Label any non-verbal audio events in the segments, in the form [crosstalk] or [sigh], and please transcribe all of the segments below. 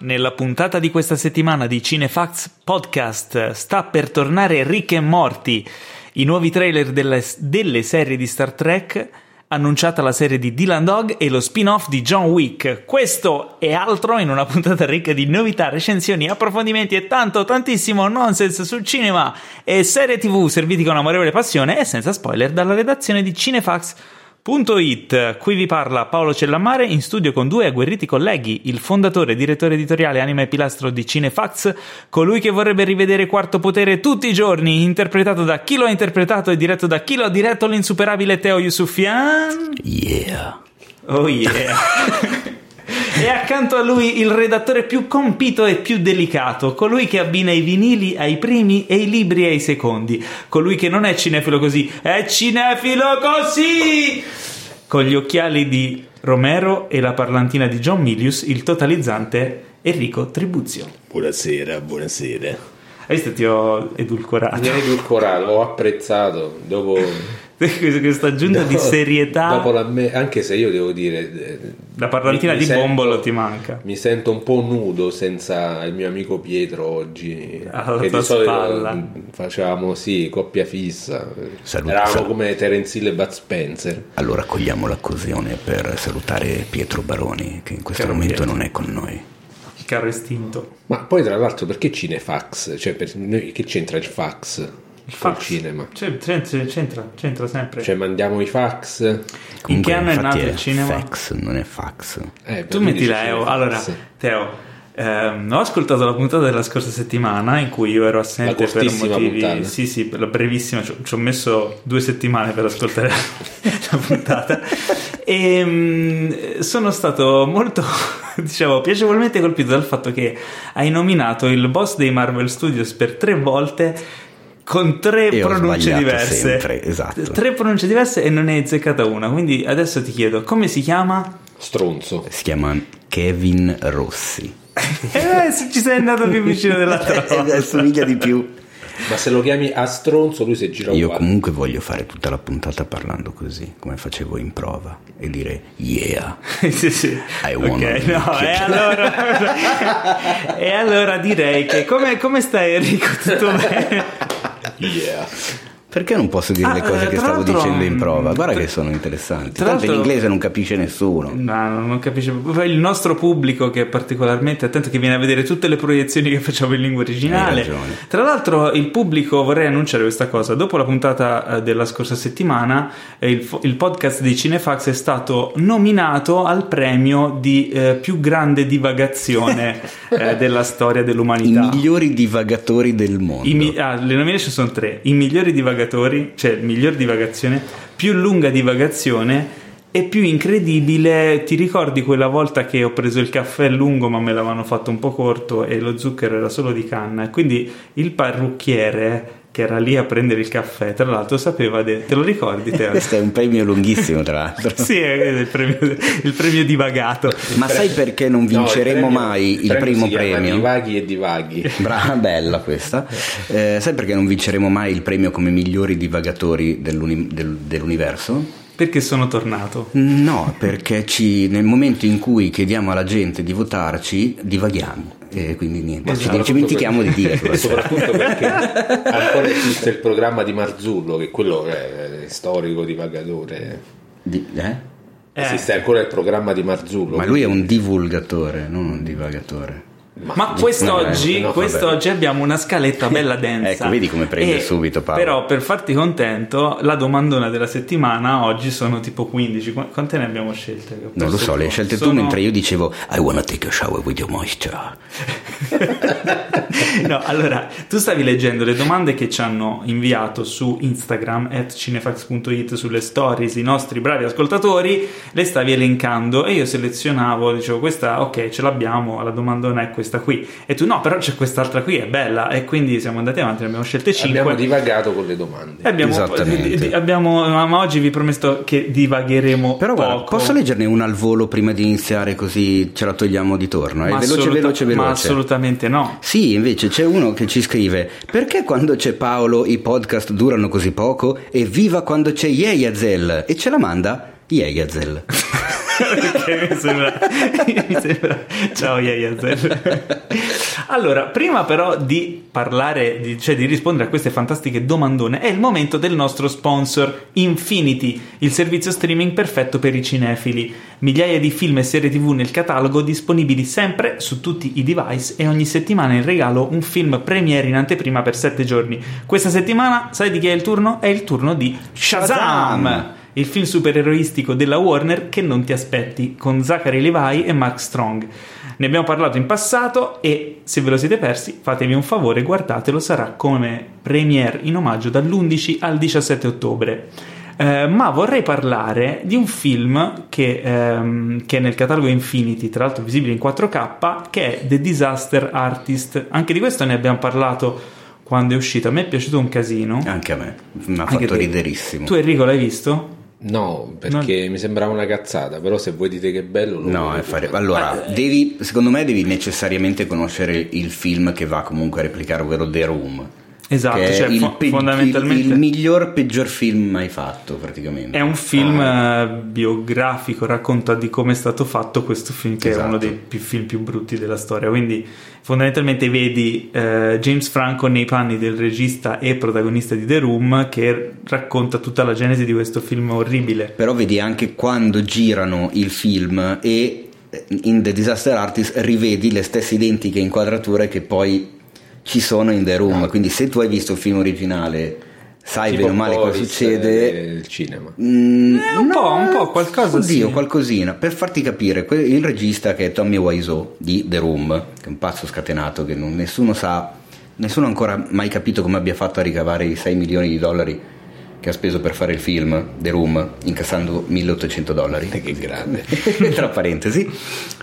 Nella puntata di questa settimana di Cinefax Podcast sta per tornare Rick e Morty, i nuovi trailer delle, delle serie di Star Trek, annunciata la serie di Dylan Dog e lo spin-off di John Wick. Questo e altro in una puntata ricca di novità, recensioni, approfondimenti e tanto, tantissimo nonsense sul cinema e serie TV serviti con amorevole passione e senza spoiler dalla redazione di Cinefax. It. Qui vi parla Paolo Cellammare in studio con due agguerriti colleghi, il fondatore, direttore editoriale, anima e pilastro di Cinefax, colui che vorrebbe rivedere Quarto Potere tutti i giorni, interpretato da chi lo ha interpretato e diretto da chi lo ha diretto l'insuperabile Teo Yusufian. Yeah. Oh yeah! e accanto a lui il redattore più compito e più delicato, colui che abbina i vinili ai primi e i libri ai secondi, colui che non è cinefilo così, è cinefilo così! Con gli occhiali di Romero e la parlantina di John Milius, il totalizzante Enrico Tribuzio. Buonasera, buonasera. Hai visto ti ho edulcorato? Mi ha edulcorato, ho apprezzato dopo, Questa aggiunta [laughs] di dopo- serietà, dopo la me- anche se io devo dire, eh, la parlantina mi- di mi sento- Bombolo ti manca. mi sento un po' nudo senza il mio amico Pietro oggi. Alla che tua di solito spalla. mh, facevamo sì, coppia fissa. Saluto, Eravamo saluto. come Terence Hill e Bud Spencer. Allora cogliamo l'occasione per salutare Pietro Baroni, che in questo Caro momento Pietro. non è con noi. Caro istinto. Ma poi tra l'altro perché cinefax? Cioè per noi che c'entra il fax? Il col fax. cinema. C'è- c'è- c'è- c'entra, c'entra sempre. Cioè mandiamo i fax? In che anno è infatti, nato il cinema? Fax, non è fax. Eh, tu quindi metti c'è la EO. cinefax. Allora, Teo, ehm, ho ascoltato la puntata della scorsa settimana in cui io ero assente La per cortissima motivi. puntata. Sì, sì, la brevissima, ci ho- ci ho messo due settimane per ascoltare [laughs] la puntata. E mm, sono stato molto, [laughs] diciamo, piacevolmente colpito dal fatto che hai nominato il boss dei Marvel Studios per tre volte. Con tre E ho pronunce sbagliato diverse, sempre, esatto. tre pronunce diverse e non ne hai azzeccata una. Quindi adesso ti chiedo come si chiama Stronzo. Si chiama Kevin [laughs] Rossi. Eh, se ci sei andato più vicino [laughs] Eh, dell'altra esatto. volta. Assomiglia di più. Ma se lo chiami a stronzo lui si gira Io uguale. comunque voglio fare tutta la puntata parlando così, come facevo in prova, e dire yeah. [laughs] sì, sì. I Ok, wanna be no, kid. e allora, [laughs] e allora direi che come, come stai Enrico? [laughs] Tutto bene? Yeah. Perché non posso dire Ah, le cose eh, che tra stavo l'altro, dicendo in prova? mm, Guarda tra- che sono interessanti. tra Tanto in l'altro- inglese non capisce nessuno. No, non non capisce. Poi il nostro pubblico che è particolarmente attento, che viene a vedere tutte le proiezioni che facciamo in lingua originale. Hai ragione. Tra l'altro, il pubblico vorrei annunciare questa cosa. Dopo la puntata eh, della scorsa settimana, eh, il, fo- il podcast di Cinefax è stato nominato al premio di eh, più grande [laughs] divagazione eh, della storia I dell'umanità. migliori divagatori del mondo. I mi- ah, le nomination sono tre: i migliori divagatori, cioè miglior divagazione, più lunga divagazione e più incredibile. Ti ricordi quella volta che ho preso il caffè lungo, ma me l'avevano fatto un po' corto e lo zucchero era solo di canna. E Quindi il parrucchiere che era lì a prendere il caffè, tra l'altro, sapeva. de- te lo ricordi, [laughs] te? Questo è un premio lunghissimo, tra l'altro. [laughs] sì, è il premio, il premio divagato. Ma sai perché non vinceremo No, il premio- mai il premio primo si chiama premio? Divaghi e divaghi. Brava, bella questa. Eh, sai perché non vinceremo mai il premio come migliori divagatori dell'uni- del- dell'universo? Perché sono tornato. No, perché ci- nel momento in cui chiediamo alla gente di votarci, divaghiamo. E quindi niente, Esatto. ci- ci, Soprattutto dimentichiamo per- di [laughs] dirlo. cioè. Soprattutto [laughs] perché ancora esiste il programma di Marzullo, che quello è, storico divagatore. Di- eh? Eh. Esiste ancora il programma di Marzullo. Ma lui è un divulgatore, non un divagatore. Ma quest'oggi, no, vabbè. quest'oggi abbiamo una scaletta [laughs] bella densa. Ecco, vedi come prende E- subito Paolo. Però per farti contento, la domandona della settimana oggi sono tipo 15. Qu- Quante ne abbiamo scelte? Che ho Non lo perso so, il le conto. hai scelte tu Sono- mentre io dicevo I wanna take a shower with your moisture. [laughs] no, allora, tu stavi leggendo le domande che ci hanno inviato su Instagram at cinefax.it sulle stories, i nostri bravi ascoltatori, le stavi elencando e io selezionavo, dicevo questa ok, ce l'abbiamo, la domandona è questa qui. E tu no, però c'è quest'altra qui, è bella. E quindi siamo andati avanti, ne abbiamo scelte 5. Abbiamo divagato con le domande. E Abbiamo, Esattamente. di- di- [laughs] abbiamo- ma ma oggi vi prometto che divagheremo Però guarda, poco. posso leggerne una al volo prima di iniziare così ce la togliamo di torno? Eh? Ma Veloce, assoluta- veloce, Ma veloce. assolutamente no. Sì, invece c'è uno che ci scrive Perché quando c'è Paolo i podcast durano [laughs] così poco e viva quando c'è Yeyazel e ce la manda Yeyazel. Perché mi sembra, mi sembra- Ciao Yaya Zell. Allora, prima però di parlare, di- cioè di rispondere a queste fantastiche domandone, è il momento del nostro sponsor Infinity, il servizio streaming perfetto per i cinefili. Migliaia di film e serie TV nel catalogo disponibili sempre su tutti i device e ogni settimana in regalo un film premiere in anteprima per 7 giorni. Questa settimana, sai di chi è il turno? È il turno di Shazam! Shazam! il film supereroistico della Warner che non ti aspetti, con Zachary Levi e Mark Strong. Ne abbiamo parlato in passato e se ve lo siete persi fatevi un favore, guardatelo, sarà come premiere in omaggio dall'11 al 17 ottobre. Eh, ma vorrei parlare di un film che, ehm, che è nel catalogo Infinity, tra l'altro visibile in 4K, che è The Disaster Artist. Anche di questo ne abbiamo parlato quando è uscito. A me è piaciuto un casino. Anche a me, mi ha Anche fatto te. riderissimo. Tu Enrico l'hai visto? No, perché mi sembrava una cazzata, però se voi dite che è bello... lo No, vedo. è fare... allora, eh, devi, secondo me devi necessariamente conoscere il film che va comunque a replicare, ovvero The Room. Esatto, che cioè è il, fo- pe- fondamentalmente il- Ah. il miglior peggior film mai fatto praticamente. è un film eh, biografico, racconta di come è stato fatto questo film che è Esatto. uno dei più- film più brutti della storia. Quindi fondamentalmente vedi eh, James Franco nei panni del regista e protagonista di The Room che racconta tutta la genesi di questo film orribile. Però vedi anche quando girano il film e eh, in The Disaster Artist rivedi le stesse identiche inquadrature che poi ci sono in The Room. Quindi se tu hai visto il film originale, sai Ah. Tipo bene o male cosa Boris, succede. eh, Il cinema. Mm, Eh, un po', un po', qualcosa Oddio, sì. qualcosina. Per farti capire, que- il regista che è Tommy Wiseau di The Room, che è un pazzo scatenato che non- nessuno sa, nessuno ha ancora mai capito come abbia fatto a ricavare i 6 milioni di dollari che ha speso per fare il film The Room, incassando 1800 dollari. Eh, Che grande. [laughs] Tra parentesi,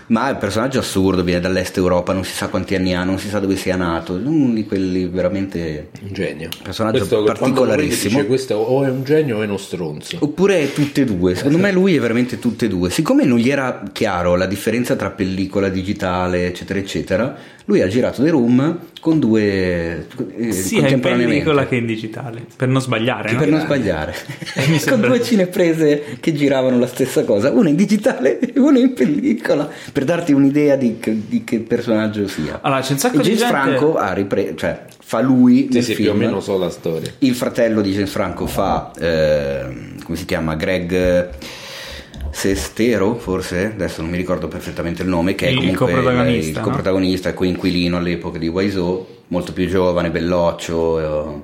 ma è un personaggio assurdo, viene dall'est Europa, non si sa quanti anni ha, non si sa dove sia nato, uno di quelli veramente Un genio. Personaggio quando lo vedi particolarissimo. dice, questo o è un genio o è uno stronzo. Oppure tutte e due, secondo me lui è veramente tutte e due. Siccome non gli era chiaro la differenza tra pellicola digitale, eccetera, eccetera, lui ha girato The Room con due eh, Sia in contemporaneamente. pellicola che in digitale, per non sbagliare. no? per non [laughs] sbagliare, Mi con sembra- due cineprese che giravano la stessa cosa, una in digitale [laughs] e una in pellicola, per darti un'idea di, che- di che personaggio sia. Allora, c'è un e sacco di James gente... Franco ha ripre- cioè, fa lui Sì, nel sì, film. più o meno so la storia. Il fratello di James Franco fa, ehm, come si chiama, Greg Sestero, forse, adesso non mi ricordo perfettamente il nome, che è Il comunque coprotagonista, il no? coprotagonista, coinquilino all'epoca di Wiseau, molto più giovane, belloccio. eh,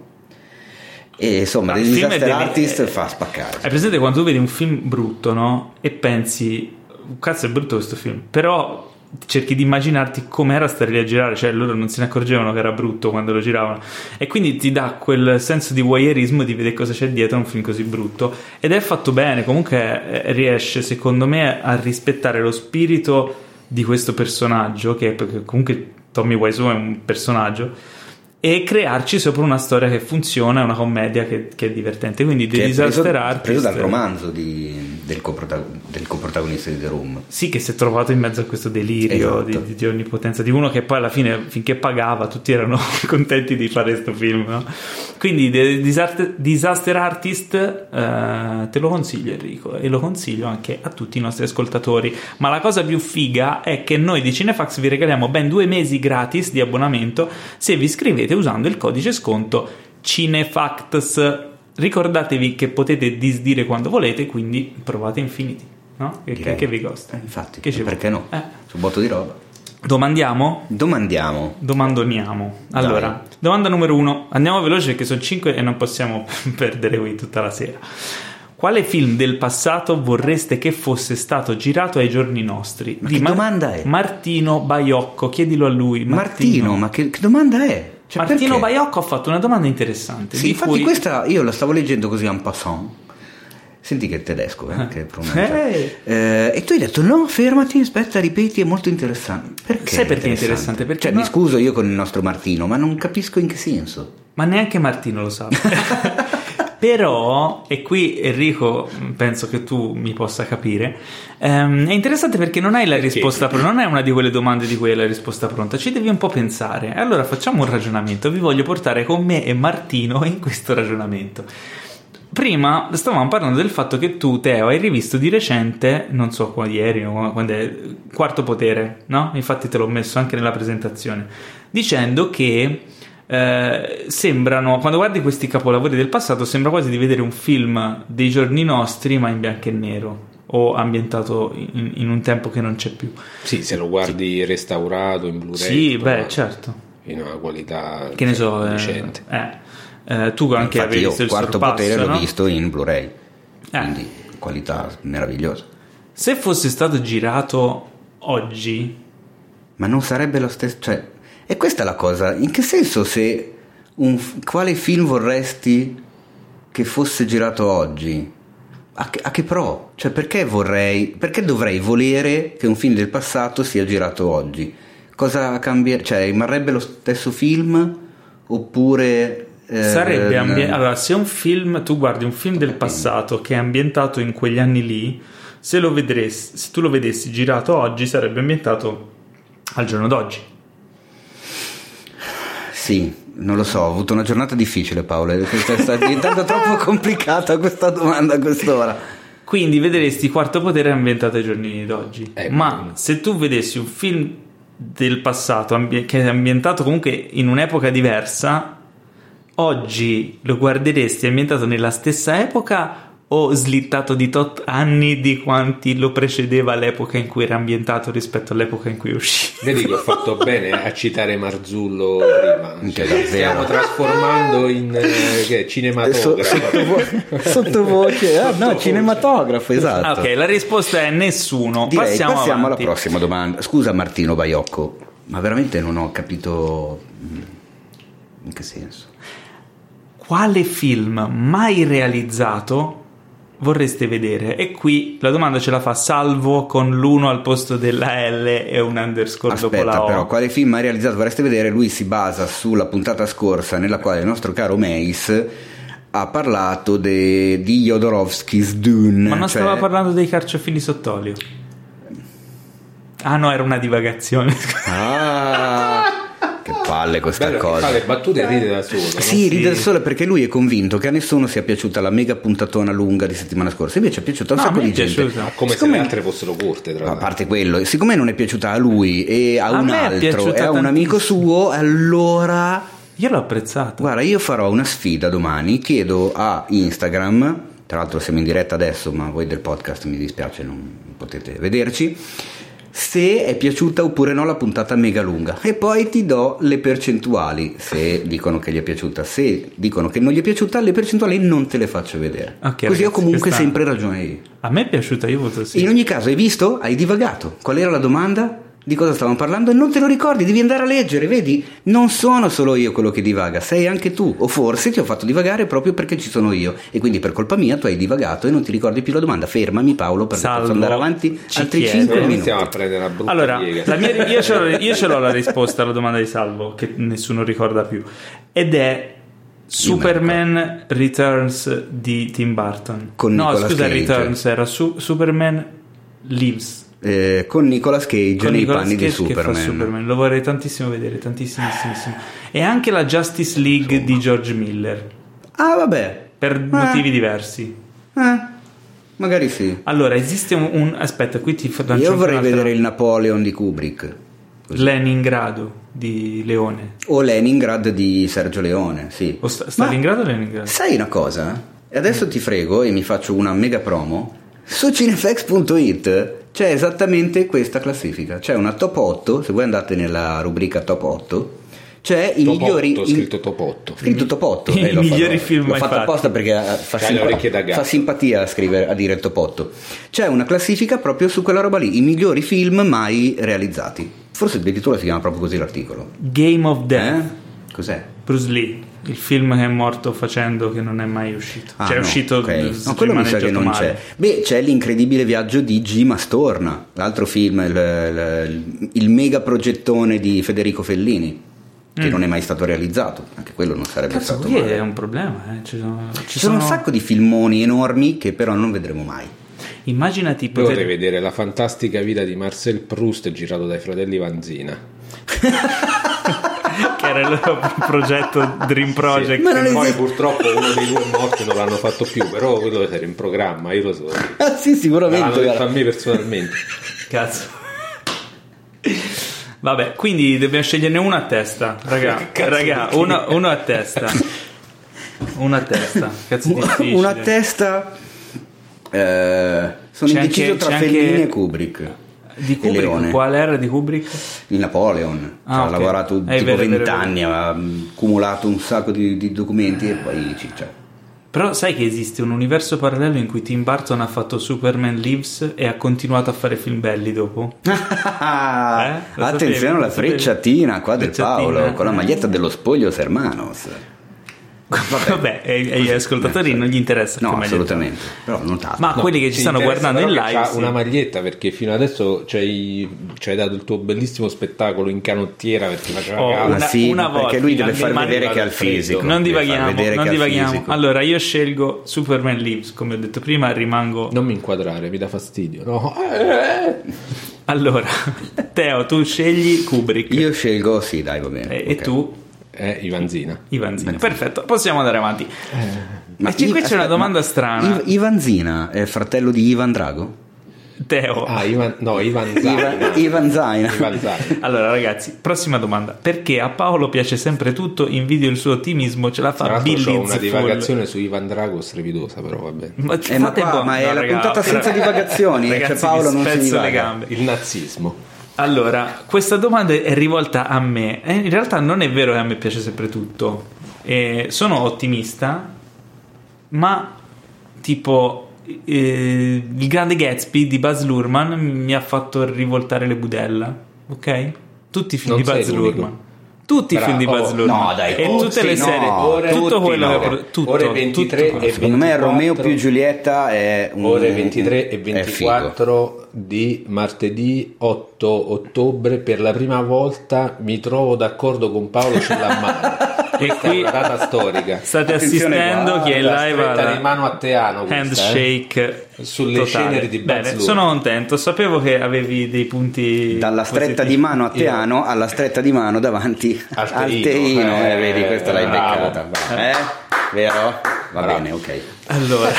E insomma, Ma The il film è Disaster deli- Artist eh, fa spaccare. Hai presente quando tu vedi un film brutto, no? E pensi, cazzo è brutto questo film, però cerchi di immaginarti com'era stare lì a girare, cioè loro non se ne accorgevano che era brutto quando lo giravano e quindi ti dà quel senso di voyeurismo di vedere cosa c'è dietro a un film così brutto ed è fatto bene, comunque eh, riesce secondo me a rispettare lo spirito di questo personaggio che perché comunque Tommy Wiseau è un personaggio e crearci sopra una storia che funziona, una commedia che, che è divertente. Quindi The Che Cioè, è Disaster preso, Artist preso dal romanzo di- del, coprota- del coprotagonista di The Room. Sì, che si è trovato in mezzo a questo delirio Esatto. di, di- di onnipotenza di uno che poi alla fine, finché pagava, tutti erano [laughs] contenti di fare questo film. no? Quindi The Disart- Disaster Artist eh, te lo consiglio Enrico e lo consiglio anche a tutti i nostri ascoltatori. Ma la cosa più figa è che noi di Cinefax vi regaliamo ben due mesi gratis di abbonamento se vi iscrivete usando il codice sconto Cinefacts. Ricordatevi che potete disdire quando volete, quindi provate infiniti. No? Che, che- direi. che vi costa? Eh, infatti, Che ci- perché no? Eh. Su botto di roba. Domandiamo? Domandiamo. Domandoniamo. Allora, domanda numero uno. Andiamo veloce perché sono cinque e non possiamo [laughs] perdere qui tutta la sera. Quale film del passato vorreste che fosse stato girato ai giorni nostri? Ma che domanda è? Martino Baiocco, chiedilo a lui. Martino, ma che, che domanda è? Cioè, Martino perché? Baiocco ha fatto una domanda interessante. Sì, di infatti cui- questa io la stavo leggendo così en passant. Senti che è tedesco, eh, che [laughs] pronuncia. Eh. Eh, e tu hai detto no, fermati, aspetta, ripeti, è molto interessante. Perché? Sai perché è interessante? Perché Cioè, no- mi scuso io con il nostro Martino, ma non capisco in che senso. Ma neanche Martino lo sa. Però, e qui Enrico mm, penso che tu mi possa capire, ehm, è interessante perché non hai la risposta pronta, non è una di quelle domande di cui hai la risposta pronta, ci devi un po' pensare. Allora facciamo un ragionamento, vi voglio portare con me e Martino in questo ragionamento. Prima stavamo parlando del fatto che tu, Teo, hai rivisto di recente, non so qua ieri o quando è, Quarto Potere, no? Infatti te l'ho messo anche nella presentazione, dicendo che eh, sembrano, quando guardi questi capolavori del passato, sembra quasi di vedere un film dei giorni nostri, ma in bianco e nero, o ambientato in, in un tempo che non c'è più. Sì, se lo guardi restaurato in Blu-ray. sì, tutto, beh, ma certo. In una qualità Che ne so, eh, decente. eh. Eh, tu anche Infatti avevi io visto il quarto sorpasso, potere l'ho no? visto in Blu-ray, Eh. quindi qualità meravigliosa. Se fosse stato girato oggi, Ma non sarebbe lo stesso... Cioè, e questa è la cosa, in che senso se... Un, f- quale film vorresti che fosse girato oggi? A che, a che pro? Cioè perché vorrei... Perché dovrei volere che un film del passato sia girato oggi? Cosa cambierebbe? Cioè rimarrebbe lo stesso film oppure... eh, Sarebbe ambie- n- allora, se un film, tu guardi un film del passato che è ambientato in quegli anni lì, se, lo vedresti, se tu lo vedessi girato oggi, sarebbe ambientato al giorno d'oggi. Sì, non lo so, ho avuto una giornata difficile Paolo, sta, sta [laughs] diventando troppo complicata questa domanda a quest'ora. Quindi vedresti Quarto Potere ambientato ai giorni d'oggi. Eh, Ecco, Ma quindi. se tu vedessi un film del passato ambi- che è ambientato comunque in un'epoca diversa, oggi lo guarderesti ambientato nella stessa epoca o slittato di tot anni di quanti lo precedeva l'epoca in cui era ambientato rispetto all'epoca in cui uscì? Vedi che ho fatto bene a citare Marzullo prima. Minchia, Cioè, davvero. stiamo trasformando in eh, che, So- cinematografo. [laughs] sottovo- sottovoce, ah, no, Sottovoce. cinematografo, esatto. Ah, ok, la risposta è nessuno. Direi, passiamo passiamo, alla avanti. prossima domanda. Scusa Martino Baiocco, ma veramente non ho capito mm, in che senso. Quale film mai realizzato vorreste vedere? E qui la domanda ce la fa Salvo con l'uno al posto della L e un underscore dopo Aspetta la O. però, quale film ha realizzato vorreste vedere? Lui si basa sulla puntata scorsa nella quale il nostro caro Mace ha parlato de- di Jodorowsky's Dune. Ma non cioè- stava parlando dei carciofini sott'olio. Ah no, era una divagazione. [laughs] Ah, che palle questa Bello che cosa. fa le battute e ride da solo. no? Sì, ride da solo perché lui è convinto che a nessuno sia piaciuta la mega puntatona lunga di settimana scorsa. Invece è piaciuta a un No, a sacco me di è gente. piaciuta. Come Siccome- se le altre fossero corte, tra No, A l'altro. parte quello, e siccome non è piaciuta a lui e a, A un me è altro piaciuta e a un tantissimo. amico suo, allora Io l'ho apprezzato. Esatto. Guarda, io farò una sfida domani, chiedo a Instagram, tra l'altro siamo in diretta adesso, ma voi del podcast mi dispiace non potete vederci, se è piaciuta oppure no la puntata mega lunga e poi ti do le percentuali, se dicono che gli è piaciuta, se dicono che non gli è piaciuta le percentuali non te le faccio vedere. Ok, Così ragazzi, ho comunque questa- sempre ragione io. A me è piaciuta, io voto sì. In ogni caso, hai visto? Hai divagato. Qual era la domanda? Di cosa stavamo parlando? E non te lo ricordi, devi andare a leggere, vedi? Non sono solo io quello che divaga, sei anche tu. O forse ti ho fatto divagare proprio perché ci sono io. E quindi per colpa mia tu hai divagato e non ti ricordi più la domanda. Fermami Paolo perché Salvo, posso andare avanti ci altri chiedo. 5 Non minuti. iniziamo a prendere una brutta Allora, piega. la mia- io, [laughs] ce l'ho, io ce l'ho la risposta alla domanda di Salvo, che nessuno ricorda più, ed è Superman Returns di Tim Burton. Con no, Nicolas scusa, Cage. Returns era su- Superman Lives. Eh, con Nicolas Cage Con nei Nicolas panni Cage che di fa Superman, lo vorrei tantissimo vedere, tantissimissimo. E anche la Justice League di George Miller, Ah vabbè. per Eh, motivi diversi. eh, magari sì. Allora, esiste un... un- aspetta, qui ti faccio Io anche vorrei un'altra- vedere il Napoleon di Kubrick. Leningrado di Leone. O Leningrad di Sergio Leone, sì. O sta, Ma- Stalingrado o Leningrado? Sai una cosa? E adesso ti frego e mi faccio una mega promo. Su cinefx.it c'è esattamente questa classifica. C'è una top 8, se voi andate nella rubrica top 8, c'è i Top migliori... otto, in- scritto top 8. Scritto top 8. [laughs] I eh, l'ho migliori fatto, film L'ho mai fatto fatti. apposta perché eh, fa, C'hai le simpa- orecchie da gatto. fa simpatia a, scrivere, a dire il top 8. C'è una classifica proprio su quella roba lì, i migliori film mai realizzati. Forse addirittura si chiama proprio così l'articolo. Game of Death, Eh? Cos'è? Bruce Lee, il film che è morto facendo che non è mai uscito. Ah, cioè, è no, uscito ok. eh, No, quello mi sa che rimaneggiato non male. c'è. Beh, c'è l'incredibile viaggio di G. Mastorna, l'altro film, il, il- il mega progettone di Federico Fellini, Mm. che non è mai stato realizzato. Anche quello non sarebbe Cazzo, stato qui male. è un problema, eh. Ci sono, ci Ci sono un sono- sacco di filmoni enormi che però non vedremo mai. [laughs] Immaginati Io Vorrei poter... vedere la fantastica vita di Marcel Proust girato dai fratelli Vanzina. [laughs] che era il loro progetto Dream Project. Sì, Ma non che poi esiste. purtroppo uno dei due è morto e non l'hanno fatto più, però quello era in programma, io lo so. Ah, sì, L'hanno sicuramente. detto a guarda. me personalmente. Cazzo. Vabbè, quindi dobbiamo sceglierne uno a testa, [laughs] raga. Che cazzo raga, di- uno, uno a testa. Uno a testa. Cazzo [laughs] difficile. Una testa. eh, sono C'è indeciso anche- tra c'è Fellini anche- e Kubrick. Di E Leone. Kubrick, qual era di Kubrick? Il Napoleon, Ah, cioè, ok. ha lavorato Eh, vero, tipo vero, 20 anni, ha mh, accumulato un sacco di, di documenti e poi ciccia. Però sai che esiste un universo parallelo in cui Tim Burton ha fatto Superman Lives e ha continuato a fare film belli dopo? Eh, lo [laughs] Eh, sapevi, Attenzione alla lo sapevi. frecciatina qua del Frecciatina. eh. Paolo con la maglietta dello spoglio Sermanos. [laughs] Vabbè, e- e agli ascoltatori non gli interessa Eh, No, come gli- assolutamente, però ho notato. Ma quelli [laughs] che ci stanno interessa guardando in però che live c'ha sì. una maglietta perché fino adesso ci hai, ci hai dato il tuo bellissimo spettacolo in canottiera perché faceva Oh, caldo. Ma sì, una perché volta, lui deve far andiamo- vedere che ha il andiamo- fisico. Non deve far divaghiamo, non vedere che ha il divaghiamo. fisico. Allora, io scelgo Superman Lives, come ho detto prima, rimango Non mi inquadrare, mi dà fastidio. No. Eh, Allora, [laughs] Teo, tu scegli Kubrick Io scelgo, sì, dai, va e, bene. e ok. tu eh, Ivanzina. Ivanzina. Perfetto, possiamo andare avanti. Eh, Ma e c'è- qui Iv- c'è una aspetta, domanda ma strana. Iv- Ivan Zina è fratello di Ivan Drago? Teo. Ah, Ivan, no, Ivanzina. Ivan, Ivan Zaina. Ivanzina. Allora ragazzi, prossima domanda. Perché a Paolo piace sempre tutto, invidio il suo ottimismo, ce la Tra fa l'altro Billy Mm. c'ho una Zifol. divagazione su Ivan Drago strepitosa, però vabbè. Ma, Eh, ma fate qua- buono, ma è la raga, puntata senza raga. divagazioni, cioè Ragazzi, Paolo vi non si spezzo divaga. le gambe. Il nazismo. Allora, questa domanda è rivolta a me. Eh, in realtà non è vero che a me piace sempre tutto. Eh, sono ottimista, ma tipo eh, il grande Gatsby di Baz Luhrmann mi ha fatto rivoltare le budella, ok? Tutti i film Non di Baz sei l'unico. Luhrmann. Tutti Bra- i film di oh, Baz Luhrmann. no, dai, e tutti tutte le no. serie, Ore- tutto tutti quello no. che pro- tutto, Ore 23 tutto. e Secondo me 24. Romeo più Giulietta è un Ore 23 e Mm. è figo. 24 di martedì 8 ottobre per la prima volta mi trovo d'accordo con Paolo [laughs] Cellamano E [laughs] Questa è qui una data [laughs] storica state Attenzione qua, assistendo chi è in la live stretta alla di mano a Teano questa, handshake eh. Sulle totale. ceneri di Baz Bene, Luhrmann. sono contento. Sapevo che avevi dei punti Dalla stretta di positivi. mano a Teano alla stretta di mano davanti Al al Teino. Teino. Eh, eh, vedi, questa l'hai bravo. beccata. bravo. Eh? Vero? Va Bravo. bene, ok. [laughs] Allora,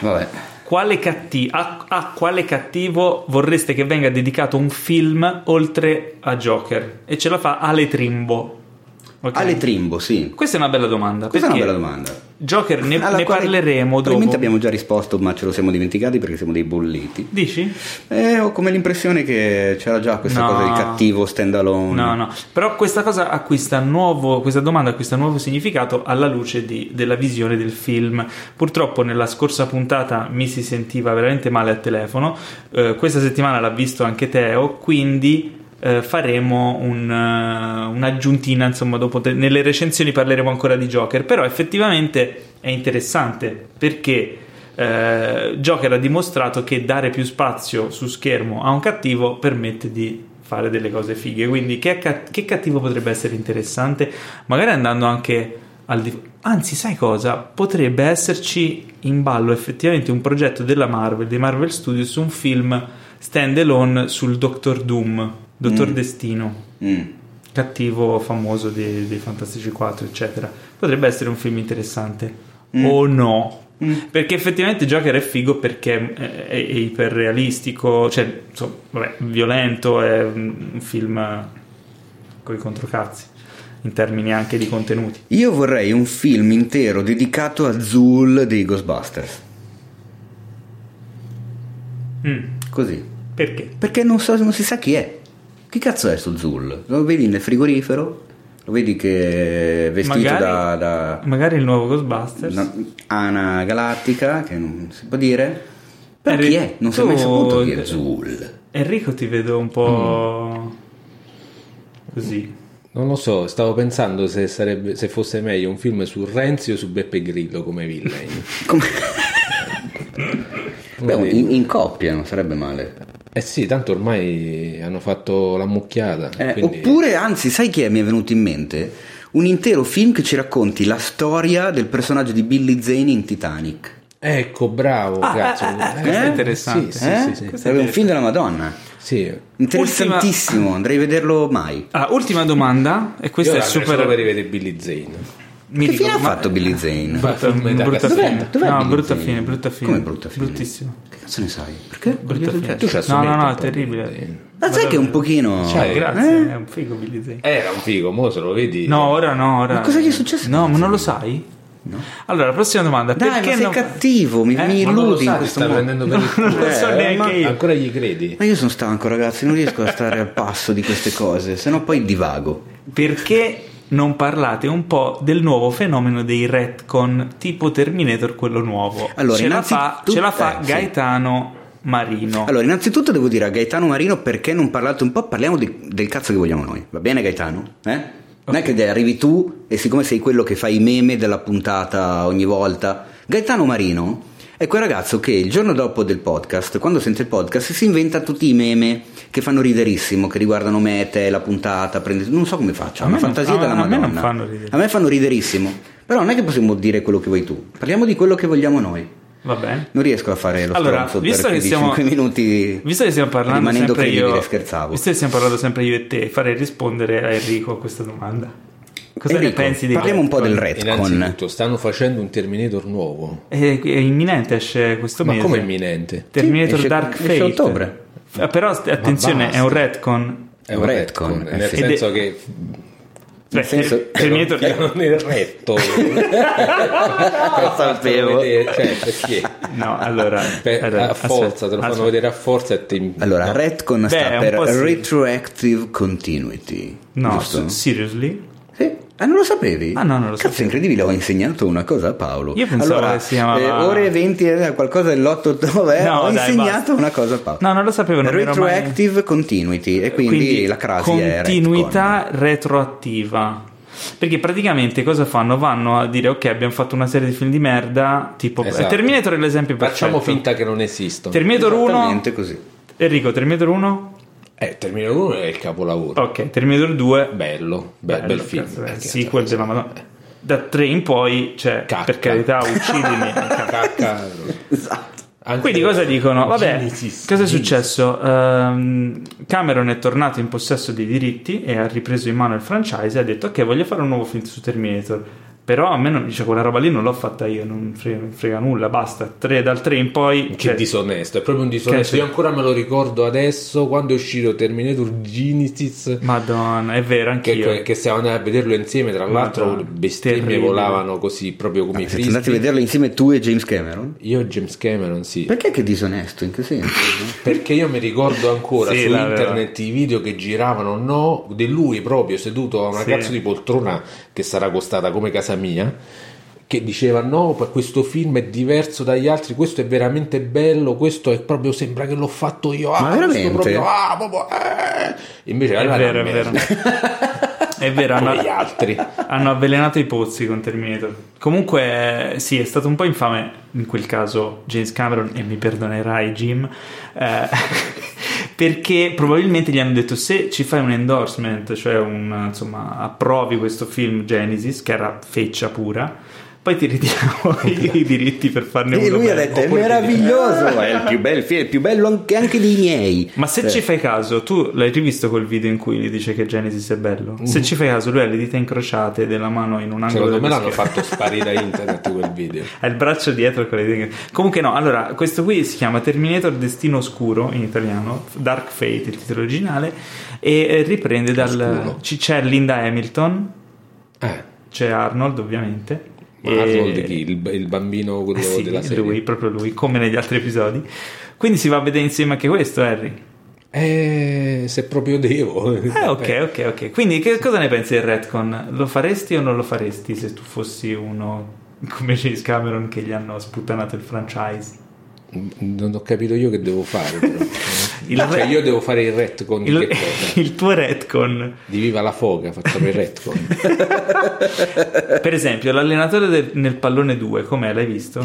Vabbè. quale catti- a, a quale cattivo vorreste che venga dedicato un film oltre a Joker? E ce la fa Ale Trimbo. Ok? Ale Trimbo, sì. Questa è una bella domanda. Questa è una perché bella domanda. Joker ne, Alla ne quale parleremo dopo. Probabilmente abbiamo già risposto, ma ce lo siamo dimenticati perché siamo dei bolliti. Dici? Eh, ho come l'impressione che c'era già questa No. cosa di cattivo stand alone. No, no, però questa cosa acquista nuovo, questa domanda acquista nuovo significato alla luce di- della visione del film. Purtroppo nella scorsa puntata mi si sentiva veramente male al telefono, eh, questa settimana l'ha visto anche Teo, quindi eh, faremo un, eh, un'aggiuntina, insomma, dopo te- nelle recensioni parleremo ancora di Joker, però effettivamente è interessante perché... eh, Joker ha dimostrato che dare più spazio su schermo a un cattivo permette di fare delle cose fighe. Quindi, che, ca- che cattivo potrebbe essere interessante? Magari andando anche al di. Anzi, sai cosa? Potrebbe esserci in ballo effettivamente un progetto della Marvel, dei Marvel Studios, su un film stand alone sul Doctor Doom, Dottor Destino, Mm. cattivo famoso dei, dei Fantastici 4, eccetera. Potrebbe essere un film interessante. Mm. O no? Perché effettivamente Joker è figo perché è, è- è iperrealistico, cioè insomma, vabbè, violento, è un un film con i controcazzi, in termini anche di contenuti. Io vorrei un film intero dedicato a Zul dei Ghostbusters. Mm, Così. Perché? Perché non, so- non si sa chi è. Chi cazzo è sto Zul? Lo vedi nel frigorifero? Lo vedi che è vestito Magari- da, da Magari il nuovo Ghostbusters. una ana galattica, che non si può dire. Però Harry, chi è? Non si è mai Eh, tu- saputo chi è Zul. Enrico ti vedo un Mm. po' così. non lo so stavo pensando se, sarebbe, se fosse meglio un film su Renzi o su Beppe Grillo [laughs] come villain Come... Beh, un- in, in coppia non sarebbe male. eh sì tanto ormai hanno fatto la mucchiata Eh, quindi- Oppure, anzi, sai chi è? Mi è venuto in mente un intero film che ci racconti la storia del personaggio di Billy Zane in Titanic. ecco bravo cazzo questo è interessante. sì, sì, Eh? sì, sì. Questo è Sarebbe un film della Madonna. Sì. Interessantissimo, andrei a vederlo mai. Allora, Ah, ultima domanda, e questa Io è la andrei super... solo per rivedere Billy Zane. mi che dico, fine ha ma- fatto Ah. Billy Zane? Ma- Brutta, Metà brutta cazzo. fine. Dov'è no, Billy brutta Zane? fine, brutta fine. Come brutta fine? Bruttissimo. Che cazzo ne sai? Perché? Brutta fine. Tu ci no, assomigli no, no, un è po', terribile. Ma sai che un pochino... Cioè, Eh? Grazie, è un figo Billy Zane. Era un figo, mo se lo vedi. No, ora no, ora. Ma cosa gli è successo? No, ma non lo sai? No. Allora, la prossima domanda. Dai, perché ma sei non- cattivo, mi, Eh, mi ma non lo illudi in sa, ti questo sta modo. prendendo per il Non culo. lo so Eh, neanche ma io. Ancora gli credi? Ma io sono stanco, ragazzi, non riesco a stare al passo di queste cose, sennò poi divago. Perché non parlate un po' del nuovo fenomeno dei retcon tipo Terminator, quello nuovo? Allora, ce, la fa, innanzitutto- ce la fa eh, sì. Gaetano Marino. Allora, innanzitutto devo dire a Gaetano Marino perché non parlate un po', parliamo di- del cazzo che vogliamo noi. Va bene Gaetano? Eh? Non è che arrivi tu e siccome sei quello che fa i meme della puntata ogni volta. Gaetano Marino è quel ragazzo che il giorno dopo del podcast, quando sente il podcast, si inventa tutti i meme che fanno riderissimo, che riguardano me, te, la puntata, prende- non so come faccia, A ha una me non- fantasia a- della a me non Madonna. fanno ridere. A me fanno riderissimo, però non è che possiamo dire quello che vuoi tu, parliamo di quello che vogliamo noi. Va bene. Non riesco a fare lo Allora, stronzo visto per che 15 stiamo- minuti. Visto che stiamo parlando rimanendo sempre credibile, io, scherzavo. visto che stiamo parlando sempre io e te, farei rispondere a Enrico a questa domanda. Cosa ne Enrico, pensi di Parliamo un po' del retcon. Innanzitutto, stanno facendo un Terminator nuovo. Eh, È, è imminente, esce questo Ma mese. come imminente? Terminator Sì, esce- Dark esce Fate. ottobre. F- Però st- attenzione, basta. è un retcon. È un Un retcon, retcon, eh nel sì. senso che Cioè, senso- ter- [laughs] Terminator non è retto. Ah, Lo sapevo. Vedere, cioè, perché? No, allora, [laughs] Per- allora, a forza, te lo fanno aspetta. vedere a forza e ti... Allora, no. retcon Beh, è sta un per po' sì. retroactive continuity. No, giusto? s- seriously? Sì? Ah, non lo sapevi? Ah, no, non lo Cazzo, sapevo. incredibile, ho insegnato una cosa a Paolo. Io pensavo allora, che si chiamava- eh, ore e 20, era qualcosa dell'8 ottobre, eh, No, ho dai, basta. insegnato una cosa a Paolo. No, non lo sapevo, non ero mai- Retroactive continuity, e quindi, la crasi è continuità retroattiva. Perché praticamente cosa fanno? Vanno a dire ok, abbiamo fatto una serie di film di merda, tipo Esatto. Terminator è l'esempio perfetto. Facciamo finta che non esistono. Terminator 1 Esattamente così. Enrico, Terminator 1? eh, Terminator 1 è il capolavoro. Ok, Terminator 2 Bello, be- bel, Bello, film. cazzo, Eh, eh, che sequel cazzo. della Madonna. Da 3 in poi, cioè, Cacca. per carità, [laughs] uccidimi. Cacca. Cacca. Anche- Quindi cosa dicono? Vabbè, Genesis, cosa è Genesis. successo? Ehm, Cameron è tornato in possesso dei diritti e ha ripreso in mano il franchise e ha detto ok voglio fare un nuovo film su Terminator. Però a me non dice quella roba lì non l'ho fatta io, non fre- non frega, nulla, basta. Tre- dal 3 in poi... Che cioè, disonesto, è proprio un disonesto. Che- Io ancora me lo ricordo adesso quando è uscito Terminator Genesis. Madonna, è vero, anch'io. Che, che stiamo andando a vederlo insieme, tra l'altro, Madonna, bestemmie terribile. volavano così proprio come i Siete andati Ah, a frisbee. vederlo insieme tu e James Cameron? Io e James Cameron, sì. Perché che disonesto? In che senso? [laughs] Perché io mi ricordo ancora Sì, su l'aveva. internet i video che giravano, no, di lui proprio seduto a una Sì. cazzo di poltrona che sarà costata come casa mia, che diceva no, per questo film è diverso dagli altri, questo è veramente bello, questo è proprio, sembra che l'ho fatto io, ah, Ma questo veramente? proprio, ah, proprio, eh. Invece È era vero, è [laughs] vero. È vero, hanno, gli altri. hanno avvelenato i pozzi con Terminator. Comunque, eh, sì, è stato un po' infame in quel caso James Cameron, e mi perdonerai Jim, eh, [laughs] perché probabilmente gli hanno detto se ci fai un endorsement, cioè un, insomma, approvi questo film Genesis, che era feccia pura, poi ti ritiriamo [laughs] i, i diritti per farne uno. E lui ha bello." detto: È meraviglioso, [laughs] è il più bel film, è il più bello anche, anche dei miei. Cioè, Ma se ci fai caso, tu l'hai rivisto quel video in cui gli dice che Genesis è bello? Se ci fai caso, lui ha le dita incrociate della mano in un angolo Mm. Secondo me dello l'hanno schermo. fatto sparire da internet quel video. Ha il braccio dietro con le dita. incro- Comunque no, allora, questo qui si chiama Terminator Destino Oscuro in italiano, Dark Fate, il titolo originale, e eh, riprende dal... Oscuro. ci- C'è Linda Hamilton, Eh, c'è Arnold ovviamente. [laughs] ma e- Arnold chi? Il, il bambino quello Eh sì, della serie? lui, proprio lui, come negli altri episodi. Quindi si va a vedere insieme anche questo, Harry. Eh, se proprio devo. Eh, ok, ok, ok. Quindi che cosa ne pensi del retcon? Lo faresti o non lo faresti se tu fossi uno come James Cameron che gli hanno sputtanato il franchise? Non ho capito io che devo fare. però. Il Cioè, re- io devo fare il retcon di Il, che cosa? [laughs] il tuo retcon, Di Viva la Foga, facciamo il retcon. per esempio, l'allenatore del- nel pallone 2, com'è? L'hai [laughs] visto?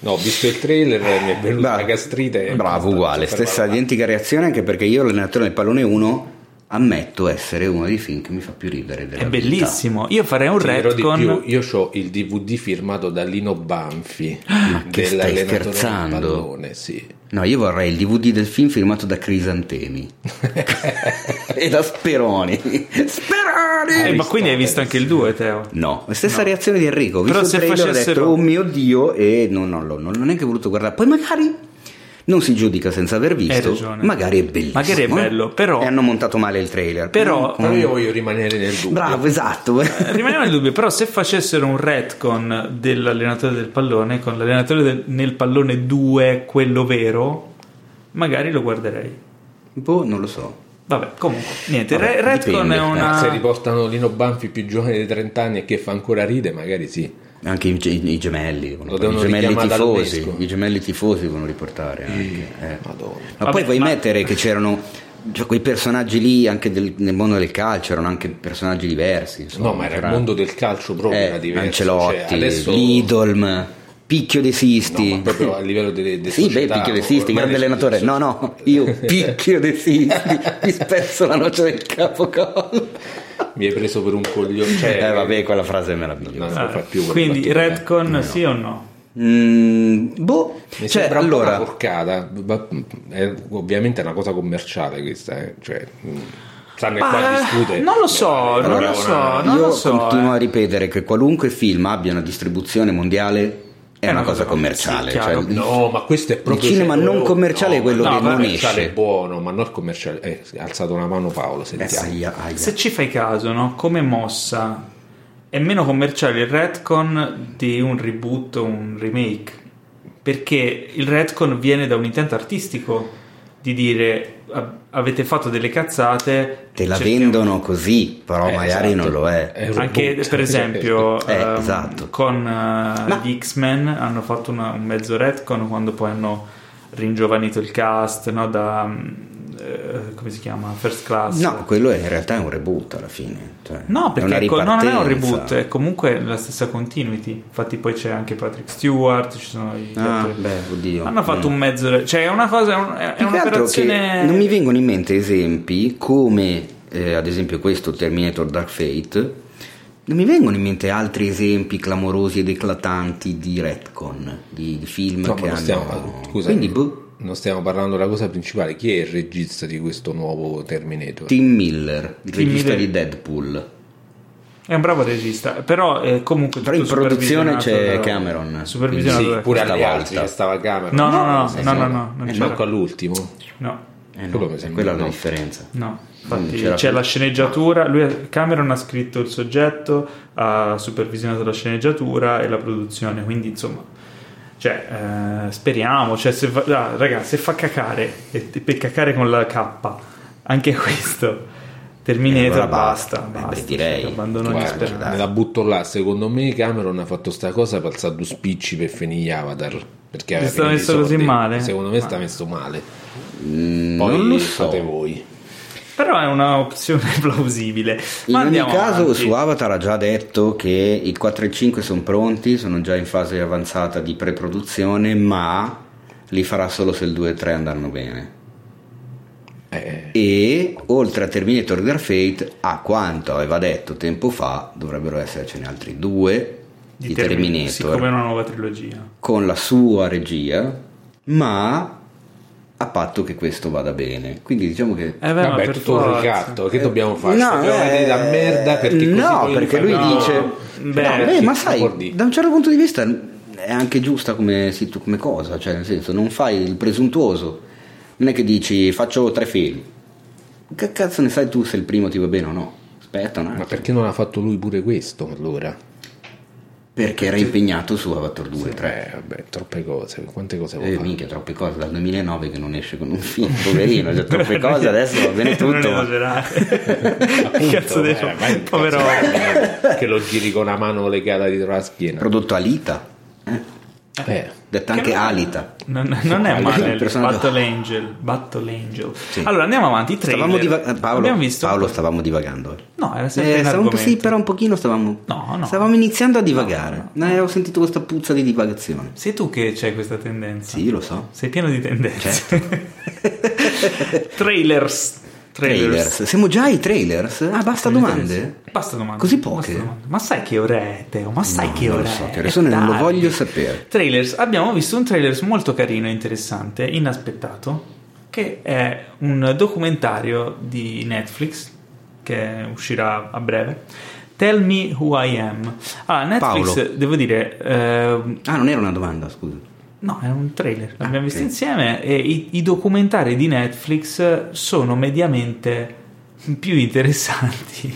No, ho visto il trailer mi è venuta Bravo. la gastrite. Bravo, uguale, stessa identica reazione, anche perché io, l'allenatore del pallone 1, ammetto essere uno dei film che mi fa più ridere della È vita. bellissimo. Io farei un Ti dirò di più, retcon. io ho il DVD firmato da Lino Banfi Ah, Ma che stai dell'allenatore del scherzando? Mm. pallone, sì. No, io vorrei il DVD del film firmato da Crisantemi [laughs] e da Speroni. Speroni! Eh, ma quindi hai visto anche il 2, Teo. No, stessa reazione di Enrico. Ho Visto Però il se trailer ho facessero- detto, oh mio Dio, e non, non l'ho, non l'ho neanche voluto guardare. Poi magari non si giudica senza aver Hai visto, ragione. magari è bellissimo. eh? Magari è bello, però- E hanno montato male il trailer. Mm, Però- Però io voglio rimanere nel dubbio. Bravo, esatto. [laughs] Rimaniamo Eh, nel dubbio, però se facessero un retcon dell'allenatore del pallone con l'allenatore del- nel pallone 2, quello vero, magari lo guarderei. boh, non lo so. Vabbè, comunque, niente, Vabbè, re- retcon dipende. è Ma eh, Se una... riportano Lino Banfi più giovane di 30 anni e che fa ancora ride, magari sì. Anche i, ge- i gemelli, vogliono- i devono gemelli richiamare tifosi, all'UNESCO. i gemelli tifosi devono riportare anche. eh. Madonna. Ma Vabbè, poi vuoi ma- mettere che c'erano cioè, quei personaggi lì anche del- nel mondo del calcio, erano anche personaggi diversi. insomma, No, ma era il c'era- mondo del calcio proprio eh, era diverso. Ancelotti, Cioè, adesso... Lidolm, Picchio De No, Sisti. [laughs] ma proprio a livello delle, delle sì, beh, società, Picchio De Sisti, ormai grande le- allenatore. le- No, no, io Picchio De [laughs] Sisti, mi spezzo la noce del capocol. Mi hai preso per un coglione. Cioè, Eh, vabbè, quella frase è meravigliosa. non si fa più quella Eh, Quindi battuta. retcon sì o no? Mm, boh, Mi cioè, sembra allora, un po' una porcata, ma- è ovviamente è una cosa commerciale questa, eh. cioè, mm, stanno Ma, qua Eh, a discutere. Ah, non lo so, non Allora, lo so, non io lo so. continuo eh. a ripetere che qualunque film abbia una distribuzione mondiale è, una cosa commerciale. sì, chiaro. cioè, No, ma questo è proprio Il cinema quello- non commerciale è quello no, che ma il non commerciale esce. è buono, ma non il commerciale. Eh, ha alzato una mano Paolo, eh, sentiamo. aia, aia. Se ci fai caso, no? come mossa è meno commerciale il retcon di un reboot o un remake, perché il retcon viene da un intento artistico di dire "A- avete fatto delle cazzate, Te la cerchiamo-" vendono così, però Eh, magari esatto. non lo è. È un Anche reboot. per esempio [laughs] Eh, ehm, esatto. con eh, gli X-Men hanno fatto una- un mezzo retcon quando poi hanno ringiovanito il cast no? da mm, eh, come si chiama? First Class. No, quello è- in realtà è un reboot alla fine. cioè, No, è una perché co- no, non è un ripartenza. reboot, eh. è comunque la stessa continuity. Infatti, poi c'è anche Patrick Stewart, ci sono gli Ah, altri. beh, oddio. Hanno fatto Mm. un mezzo, cioè è una cosa, è, un- è Più che altro che un'operazione. non mi vengono in mente esempi come eh, ad esempio questo Terminator Dark Fate non mi vengono in mente altri esempi clamorosi ed eclatanti di retcon di, di film No, ma che non hanno stiamo, scusa, quindi boh, non stiamo parlando della cosa principale. Chi è il regista di questo nuovo Terminator? Tim Miller il Tim regista Miller. di Deadpool È un bravo regista, però eh, comunque. Però tutto in produzione supervisionato c'è da- Cameron, Supervisionato. sì, da- pure agli stavolta. altri, c'è stava Cameron. No, no, no, sì, no, sì. no, no, non Eh, c'era. manco all'ultimo. no, Eh no, Quello mi è sembra quella è la no. differenza no. Mm, Infatti c'era c'è più- la sceneggiatura. Lui, Cameron ha scritto il soggetto, ha supervisionato la sceneggiatura e la produzione. Quindi insomma, cioè, eh, speriamo. Cioè, se fa, ah, raga, se fa cacare e, e per cacare con la K, anche [laughs] questo. Terminator, Eh, allora basta, basta. Eh, basta, beh, direi. cioè, abbandono ogni Guarda, speranza. me la butto là. Secondo me Cameron ha fatto sta cosa per alzare due spicci per finire gli Avatar. Perché aveva Mi sta finito i messo così soldi. male? Ah. Secondo me Ma- sta messo male. Mm, Poi non lo so fate voi. Però è un'opzione [laughs] plausibile. in Ma ogni andiamo caso avanti. su Avatar ha già detto che i 4 e 5 sono pronti, sono già in fase avanzata di pre-produzione, ma li farà solo se il 2 e 3 andranno bene. Eh, E oltre a Terminator Dark Fate, a quanto aveva detto tempo fa, dovrebbero essercene altri due di, Termin- Terminator Siccome è una nuova trilogia. con la sua regia, ma a patto che questo vada bene. Quindi diciamo che Eh beh, ma vabbè, è per tutto un forza. ricatto. Che dobbiamo fare? dobbiamo eh, vedere la merda perché così no, poi perché li lui fanno- no. dice Beh, no, perché ma si sai, può dire. da un certo punto di vista è anche giusta come, situ- come cosa, cioè nel senso non fai il presuntuoso, non è che dici faccio tre film, che cazzo ne sai tu se il primo ti va bene o no? Aspetta un Ma attimo, perché non ha fatto lui pure questo allora? perché era impegnato su Avatar 2 3. Eh, vabbè, troppe cose. Quante cose vuoi Eh, fare? minchia, troppe cose dal 2009 che non esce con un [laughs] film, poverino, cioè, troppe cose, adesso va [laughs] bene Non tutto. ma- [laughs] esagerare. Che cazzo Appunto, devo eh, vai in povero cazzo, vai, Che lo giri con la mano legata dietro la schiena. Prodotto Alita, Eh, detta anche Alita. non, non è male Il personaggio- Battle Angel, Battle Angel. Allora andiamo avanti. i Trailer. Stavamo diva- eh, Paolo, Abbiamo visto. Paolo, stavamo divagando. eh. No, era sempre Eh, in stavamo- sì, argomento. però un pochino stavamo. No, no. Stavamo iniziando a divagare. Eh, ho sentito questa puzza di divagazione. Sei tu che c'hai questa tendenza. Sì, lo so. Sei pieno di tendenze. [laughs] Trailers. Certo. Trailers. Siamo già ai trailers? Ah, basta domande? Basta domande. Così poche? Basta domande. Ma sai che ora è, Teo? Ma sai No, che non ora lo so, è? che È ore sono, non lo tardi. voglio sapere. Trailers. Abbiamo visto un trailer molto carino e interessante, inaspettato, che è un documentario di Netflix che uscirà a breve. Tell me who I am. Ah, Netflix, Paolo. devo dire, ehm, Ah, non era una domanda, scusa. No, è un trailer, l'abbiamo visto Ah, ok. insieme e i, i documentari di Netflix sono mediamente più interessanti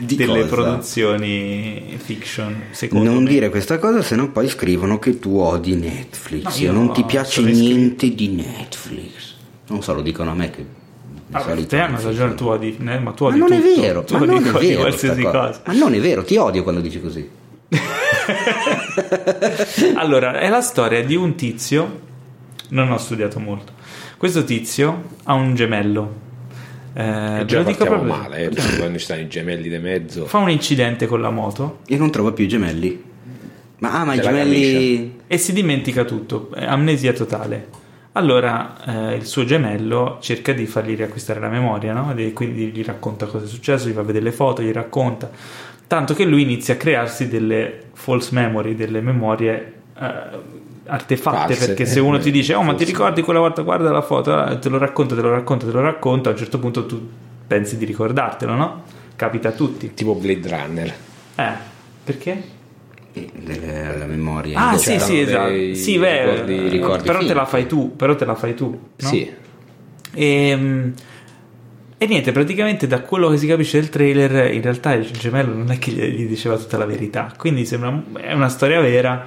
Di delle cosa? produzioni fiction, secondo Non me. dire questa cosa, sennò poi scrivono che tu odi Netflix No, io o non no, ti piace sono iscritto. niente di Netflix. Non so, lo dicono a me che... di Ah, beh, solito te hanno Netflix- ragione, tu odi, eh, ma tu Ma odi non è tutto. vero, tu ma odi non è co- vero. qualsiasi sta cosa. cosa. Ma non è vero, ti odio quando dici così. Allora, è la storia di un tizio, non ho studiato molto, questo tizio ha un gemello. Eh, Eh, ve già lo dico partiamo proprio- male, eh, perché quando ci stanno i gemelli di mezzo. Fa un incidente con la moto. E non trovo più i gemelli. Ma ah, ma i Te la gemelli... e si dimentica tutto, eh, amnesia totale. Allora eh, il suo gemello cerca di fargli riacquistare la memoria, no? E quindi gli racconta cosa è successo, gli fa vedere le foto, gli racconta, tanto che lui inizia a crearsi delle false memory, delle memorie eh, artefatte, False. eh, perché se uno ti dice oh ma ti False. ricordi quella volta guarda la foto, eh, te lo racconta, te lo racconta, te lo racconta, a un certo punto tu pensi di ricordartelo, no? Capita a tutti. Tipo Blade Runner. Eh, perché? Eh, delle- La memoria. Ah, Cioè, sì, sì, erano esatto. dei Sì, beh, ricordi- eh, ricordi però te finti. la fai tu, però te la fai tu. no? Sì. Ehm, E, niente, praticamente da quello che si capisce del trailer, in realtà il gemello non è che gli gli diceva tutta la verità, quindi sembra è una storia vera,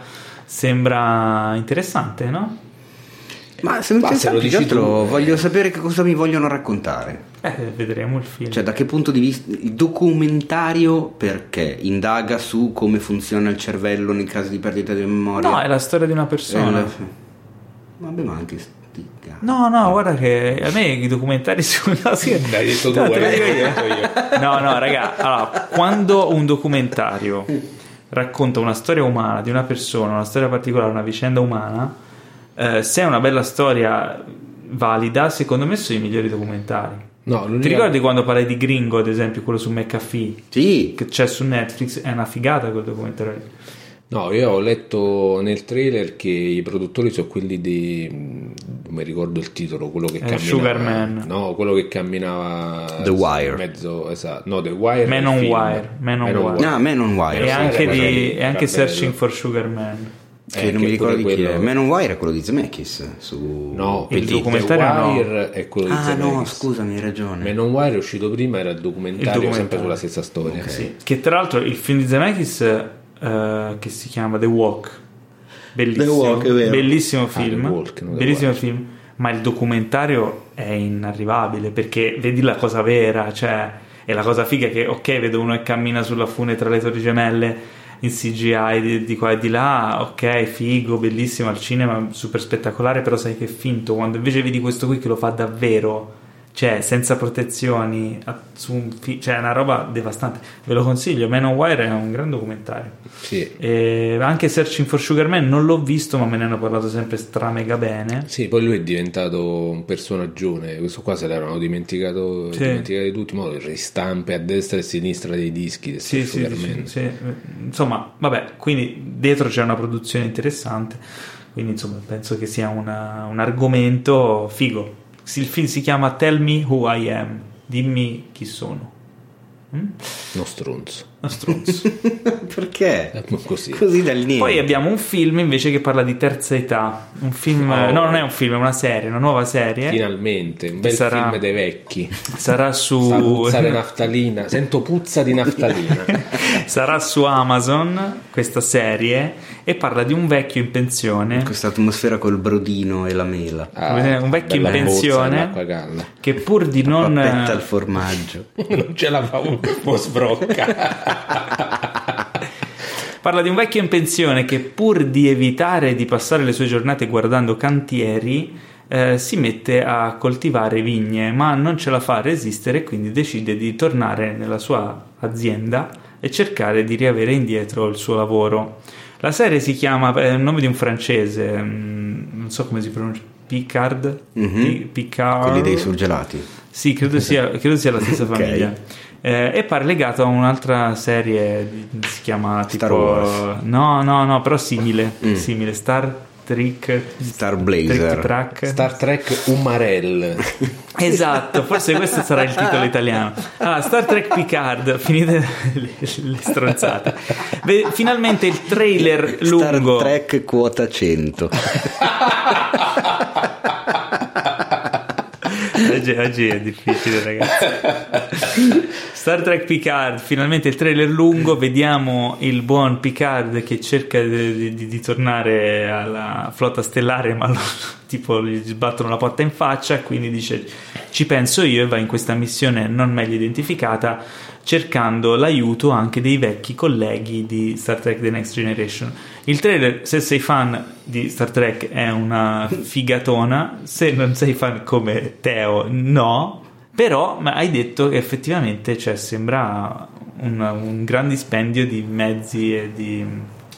sembra interessante, no? Ma se non Ma c'è se lo più che dici tu, altro eh. voglio sapere che cosa mi vogliono raccontare. Eh, vedremo il film. Cioè, da che punto di vista il documentario perché indaga su come funziona il cervello nel caso di perdita di memoria. no, è la storia di una Eh, persona. la- Vabbè, ma anche sti cazzi. No, no, guarda che a me i documentari [laughs] sono... No, sì, L'hai detto tu, [laughs] no, te lo eh, dico io. l'hai detto io. No, no, raga, allora, quando un documentario racconta una storia umana di una persona, una storia particolare, una vicenda umana, eh, se è una bella storia valida, secondo me sono i migliori documentari. No, Ti l'unica- ricordi quando parlai di Gringo, ad esempio, quello su McAfee, Sì, che c'è su Netflix? È una figata quel documentario. lì. No, io ho letto nel trailer che i produttori sono quelli di. non mi ricordo il titolo, quello che Eh, camminava. Sugarman. No, quello che camminava. The Wire. in Mezzo, esatto. No, The Wire. Man è il on film. Wire, Man on Wire. no, Man on Wire. E Ah, sì, anche, sì, di- sì, e anche bello. Searching for Sugar Man. Che Eh, non mi pure ricordo di chi è. quello- Man on Wire è quello di Zemeckis. Su... No, Il il documentario documentario no. Wire è quello di Ah, no, Zemeckis. scusami, hai ragione. Man on Wire è uscito prima, era il documentario, Il documentario. sempre sulla stessa storia. Sì, che tra l'altro il film di Zemeckis eh, che si chiama The Walk bellissimo, The Walk, è vero. bellissimo Ah, The film, Walk, non The bellissimo Walk. film ma il documentario è inarrivabile perché vedi la cosa vera cioè e la cosa figa è che ok vedo uno che cammina sulla fune tra le torri gemelle in CGI di, di qua e di là ok figo bellissimo al cinema super spettacolare però sai che è finto quando invece vedi questo qui che lo fa davvero cioè senza protezioni a- su un fi- cioè è una roba devastante ve lo consiglio Man on Wire è un gran documentario Sì. e anche Searching for Sugar Man non l'ho visto ma me ne hanno parlato sempre stra mega bene Sì, poi lui è diventato un personaggione, questo qua se l'erano dimenticato, Sì. dimenticati tutti, ma ristampe a destra e a sinistra dei dischi. del sì, sì, sì, Superman. sì. insomma vabbè quindi dietro c'è una produzione interessante quindi insomma penso che sia una- un argomento figo Sì, il film si chiama Tell Me Who I Am dimmi chi sono Mm? Uno stronzo. uno [laughs] stronzo [laughs] Perché? Eh, ma [laughs] Così. Così dal niente. Poi abbiamo un film invece che parla di terza età, un film, Oh. no non è un film, è una serie, una nuova serie, Finalmente, un bel eh? Sarà- film dei vecchi. sarà Sa su, puzza di naftalina. Sento puzza [laughs] di naftalina. sarà su Amazon questa serie e parla di un vecchio in pensione Questa atmosfera col brodino e la mela. Ah, vedere un vecchio in bella bozza pensione. dell'acqua calda. che pur di non... eh, Pappetta al formaggio. [laughs] Non ce la fa un po' sbrocca. [laughs] Parla di un vecchio in pensione che pur di evitare di passare le sue giornate guardando cantieri, eh, si mette a coltivare vigne, ma non ce la fa a resistere e quindi decide di tornare nella sua azienda e cercare di riavere indietro il suo lavoro. La serie si chiama, è il nome di un francese, mm, non so come si pronuncia, Picard? Mhm. Pi- Picard? Quelli dei surgelati. Sì, credo sia, credo sia la stessa Ok. famiglia. Eh, e pare legato a un'altra serie, di- si chiama tipo... Star Wars. Mm. No, no, no, però simile, simile. Star Trek... Star Blazer. Trek Track. Star Trek Umarell. Esatto, forse questo sarà il titolo italiano. Ah, Star Trek Picard, finite le, le stronzate. Ve- finalmente il trailer lungo. Star Trek quota 100. Oggi, oggi è difficile, ragazzi. Star Trek Picard, finalmente il trailer lungo. Vediamo il buon Picard che cerca di, di- di tornare alla flotta stellare, ma lo- [laughs] tipo gli sbattono la porta in faccia. Quindi dice: Ci penso io e va in questa missione non meglio identificata, cercando l'aiuto anche dei vecchi colleghi di Star Trek The Next Generation. Il trailer, se sei fan di Star Trek, è una figatona, se non sei fan come Teo, no. Però ma hai detto che effettivamente cioè, sembra un, un gran dispendio di mezzi e di...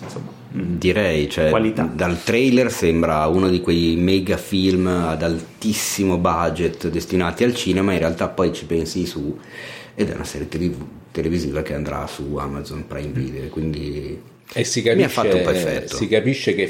insomma... Direi, cioè, Qualità. dal trailer sembra uno di quei mega film ad altissimo budget destinati al cinema, in realtà poi ci pensi su ed è una serie tele- televisiva che andrà su Amazon Prime Video, quindi E si Mi ha fatto un po' capisce, effetto. si capisce che è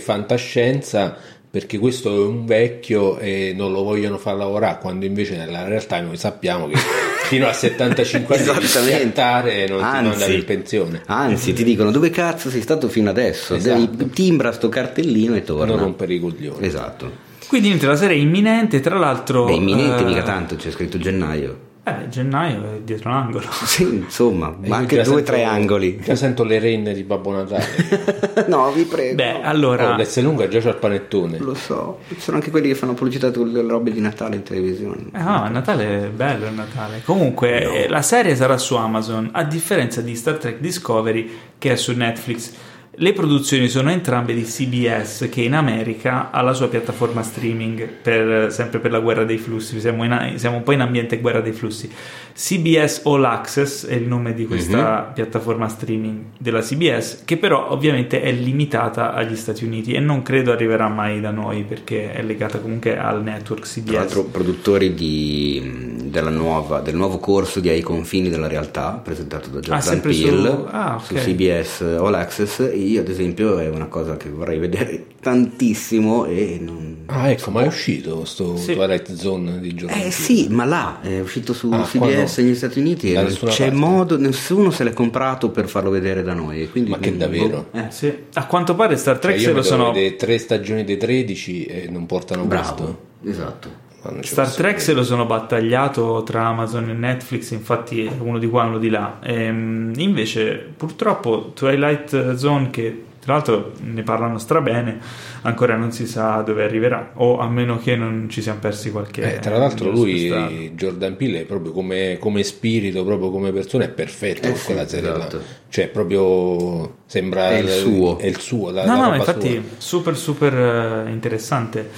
fantascienza perché questo è un vecchio e non lo vogliono far lavorare, quando invece nella realtà noi sappiamo [laughs] che fino a 75 anni di piantare non ti mandano in pensione. Esatto. Anzi, ti dicono dove cazzo sei stato fino adesso? Esatto. Devi- timbra sto cartellino e torna. Non rompere i coglioni. Esatto. Quindi niente, la serie è imminente, tra l'altro... Beh, imminente eh, mica tanto, c'è scritto gennaio. Eh, gennaio è dietro l'angolo. Sì, insomma, E ma io anche già due o sento- tre [laughs] angoli. Già sento le renne di Babbo Natale. [laughs] Eh, no, vi prego. Beh, allora... Oh, l'S lunga già c'ha il panettone. Lo so, ci sono anche quelli che fanno pubblicità delle robe di Natale in televisione. Eh no, il Natale è bello il Natale. Comunque, eh, la serie sarà su Amazon, a differenza di Star Trek Discovery che è su Netflix. Le produzioni sono entrambe di CBS che in America ha la sua piattaforma streaming per- sempre per la guerra dei flussi, siamo, in- siamo un po' in ambiente guerra dei flussi. CBS All Access è il nome di questa Mhm. piattaforma streaming della CBS che però ovviamente è limitata agli Stati Uniti e non credo arriverà mai da noi perché è legata comunque al network CBS. Tra l'altro, produttori di- della nuova- del nuovo corso di Ai confini della realtà, presentato da Jordan sempre su- Peele ah, ok. su CBS All Access. Io, ad esempio, è una cosa che vorrei vedere [laughs] tantissimo e non. Ah, ecco, ma è uscito sto Sì. Twilight Zone di giorno. Eh sì, ma là è uscito su Ah, qua CBS no. negli Stati Uniti e Da non nessuna c'è parte. modo, nessuno se l'è comprato per farlo vedere da noi. e Quindi Ma che boh, davvero? eh, Sì. A quanto pare Star Cioè, Trek io se mi lo devo sono vedere tre stagioni dei 13 e non portano bravo, questo. esatto. Ma non ci Star posso Trek credere. se lo sono battagliato tra Amazon e Netflix, infatti uno di qua uno di là. Ehm, invece purtroppo Twilight Zone che tra l'altro ne parlano strabene, ancora non si sa dove arriverà o a meno che non ci siamo persi qualche Eh, tra l'altro lui, strada. Jordan Peele, è proprio come, come spirito, proprio come persona, è perfetto Eh con sì, quella serie là. esatto. Cioè, proprio sembra... È il suo. È il suo, la, No, la no, ma roba infatti sua. super super eh, interessante.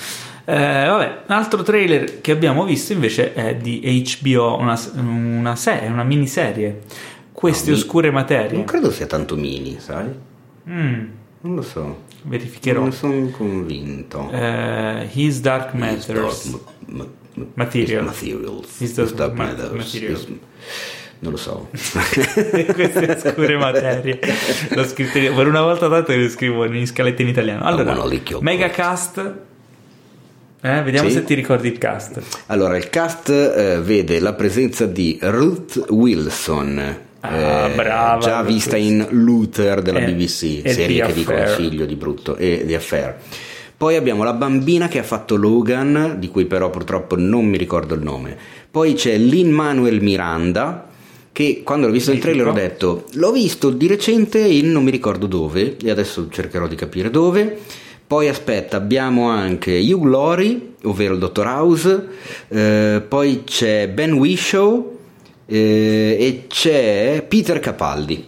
Eh, vabbè, un altro trailer che abbiamo visto invece è di HBO, una, una serie, una miniserie. Queste No, Ah, mi- oscure materie. Non credo sia tanto mini, sai? Mm, Non lo so. verificherò. Non sono convinto. Eh, His Dark Matters. Material. Materials. Is the- Is the ma- matters. material. Is- Non lo [laughs] so. [laughs] Queste oscure materie. L'ho scritto io. per una volta tanto le scrivo in scaletta in italiano. Allora, monolicchio. Megacast. Eh, vediamo Sì. se ti ricordi il cast. Allora, il cast eh, vede la presenza di Ruth Wilson. eh, Ah, brava, già Ruth vista Wilson. in Luther della E- BBC, e serie The che vi Affair. consiglio di brutto, e The Affair. Poi abbiamo la bambina che ha fatto Logan, di cui però purtroppo non mi ricordo il nome. Poi c'è Lin Manuel Miranda, che quando l'ho visto nel Mitico. trailer ho detto l'ho visto di recente in non mi ricordo dove, e adesso cercherò di capire dove. Poi aspetta, abbiamo anche Hugh Laurie, ovvero il Dottor House, eh, poi c'è Ben Wishaw eh, e c'è Peter Capaldi.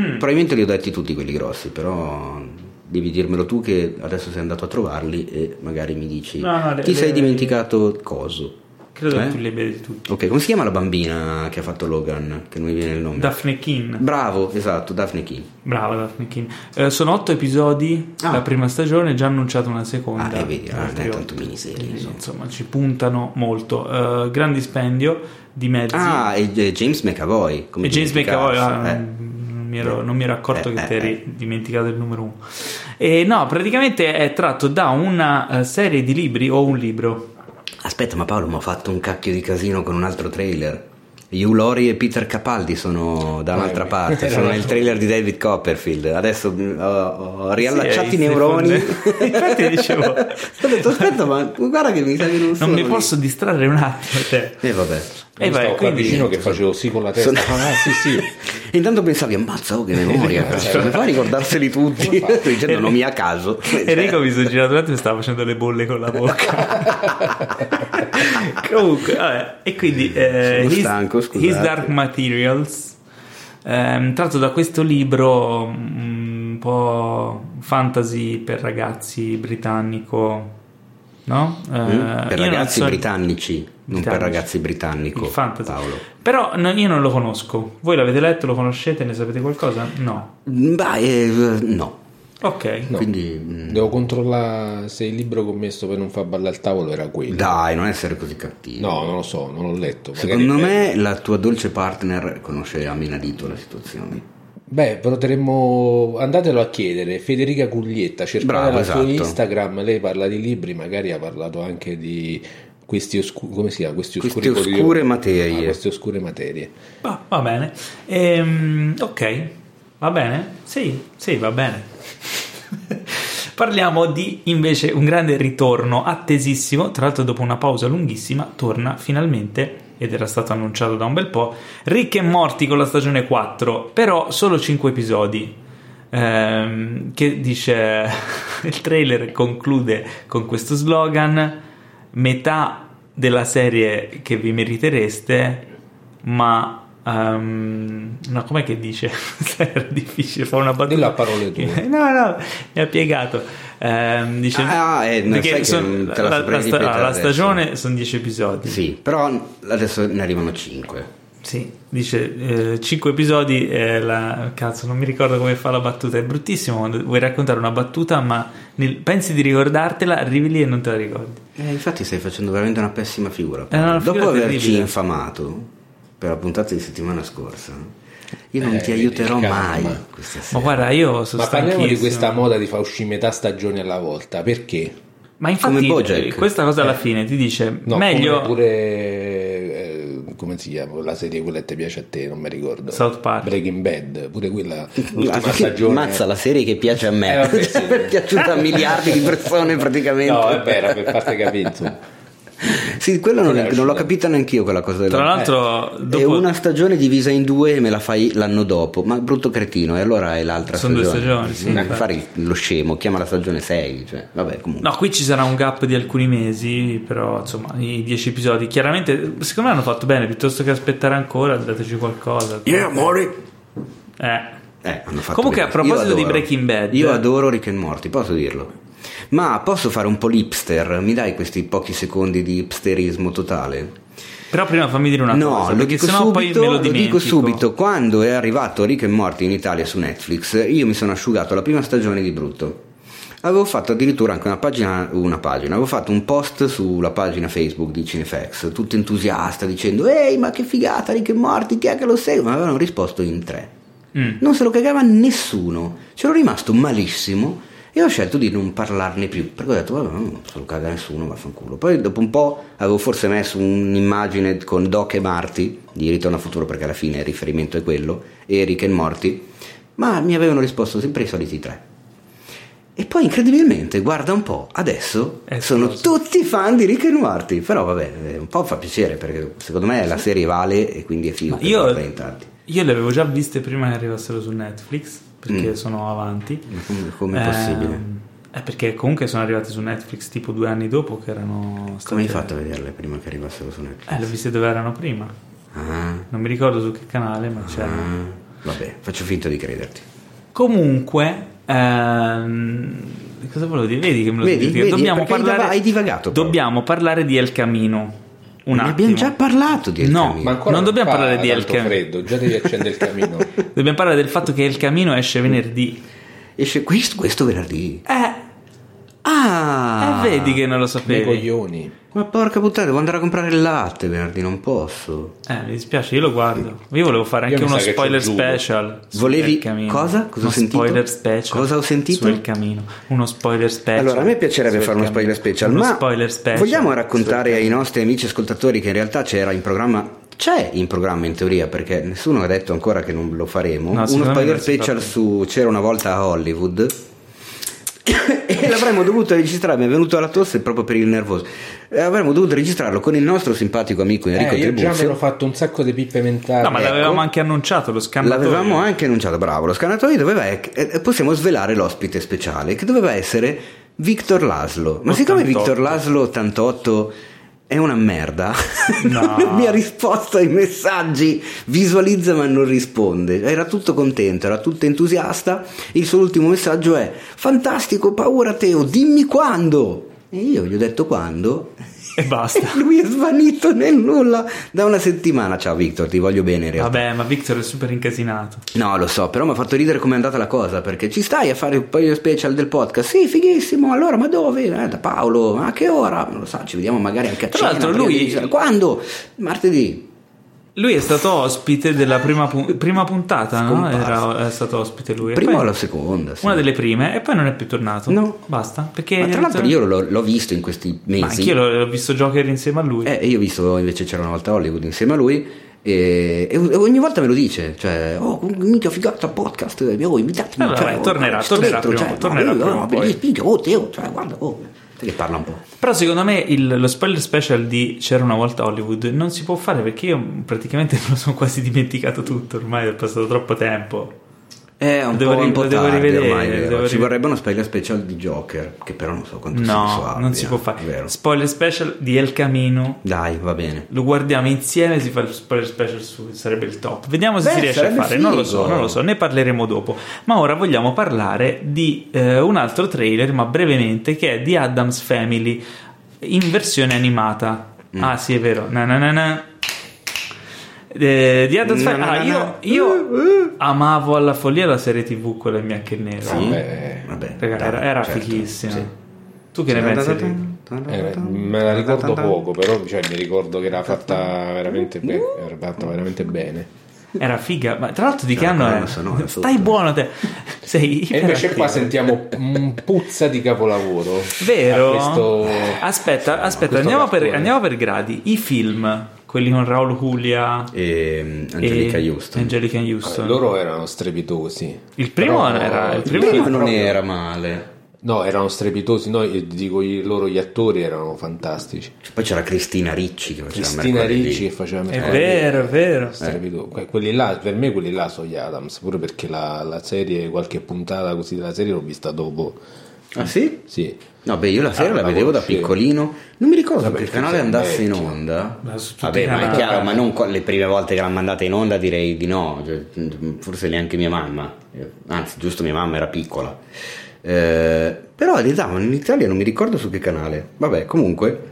Mm. Probabilmente li ho detti tutti quelli grossi, però devi dirmelo tu che adesso sei andato a trovarli e magari mi dici No, no, le- ti sei le- dimenticato coso. Credo Eh? che tu li abbia di tutti. Ok, come si chiama la bambina che ha fatto Logan? Che non mi viene il nome. Daphne Keane. Bravo, esatto, Daphne King. Brava Daphne Keane. Eh, sono otto episodi Ah. la prima stagione, già annunciata una seconda. Ah, eh, vedi, Tra ah, non è l'altro, tanto miniserie, quindi, insomma. Insomma, ci puntano molto. Eh, gran dispendio di mezzi. Ah, e e James McAvoy. come e James McAvoy, ah, dimenticarsi, eh. non, mi ero, non mi ero accorto Eh, che eh, ti eri eh. dimenticato il numero uno. E no, praticamente è tratto da una eh, serie di libri o un libro. Aspetta, ma Paolo mi ha fatto un cacchio di casino con un altro trailer. Hugh Laurie e Peter Capaldi sono da un'altra Eh, parte, era sono l'altro. nel trailer di David Copperfield. Adesso mh, ho, ho riallacciato Sì, eh, i hai neuroni. visto il- [laughs] Infatti [laughs] dicevo. ho detto, aspetta, ma guarda che mi sa che non Non sono mi lì." posso distrarre un attimo te. E Eh, vabbè. E eh, vai, Io stavo qua quindi- vicino che facevo sì con la testa. [laughs] Sono- Ah, sì, sì. E intanto pensavi, [laughs] ammazza, oh, che memoria, cazzo, come fa a ricordarseli tutti? Sto [laughs] dicendo nomi a [laughs] caso. Cioè, Eh, Enrico mi sono girato davanti e stava facendo le bolle con la bocca. [laughs] Comunque, vabbè, e quindi eh, Sono His, stanco, scusate. His Dark Materials, ehm, tratto da questo libro mm, un po' fantasy per ragazzi britannico, no? Eh, Mm, per io non ragazzi so- britannici, non per Britannici. ragazzi britannico. il fantasy. Paolo. Però no, io non lo conosco. Voi l'avete letto, lo conoscete, ne sapete qualcosa? No. Beh, eh, no. Ok. No. Quindi mm, mh, Devo controllare se il libro che ho messo per non far ballare il tavolo era quello. dai, non essere così cattivo. No, non lo so, non l'ho letto. magari- Secondo me la tua dolce partner conosce a menadito la situazione. Beh, potremmo. Andatelo a chiedere. Federica Guglietta, cercate Bravo, la sua esatto. Instagram. Lei parla di libri, magari ha parlato anche di questi oscuri. Come si chiama? Questi oscuri Queste oscure coglioni. Ah, materie. queste oscure materie. Ah, Va, va bene. Ehm, ok, va bene? Sì, sì, va bene. [laughs] Parliamo di invece un grande ritorno attesissimo, tra l'altro dopo una pausa lunghissima, torna finalmente, ed era stato annunciato da un bel po', Rick e Morti con la stagione 4, però solo 5 episodi. Ehm, che dice [laughs] il trailer conclude con questo slogan metà della serie che vi meritereste ma ehm, no com'è che dice [laughs] era difficile fa una battuta Dillo a parole tue. [laughs] no no mi ha piegato Ehm, dice Ah, eh, no, perché sai che son- te la la, saprei la sta- ripetere la adesso. stagione sono 10 episodi Sì, però adesso ne arrivano 5. sì, dice 5 episodi. eh, la- Cazzo, non mi ricordo come fa la battuta. È bruttissimo quando vuoi raccontare una battuta, ma nel- pensi di ricordartela, arrivi lì e non te la ricordi. Eh, infatti stai facendo veramente una pessima figura. È Eh, una Dopo figura averci terribile. infamato per la puntata di settimana scorsa, io non Eh, ti vedi, aiuterò calma. mai questa sera. Ma guarda, io sono Ma parliamo di stanchissimo. questa moda di far uscire metà stagione alla volta. Perché? Ma infatti, Come Bojack. eh, questa cosa alla fine ti dice No, meglio come pure eh, come si chiama la serie quella che ti piace a te, non mi ricordo. South Park. Breaking Bad, [laughs] pure quella Ah, l'ultima perché stagione. Mazza la serie che piace a me, Cioè, [laughs] Eh, vabbè, sì. è piaciuta a miliardi di persone praticamente. No, è vero, per farti capire. insomma. Sì, quello non, Quella è non l'ho uscita. capita neanche io quella cosa. Tra della- l'altro, Eh, dopo- è una stagione divisa in due e me la fai l'anno dopo, ma brutto cretino, e allora è l'altra Sono due stagione. stagioni, sì, Non infatti. fare il- lo scemo, chiama la stagione 6, cioè, vabbè, comunque. No, qui ci sarà un gap di alcuni mesi, però insomma, i 10 episodi. Chiaramente, secondo me hanno fatto bene, piuttosto che aspettare ancora, dateci qualcosa. amore. Eh. Eh, hanno fatto Comunque, bene. a proposito Io di adoro. Breaking Bad- io adoro Rick and Morty, posso dirlo. Ma posso fare un po' l'ipster? Mi dai questi pochi secondi di hipsterismo totale? Però prima fammi dire una no, cosa, lo perché dico, sennò subito, poi me lo lo dimentico. dico subito. Quando è arrivato Rick e Morty in Italia su Netflix, io mi sono asciugato la prima stagione di brutto. Avevo fatto addirittura anche una pagina, una pagina, avevo fatto un post sulla pagina Facebook di Cinefax, tutto entusiasta dicendo Ehi ma che figata Rick e Morty, chi è che lo segue? Ma avevano risposto in tre. Mm. Non se lo cagava nessuno, c'ero rimasto malissimo e ho scelto di non parlarne più, perché ho detto vabbè non se lo caga nessuno, vaffanculo. Poi dopo un po' avevo forse messo un'immagine con Doc e Marty, di Ritorno al futuro perché alla fine il riferimento è quello, e Rick e Morty, ma mi avevano risposto sempre i soliti tre. E poi incredibilmente, guarda un po', adesso È sono esploso. tutti fan di Rick e Morty, però vabbè, eh, un po' fa piacere perché secondo me la serie vale e quindi è figo. per Io, guardare in tanti. io le avevo già viste prima che arrivassero su Netflix, perché sono avanti. Mm. Ma come- com'è possibile? È perché comunque sono arrivate su Netflix tipo due anni dopo che erano state... Come hai fatto a vederle prima che arrivassero su Netflix? Eh, le ho viste dove erano prima. Ah, Non mi ricordo su che canale, ma c'erano. ah, vabbè, faccio finta di crederti. Comunque, ehm, cosa volevo dire? Vedi che me lo Vedi, dimentico. vedi, dobbiamo perché hai parlare, diva- hai divagato, Paolo. Dobbiamo parlare di El Camino, un ne attimo. abbiamo già parlato di El No, Camino. ma- non dobbiamo fa parlare di El tanto Camino. freddo, già devi accendere il [laughs] camino. Dobbiamo parlare del fatto che il camino esce venerdì. Esce questo, questo venerdì. Eh, Ah! eh, vedi che non lo Nei sapevi. coglioni. Ma porca puttana, devo andare a comprare il latte venerdì, non posso. Eh, mi dispiace, io lo guardo. Io volevo fare Io anche mi uno sa che c'è spoiler il giugo. special. su Volevi- El Camino. cosa? Cosa ho uno sentito? spoiler special. Cosa ho sentito? Sul camino. Uno spoiler special. Allora, a me piacerebbe Sul fare uno Camino. spoiler special, Uno ma spoiler special. vogliamo raccontare ai nostri amici ascoltatori che in realtà c'era in programma, c'è in programma in teoria, perché nessuno ha detto ancora che non lo faremo, No, uno secondo me spoiler non si fa special più. su C'era una volta a Hollywood [coughs] e l'avremmo dovuto registrare, mi è venuto alla tosse proprio per il nervoso, E avremmo dovuto registrarlo con il nostro simpatico amico Enrico Eh, io già me l'ho Tribuzio. fatto un sacco di pippe mentali. No, ma l'avevamo anche annunciato, lo scambio. ecco. L'avevamo anche annunciato, bravo, lo scannatore doveva ec- e- e possiamo svelare l'ospite speciale che doveva essere Victor Laszlo. Ma siccome 88. Victor Laszlo 88 è una merda, [laughs] No. non mi ha risposto ai messaggi, visualizza ma non risponde. Era tutto contento, era tutto entusiasta. Il suo ultimo messaggio è fantastico, paura Teo, dimmi quando. E io gli ho detto quando E [laughs] basta. e lui è svanito nel nulla da una settimana. Ciao Victor, ti voglio bene in realtà. Vabbè, ma Victor è super incasinato. No, lo so, però mi ha fatto ridere com'è andata la cosa, perché ci stai a fare un po' di special del podcast? Sì, fighissimo, allora ma dove? Eh, da Paolo, ma a che ora? Non lo so, ci vediamo magari anche a Tra cena, l'altro prima lui- di iniziare. Quando? Martedì. Lui è stato ospite della prima, pu- prima puntata, no? Scomparso. Era, è stato ospite lui. E Prima o poi- la seconda? Sì. Una delle prime, e poi non è più tornato. No. Basta. Perché Ma tra l'altro io l'ho, l'ho visto in questi mesi. Ma anch'io l'ho, l'ho visto Joker insieme a lui. Eh, io ho visto invece c'era una volta Hollywood insieme a lui e, e ogni volta me lo dice, cioè, oh, minchia figata podcast, eh, oh, invitatemi. Allora, cioè, vai, oh, tornerà, sto tornerà dentro, prima o cioè, poi, tornerà oh, prima o oh, poi. bellissimo, minchia, oh, Teo, cioè, guarda, oh, sai che parla un po'. Però secondo me il- lo spoiler special di C'era una volta Hollywood non si può fare perché io praticamente [laughs] me lo sono quasi dimenticato tutto ormai, è passato troppo tempo. Eh, un Devo po', ri- un po' lo devo tardi rivedere, ormai, lo vero. devo ci rivedere. vorrebbe uno spoiler special di Joker, che però non so quanto senso No, abbia, non si può fare. vero. Spoiler special di El Camino. Dai, va bene. Lo guardiamo insieme, si fa il spoiler special su, sarebbe il top. Vediamo se Beh, si riesce a sarebbe fare, non lo so, figo. non lo so, ne parleremo dopo. Ma ora vogliamo parlare di eh, un altro trailer, ma brevemente, che è di Adams Family in versione animata. Mm. Ah, sì, è vero. Na, na, na, na. Eh, di Adams Na, Family. na, Ah, na, io, na. Uh, io amavo alla follia la serie TV quella in bianco e nero. Sì? Vabbè, Vabbè, Raga, dai, era, era certo, fighissima. sì. Tu che ne pensi? Enrico? Eh, me la ricordo poco, però cioè, mi ricordo che era fatta veramente, be- Mm. era fatta veramente bene. Era figa, ma tra l'altro di che C'era anno la era? colonna sonora Stai sotto. buono te. Sei E invece qua iperattivo. sentiamo un puzza di capolavoro. Vero? Ah, A questo- Aspetta, aspetta, questo andiamo per, cartone. andiamo per gradi. I film, quelli con Raul Julia E e Angelica Houston. Angelica Houston. Loro erano strepitosi. Il primo Però- era- il primo- Prima Prima non proprio- era male. No, erano strepitosi. No, io dico i loro gli attori erano fantastici. Cioè, Poi c'era Cristina Ricci che faceva Cristina mercoledì. Ricci che faceva È mercoledì. vero, è vero. Eh. Strepito- que- quelli là, per me quelli là sono gli Adams, pure perché la, la serie, qualche puntata così della serie l'ho vista dopo. Ah sì? Sì. No, beh, io la sera Ah, la la vedevo da conoscevo. piccolino. Non mi ricordo Vabbè, che il perché canale sei andasse in vecchio. onda. Ma su tutti Vabbè, i ma è canali. chiaro, ma non co- le prime volte che l'ha mandata in onda direi di no. Cioè, Forse neanche mia mamma. Eh, Anzi, giusto mia mamma era piccola. Eh, però li davano in Italia, non mi ricordo su che canale. Vabbè, comunque. Eh,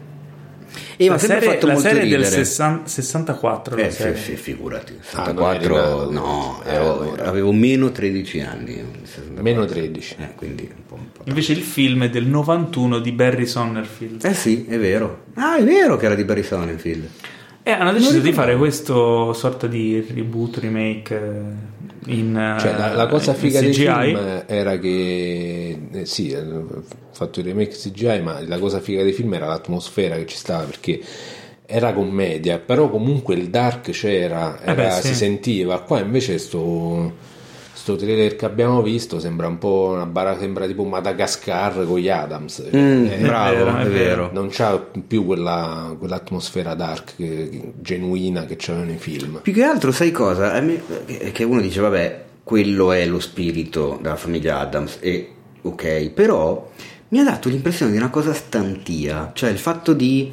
E mi ha la sempre Eh, serie, fatto la molto serie del ridere. 60 64. la Eh, serie. sì, sì, figurati. Ah, non eri 64, nato. no, Eh, ero- allora. avevo meno 13 anni. nel 64. Meno 13. Eh, quindi un po', un po'. Invece il film è del 91 di Barry Sommerfield. Eh sì, è vero. Ah, è vero che era di Barry Sonnenfield. E Eh, hanno deciso di fare questo sorta di reboot, remake eh, in eh, Cioè, la, la cosa in figa CGI. dei film era che eh, sì, hanno fatto il remake CGI, ma la cosa figa dei film era l'atmosfera che ci stava perché era commedia, però comunque il dark c'era, Eh beh, era- sì. si sentiva. Qua invece sto, sto trailer che abbiamo visto sembra un po' una bara, sembra tipo Madagascar con gli Adams. Mm, Eh, bravo, vero, è è vero. non c'ha più quella, quell'atmosfera dark che- che- genuina che c'erano nei film. Più che altro, sai cosa? A me- che- che uno dice, vabbè, quello è lo spirito della famiglia Adams, e ok, però mi ha dato l'impressione di una cosa stantia, cioè il fatto di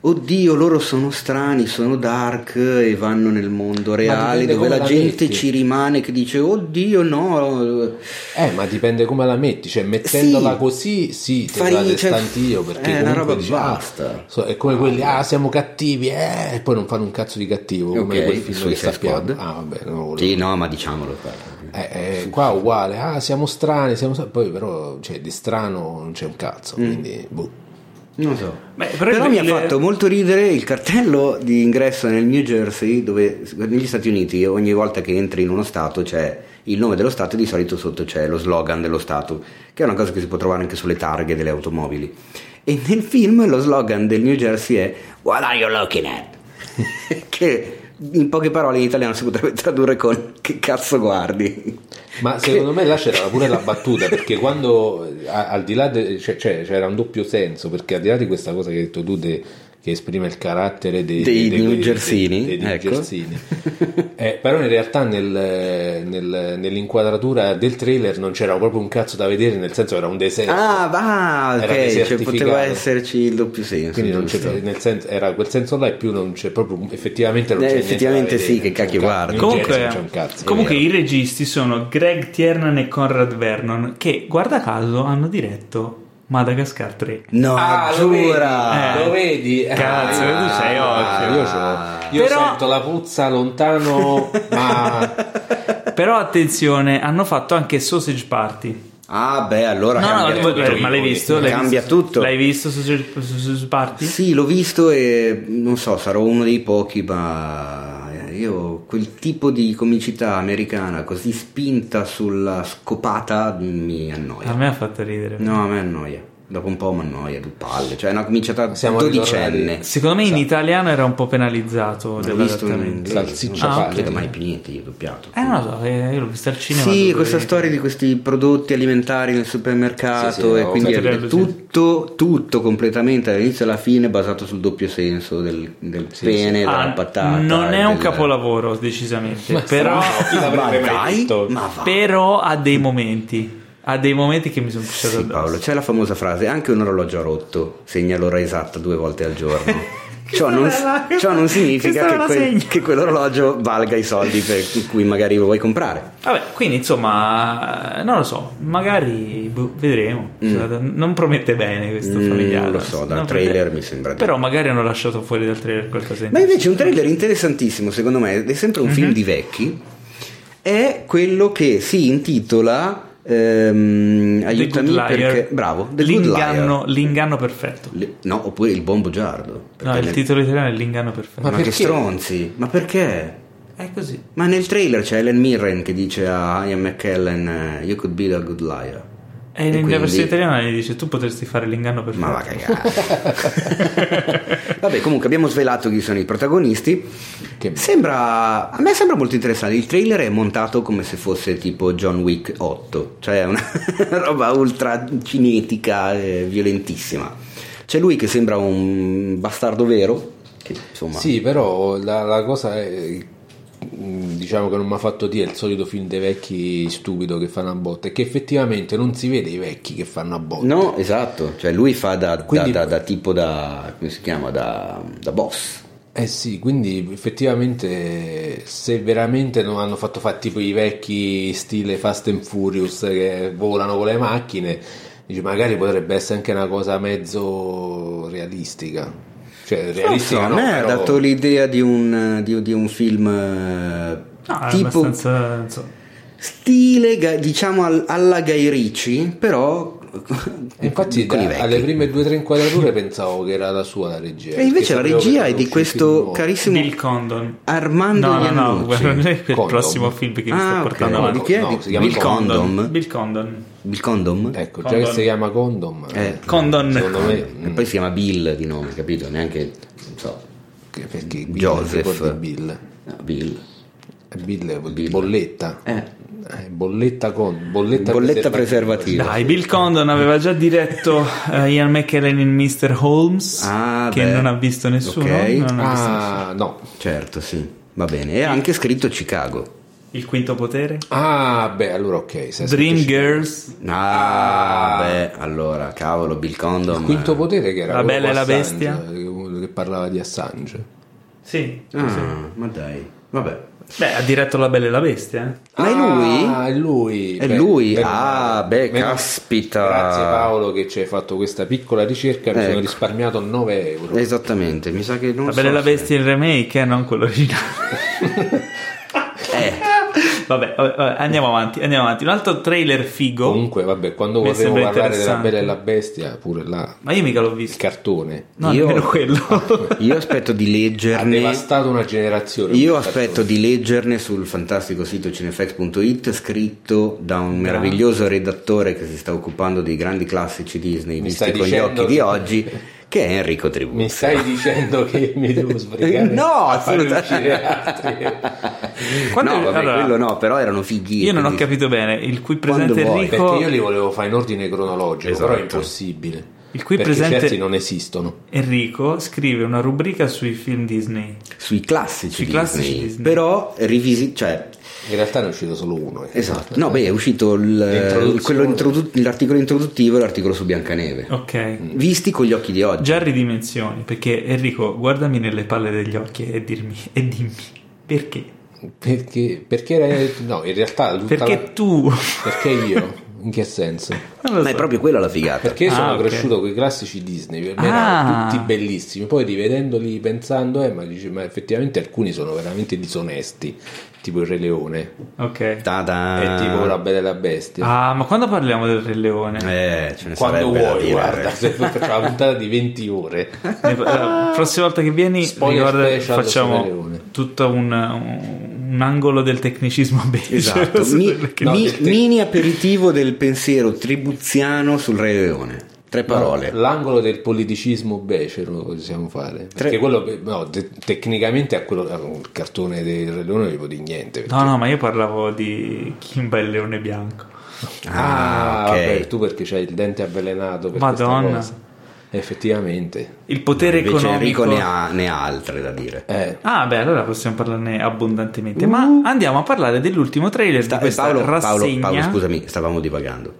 oddio loro sono strani, sono dark e vanno nel mondo reale dipende dove come la la gente metti. ci rimane che dice oddio no, Eh, ma dipende come la metti, cioè mettendola Sì. così sì, ti Fai- va cioè, destantio è perché una comunque roba dici, ah, basta. so- è come quelli, ah siamo cattivi, eh, e poi non fanno un cazzo di cattivo, come Ok, quel film che Suicide sappiamo. Squad. Ah vabbè, non volevo- sì no ma diciamolo qua. Eh, eh, qua uguale, ah siamo strani, siamo strani, poi però cioè, di strano non c'è un cazzo, Mm. quindi boh. non so. Beh, Però, mi ha fatto molto ridere il cartello di ingresso nel New Jersey, dove negli Stati Uniti ogni volta che entri in uno stato c'è il nome dello stato e di solito sotto c'è lo slogan dello stato, che è una cosa che si può trovare anche sulle targhe delle automobili. E nel film lo slogan del New Jersey è What are you looking at? [laughs] che in poche parole in italiano si potrebbe tradurre con Che cazzo guardi? Ma secondo me là c'era pure la battuta perché quando eh, a- al di là de- cioè- cioè, c'era un doppio senso perché al di là di questa cosa che hai detto tu de- che esprime il carattere dei, Dei dei- New dei- Jersini, dei New ecco. Jersini. Eh, però in realtà nel- nel- nell'inquadratura del trailer non c'era proprio un cazzo da vedere nel senso era un deserto Ah, va, Eh, Era ok, cioè, desertificato. poteva esserci il doppio senso. quindi non c'è, giusto. nel senso, era quel senso là e più non c'è proprio effettivamente non Eh, c'è niente effettivamente da vedere, sì, che non c'è un cacchio cazzo, guardi. New Jersey non c'è un Comunque, cazzo, comunque è i vero. registi sono Greg Tiernan e Conrad Vernon, che guarda caso hanno diretto Madagascar 3. No, Ah, lo vedi, giura! Eh. lo vedi? Ah, Cazzo, tu sei occhio. Io, c'ho- io Però- sento la puzza [laughs] lontano, ma Però attenzione, hanno fatto anche Sausage Party. Ah, beh, allora No, no, cambia tu- tutto. eh, ma l'hai visto? L'hai Cambia visto- tutto. L'hai visto Sausage, Sausage Party? Sì, l'ho visto e non so, sarò uno dei pochi, ma io quel tipo di comicità americana così spinta sulla scopata mi A annoia. me ha fatto ridere. No, a me annoia. Dopo un po' mi annoia, due palle. Cioè, è una comicità Siamo dodicenne. Secondo me in italiano era un po' penalizzato L'ho visto in dell'adattamento. Salsiccia non Ah, non ok. vedo mai più niente io doppiato. Eh, non lo so, eh, io l'ho visto al cinema. Sì, dove- questa storia di questi prodotti alimentari nel Sì, supermercato sì, e ho quindi fatto è il- tutto, tutto completamente dall'inizio alla fine basato sul doppio senso del, del pene, della Ah, patata. non e è un del- capolavoro, decisamente. però, Strano, chi l'avrebbe Ma dai, mai detto? ma va. però ha dei momenti. Ha dei momenti che mi sono Sì, piaciuto addosso. Paolo, c'è la famosa frase, anche un orologio rotto segna l'ora esatta due volte [laughs] al giorno. Ciò non, bella- ciò non significa questa che, me la quel- segno. che quell'orologio valga i soldi per cui magari lo vuoi comprare. Vabbè, quindi insomma, non lo so, magari boh, vedremo. Cioè, Non promette bene questo Mm, familiare. lo so, dal Non trailer promette- mi sembra di- Però magari hanno lasciato fuori dal trailer qualcosa di Ma invece un trailer interessantissimo, secondo me, è sempre un Mhm. film di vecchi, è quello che si intitola ehm, aiutami Good Liar. perché bravo, The Good l'inganno, Liar. l'inganno perfetto. Le- No, oppure il buon bugiardo. No, perché il nel- titolo italiano è l'inganno perfetto. Ma, che stronzi? Ma perché? È così. Ma nel trailer c'è Ellen Mirren che dice a Ian McKellen eh, You could be the good liar. E in quindi- versione italiana gli dice tu potresti fare l'inganno perfetto. Ma va a cagare. [laughs] Vabbè, comunque abbiamo svelato chi sono i protagonisti. Che- Sembra, a me sembra molto interessante. Il trailer è montato come se fosse tipo John Wick 8, cioè una [laughs] roba ultra cinetica e violentissima. C'è lui che sembra un bastardo vero, che insomma. sì, però la, la cosa è, mm, diciamo che non mi ha fatto dire il solito film dei vecchi stupido che fanno a botte, che effettivamente non si vede i vecchi che fanno a botte. No, esatto, cioè lui fa da, da- Quindi- da- da tipo da. come si chiama? Da, da boss. Eh sì, quindi effettivamente se veramente non hanno fatto fare tipo i vecchi stile Fast and Furious che volano con le macchine, dici, magari potrebbe essere anche una cosa mezzo realistica. Cioè, realistica non no, so, a me ha però- dato l'idea di un, di, di un film eh, No, è tipo abbastanza, insomma. stile Ga- diciamo al- alla Guy Ricci, però con E infatti i da- vecchi. alle prime due o tre inquadrature pensavo che era la sua la regia. E invece perché la sapevo che regia era è di uscito il questo film carissimo Bill Condon. Armando No, no, no, Iannucci. guarda, non è quel Condom. prossimo film che mi sta Ah, ok. portando avanti. Di chi è? No, Di- si chiama Bill Condom. Bill Condon. Bill Condom? nuovo. Ecco, già Condom. che si chiama Condom, Eh, Condon. secondo me... E Eh, poi si chiama Bill di nome, capito? Neanche, non so, Che- perché Bill, Joseph. ricordi Bill. no, Bill. Bill, vuol dire Bill. bolletta. Eh, bolletta con bolletta, Bolletta preservativa. preservativa. Dai, Bill Condon aveva già [laughs] diretto eh, Ian McKellen in Mr. Holmes, Ah, che beh. non ha visto nessuno. Ok. Ah. non ha visto nessuno. Ah, no. Certo, sì, va bene. E ha anche scritto Chicago. Il quinto potere? Ah, beh, allora ok. se ha Dream scritto- Girls? Ah, beh, allora, cavolo, Bill Condon. Il quinto potere che era La quello Bella con e la Assange, eh, che parlava di Assange. Sì. Ah, ma dai, vabbè. Beh, ha diretto La Bella e la Bestia. eh. Ma è lui? Ah, è lui. È lui? meno Ah, male. beh, Meno- caspita. Grazie Paolo che ci hai fatto questa piccola ricerca, mi sono Ecco. risparmiato 9 euro. Esattamente, mi sa che non La Bella e so la se- Bestia è il remake, eh, non quello [laughs] originale. Eh, vabbè, vabbè, vabbè, andiamo avanti, andiamo avanti. Un altro trailer figo. Comunque, vabbè, quando Mi vorremmo sembra parlare della interessante. Bella e la Bestia, pure là, Ma io mica l'ho il visto. cartone No, Io- nemmeno [laughs] quello. io aspetto di ha leggerne. devastato una generazione. Io quel cartone. aspetto di leggerne sul fantastico sito cinefx.it scritto da un meraviglioso redattore che si sta occupando dei grandi classici Disney Mi visti stai con gli dicendo- occhi di oggi, che è Enrico Tribucci. Mi stai dicendo che mi devo Eh, sbrigare? no, a farne assolutamente. uscire altri? Quando- no, vabbè, allora, quello no, però erano fighi. Io non ho quindi- capito bene. Il qui Quando presente vuoi. Enrico. Perché io li volevo fare in ordine cronologico, però è Esatto. impossibile. Il qui perché presente- certi non esistono. Enrico scrive una rubrica sui film Disney. Sui classici, Sui Disney, classici Disney. Però rivisi, cioè, In realtà ne è uscito solo uno. eh. esatto. No, beh, è uscito il- L'introduzione. quello introdu- l'articolo introduttivo e l'articolo su Biancaneve. Ok. Visti con gli occhi di oggi. Già ridimensioni. Perché Enrico, guardami nelle palle degli occhi e, dirmi, e dimmi perché. Perché, perché era- no, in realtà tutta Perché la- tu. perché io? In che senso? Non lo Ma è so. proprio quella la figata. Perché io sono Ah, ok. cresciuto con i classici Disney, per me Ah. erano tutti bellissimi, poi rivedendoli pensando, eh, ma, dice, ma effettivamente alcuni sono veramente disonesti, tipo il Re Leone Ok. Ta-da. Eh. e tipo La Bella e la Bestia. Ah, ma quando parliamo del Re Leone? Eh, ce ne Quando sarebbe da vuoi, dire. guarda, se facciamo una puntata di 20 ore. Ne- La prossima volta che vieni, Spoiler ricorda, special sul Re facciamo Leone. tutto un, un angolo del tecnicismo [laughs] beige. Esatto, Non so mi- perché. No, mi- del te- mini aperitivo del pensiero tribuziano sul Re Leone. Tre parole. L'angolo del politicismo becero lo possiamo fare. Tre- Perché quello, no, te- tecnicamente a quello, al cartone del Re Leone non gli può dire niente. perché- No, no, ma io parlavo di Kimba e il leone bianco. Ah, Ah, ok. vabbè, tu perché c'hai il dente avvelenato per questa Madonna. cosa. Effettivamente. Il potere Invece economico. Enrico ne ha, ne ha altre da dire. Eh, Ah, beh, allora possiamo parlarne abbondantemente. Ma andiamo a parlare dell'ultimo trailer Sta- di questa Uh. Paolo, Paolo- rassegna. Paolo, scusami, stavamo divagando.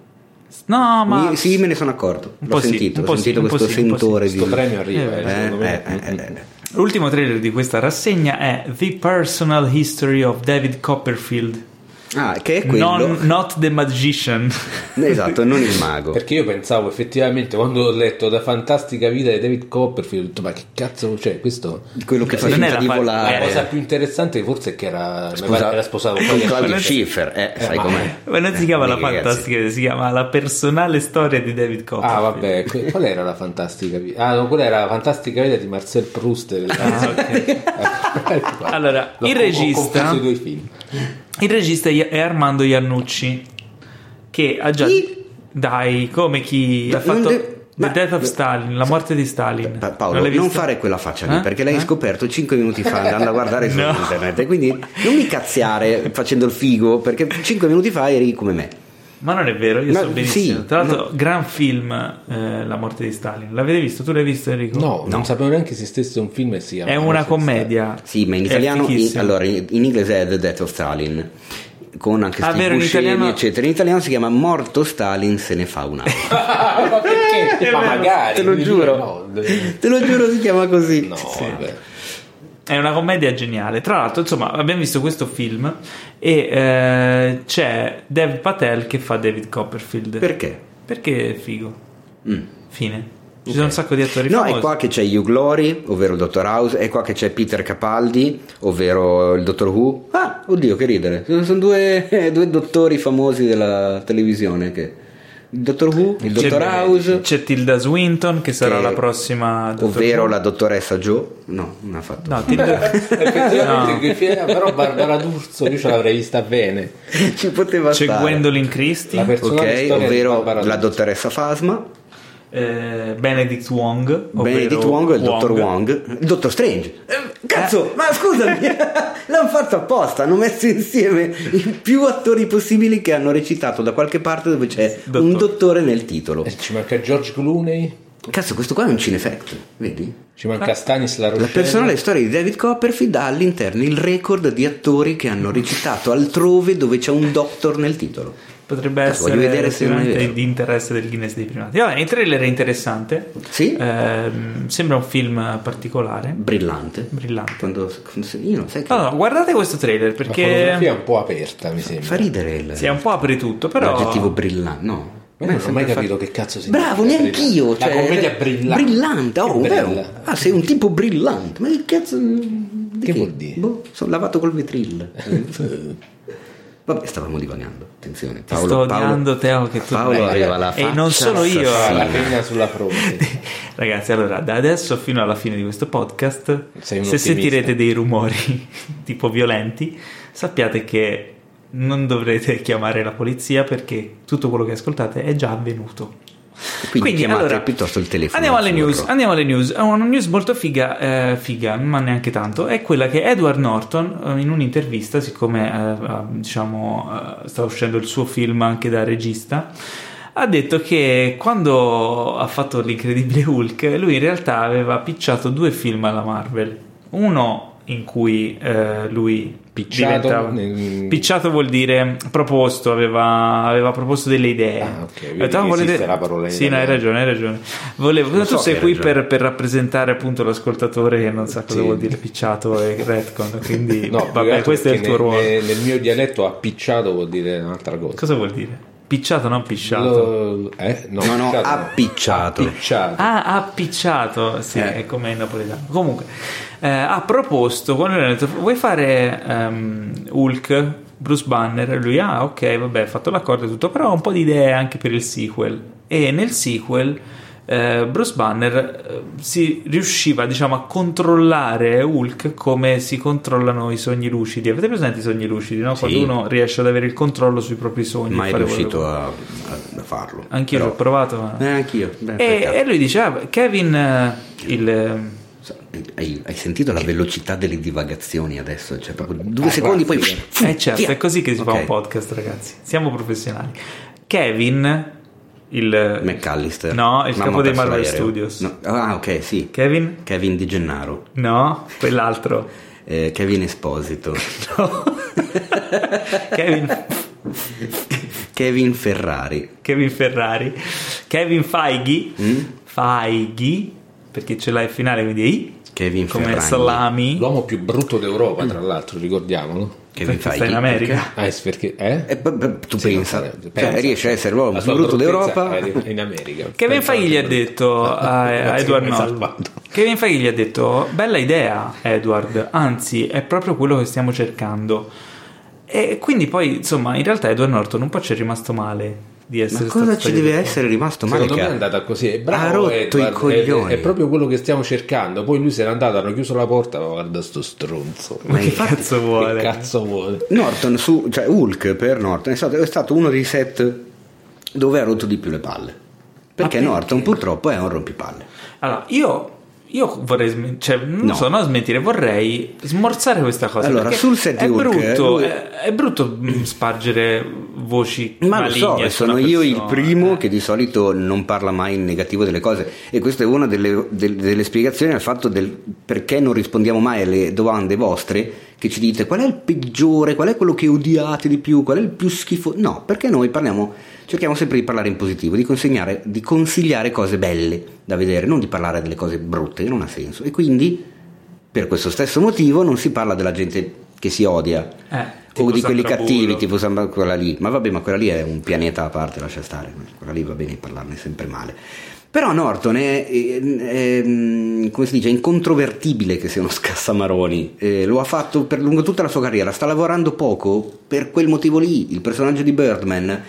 No, ma Mi- sì, me ne sono accorto. Un L'ho po' sì, sentito, un ho po' sì, sentito un po' questo sì, un po' sentore di... questo premio arriva, Eh, eh, Eh, secondo me. eh, eh, eh, eh. l'ultimo trailer di questa rassegna è The Personal History of David Copperfield. Ah, che è quello? Non- not the [laughs] Magician. Esatto, non il mago. Perché io pensavo effettivamente quando ho letto La fantastica vita di David Copperfield, ho detto ma che cazzo c'è questo? Quello che fa Non finta era di fa- Eh, esatto. La cosa volare. più interessante forse è che era, mi Scusa- pare che era sposato [laughs] con Con Claudia Claudio Schiffer. Schiffer, eh, sai ma- com'è. Ma non si chiama la Eh, Ragazzi. fantastica, si chiama la personale storia di David Copperfield. Ah vabbè, que- qual era la fantastica vita? Ah no, quella era la fantastica vita di Marcel Proust. eh, [laughs] Allora, il regista- Ho confuso i due film. Il regista è Armando Iannucci, che ha già. Chi? Dai, come chi ha Da- non fatto. de- The ma- Death of Stalin, la morte di Stalin. Pa- Non Paolo, l'hai non, visto? fare quella faccia lì, Eh? perché l'hai Eh? scoperto 5 minuti fa andando a guardare su [laughs] No. internet. E Quindi non mi cazziare facendo il figo, perché 5 minuti fa eri come me. Ma non è vero, io Ma so benissimo. sì, Tra l'altro, gran film, eh, La morte di Stalin. L'avete visto? Tu l'hai visto, Enrico? No, non sapevo neanche se stesse un film e si chiama È una commedia. Sì, ma in È italiano, in- fighissimo. allora, in, in inglese è The Death of Stalin, con anche Ah, sti vero, in buscemi, italiano- eccetera. In italiano si chiama Morto Stalin se ne fa un [laughs] altro. [laughs] ma [laughs] perché? ma magari. Te lo mi giuro. ricordo. [laughs] Te lo giuro, si chiama così. No, Sì. vabbè. È una commedia geniale. Tra l'altro, insomma, abbiamo visto questo film e eh, c'è Dev Patel che fa David Copperfield. Perché? Perché è figo. Mm. Fine. Ci sono un sacco di attori No, famosi. è qua che c'è Hugh Glory, ovvero il Dottor House, è qua che c'è Peter Capaldi, ovvero il Dottor Who. Ah, oddio, che ridere. Sono, sono due, [laughs] eh, due dottori famosi della televisione. Che... Il Dottor Who, il C'è- Dottor House, C'è Tilda Swinton che sarà che- la prossima. Dottor ovvero Who. la dottoressa Jo. No, non ha fatto. [laughs] No, Tilda. Effettivamente, No. che fiera, però Barbara D'Urso io ce l'avrei vista bene. [laughs] Ci poteva C'è stare. Gwendolyn Christie, La personale Ok, storia di ovvero Barbara la D'Urso. dottoressa Fasma, eh, Benedict Wong, ovvero Benedict Wong e il dottor Wong, il dottor Strange. Eh, Cazzo, ma [laughs] scusami, [laughs] l'hanno fatto apposta. Hanno messo insieme i più attori possibili che hanno recitato da qualche parte dove c'è un Dottore. dottore nel titolo. Eh, Ci manca George Clooney. Cazzo, questo qua è un cinefetto, vedi? Ci manca Stanis la La personale storia di David Copperfield ha all'interno il record di attori che hanno recitato altrove dove c'è un doctor nel titolo. Potrebbe Cazzo, essere voglio vedere se non è sicuramente vero. di interesse del Guinness dei primati. Vabbè, il trailer è interessante. Sì? Ehm, sembra un film particolare, Brillante. brillante. Ah, Quando, io non sai che... Allora, guardate questo trailer La fotografia è perché un po' aperta, mi sembra. Fa ridere il, si è un po' apre tutto, però l'aggettivo brillante, no? Ma io non ho mai capito che cazzo significa. Bravo, neanch'io. La Cioè, commedia brillante. Brillante, oh, Che vero. bella. Ah, sei un tipo brillante. Ma che cazzo. di Che vuol dire? Boh, sono lavato col vetril. [laughs] Vabbè, stavamo divagando. Attenzione. Paolo, sto Paolo- odiando Teo che tu Paolo Eh, aveva la e faccia non sono io. Ah, La assassina. penna [laughs] sulla fronte. Ragazzi, allora, da adesso fino alla fine di questo podcast, se Sei un ottimista. sentirete dei rumori [laughs] tipo violenti, sappiate che non dovrete chiamare la polizia perché tutto quello che ascoltate è già avvenuto. Quindi, chiamate allora, piuttosto il telefono. Andiamo alle azzurro. news. Andiamo alle news. È Una news molto figa, eh, figa, ma neanche tanto. È quella che Edward Norton, eh, in un'intervista, siccome eh, ha- diciamo, eh, sta uscendo il suo film anche da regista, ha detto che quando ha fatto l'incredibile Hulk, lui in realtà aveva picciato due film alla Marvel. Uno in cui eh, lui Picciato diventava- nel- picciato vuol dire proposto, aveva, aveva proposto delle idee. Ah, ok, Ho vedi detto, "Ah, che volete- esiste la parola in Sì, no, hai italiano." ragione, hai ragione. Volevo, tu so sei che qui ragione. per, per rappresentare appunto l'ascoltatore che non sa cosa Sì. vuol dire picciato e retcon, quindi No, più che eh. vabbè, altro questo è il perché tuo nel- ruolo. Nel, nel mio dialetto appicciato vuol dire un'altra cosa. Cosa vuol dire? Picciato, non pisciato. Lo- eh? No, No, no, appicciato. appicciato. Appicciato. Ah, appicciato, sì, Eh. è come il napoletano. Comunque, eh, ha proposto, quando gli hanno detto, vuoi fare ehm, Hulk, Bruce Banner? E Lui, ah, ok, vabbè, ha fatto l'accordo e tutto, però ho un po' di idee anche per il sequel. E nel sequel eh, Bruce Banner eh, si riusciva, diciamo, a controllare Hulk come si controllano i sogni lucidi. Avete presente i sogni lucidi, no? Quando uno riesce ad avere il controllo sui propri sogni. Mai fare riuscito quello- a, a- a farlo. Anch'io l'ho Però- provato, ma... Eh, anch'io. Beh, E, peccato. e lui diceva, Kevin, eh, il... eh, Hai, hai sentito la velocità delle divagazioni adesso? Cioè, proprio due secondi, poi. Eh certo, via. è così che si fa Ok. un podcast, ragazzi. Siamo professionali. Kevin, il... McAllister. No, il Mamma capo ha dei perso Marvel l'aereo. Studios. No, Ah, ok, sì. Kevin? Kevin Di Gennaro. No, quell'altro. Eh, Kevin [laughs] Esposito. Kevin, Kevin Ferrari. Kevin Ferrari. Kevin Feige. Mm? Feige, perché ce l'hai in finale, quindi è I. Kevin Come Ferragni. salami. L'uomo più brutto d'Europa, Mm. tra l'altro, ricordiamolo. Kevin Perché Feige. sta in America. eh, Perché? Ah, è perché... Eh? Eh, beh, beh, tu pensa, Sì, cioè, non sarebbe- pensa. riesci a essere l'uomo La più sua brutto bruttezza eh, d'Europa. è in America. Kevin Pensavo Feige gli ha che- detto a, a Ah, [laughs] Grazie, Edward mi hai Norton salvato. Kevin Feige gli ha detto bella idea Edward anzi è proprio quello che stiamo cercando e quindi poi insomma in realtà Edward Norton un po' ci è rimasto male di Ma essere cosa stato ci tagliato deve fuori. essere rimasto male? Secondo me è che- andata così, è ha bravo rotto Edward, i è- coglioni. È, proprio quello che stiamo cercando. Poi lui se n'è andato, hanno chiuso la porta, ma guarda sto stronzo. ma che cazzo vuole Che cazzo vuole? Norton su, cioè Hulk per Norton è stato, è stato uno dei set dove ha rotto di più le palle. Perché Norton purtroppo è un rompipalle. allora io io vorrei, smen- cioè, non No. so, no, smentire, vorrei smorzare questa cosa. Allora, perché sul set di è Hulk, eh, brutto, lui- è, è brutto mm, spargere voci Ma lo maligne. so, su sono una io il persona. primo che di solito non parla mai in negativo delle cose e questa è una delle, del- delle spiegazioni al fatto del perché non rispondiamo mai alle domande vostre che ci dite qual è il peggiore, qual è quello che odiate di più, qual è il più schifo. No, perché noi parliamo, cerchiamo sempre di parlare in positivo, di, consegnare- di consigliare cose belle da vedere, non di parlare delle cose brutte, che non ha senso. E quindi, per questo stesso motivo, non si parla della gente che si odia Eh, o tipo di quelli Sandra cattivi, Bullock. tipo sembra quella lì. Ma vabbè, ma quella lì è un pianeta a parte, lascia stare. Quella lì va bene parlarne sempre male. Però Norton è, è- è, mm, come si dice, è incontrovertibile che sia uno scassamaroni. Eh, lo ha fatto per lungo tutta la sua carriera. Sta lavorando poco per quel motivo lì. Il personaggio di Birdman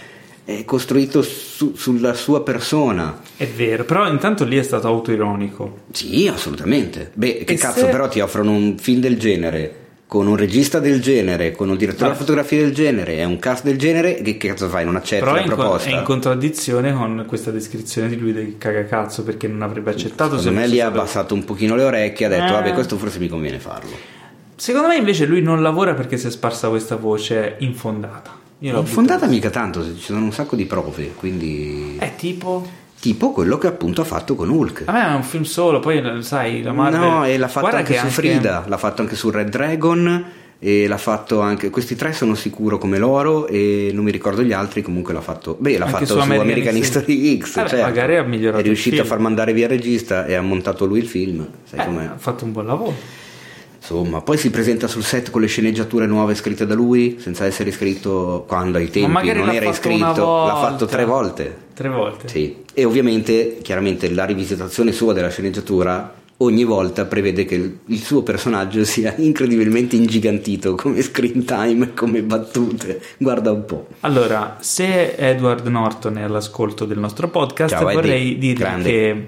è costruito su- sulla sua persona. È vero, però intanto lì è stato autoironico. Sì, assolutamente. Beh, che E cazzo, se- però ti offrono un film del genere, con un regista del genere, con un direttore Ah. della fotografia del genere, è un cast del genere, che cazzo fai? Non accetti Però la è in, co- proposta? è in contraddizione con questa descrizione di lui del cagacazzo perché non avrebbe accettato. se Secondo me fosse lì ha stato- abbassato un pochino le orecchie, ha detto, Eh. vabbè, questo forse mi conviene farlo. Secondo me invece lui non lavora perché si è sparsa questa voce infondata. Io l'ho Fondata mica tanto, ci sono un sacco di prove, quindi... buttata- È tipo. Tipo quello che appunto ha fatto con Hulk. A me è un film solo, poi sai, la Marvel... No, e l'ha fatto Guarda anche che su Frida, l'ha fatto anche su Red Dragon e l'ha fatto anche questi tre sono sicuro come loro e non mi ricordo gli altri comunque l'ha fatto beh l'ha Anche fatto su su American American, History. History X Vabbè, certo. magari ha migliorato è riuscito il a film. far mandare via il regista e ha montato lui il film sai Eh, com'è ha fatto un buon lavoro. insomma poi si presenta sul set con le sceneggiature nuove scritte da lui senza essere iscritto quando ai tempi magari non l'ha era fatto iscritto una l'ha volta. fatto tre volte Tre volte. sì. E ovviamente, chiaramente, la rivisitazione sua della sceneggiatura ogni volta prevede che il- il suo personaggio [laughs] sia incredibilmente ingigantito come screen time, come battute. Guarda un po'. Allora, se Edward Norton è all'ascolto del nostro podcast, Ciao, Eddie. vorrei dirgli Grande. che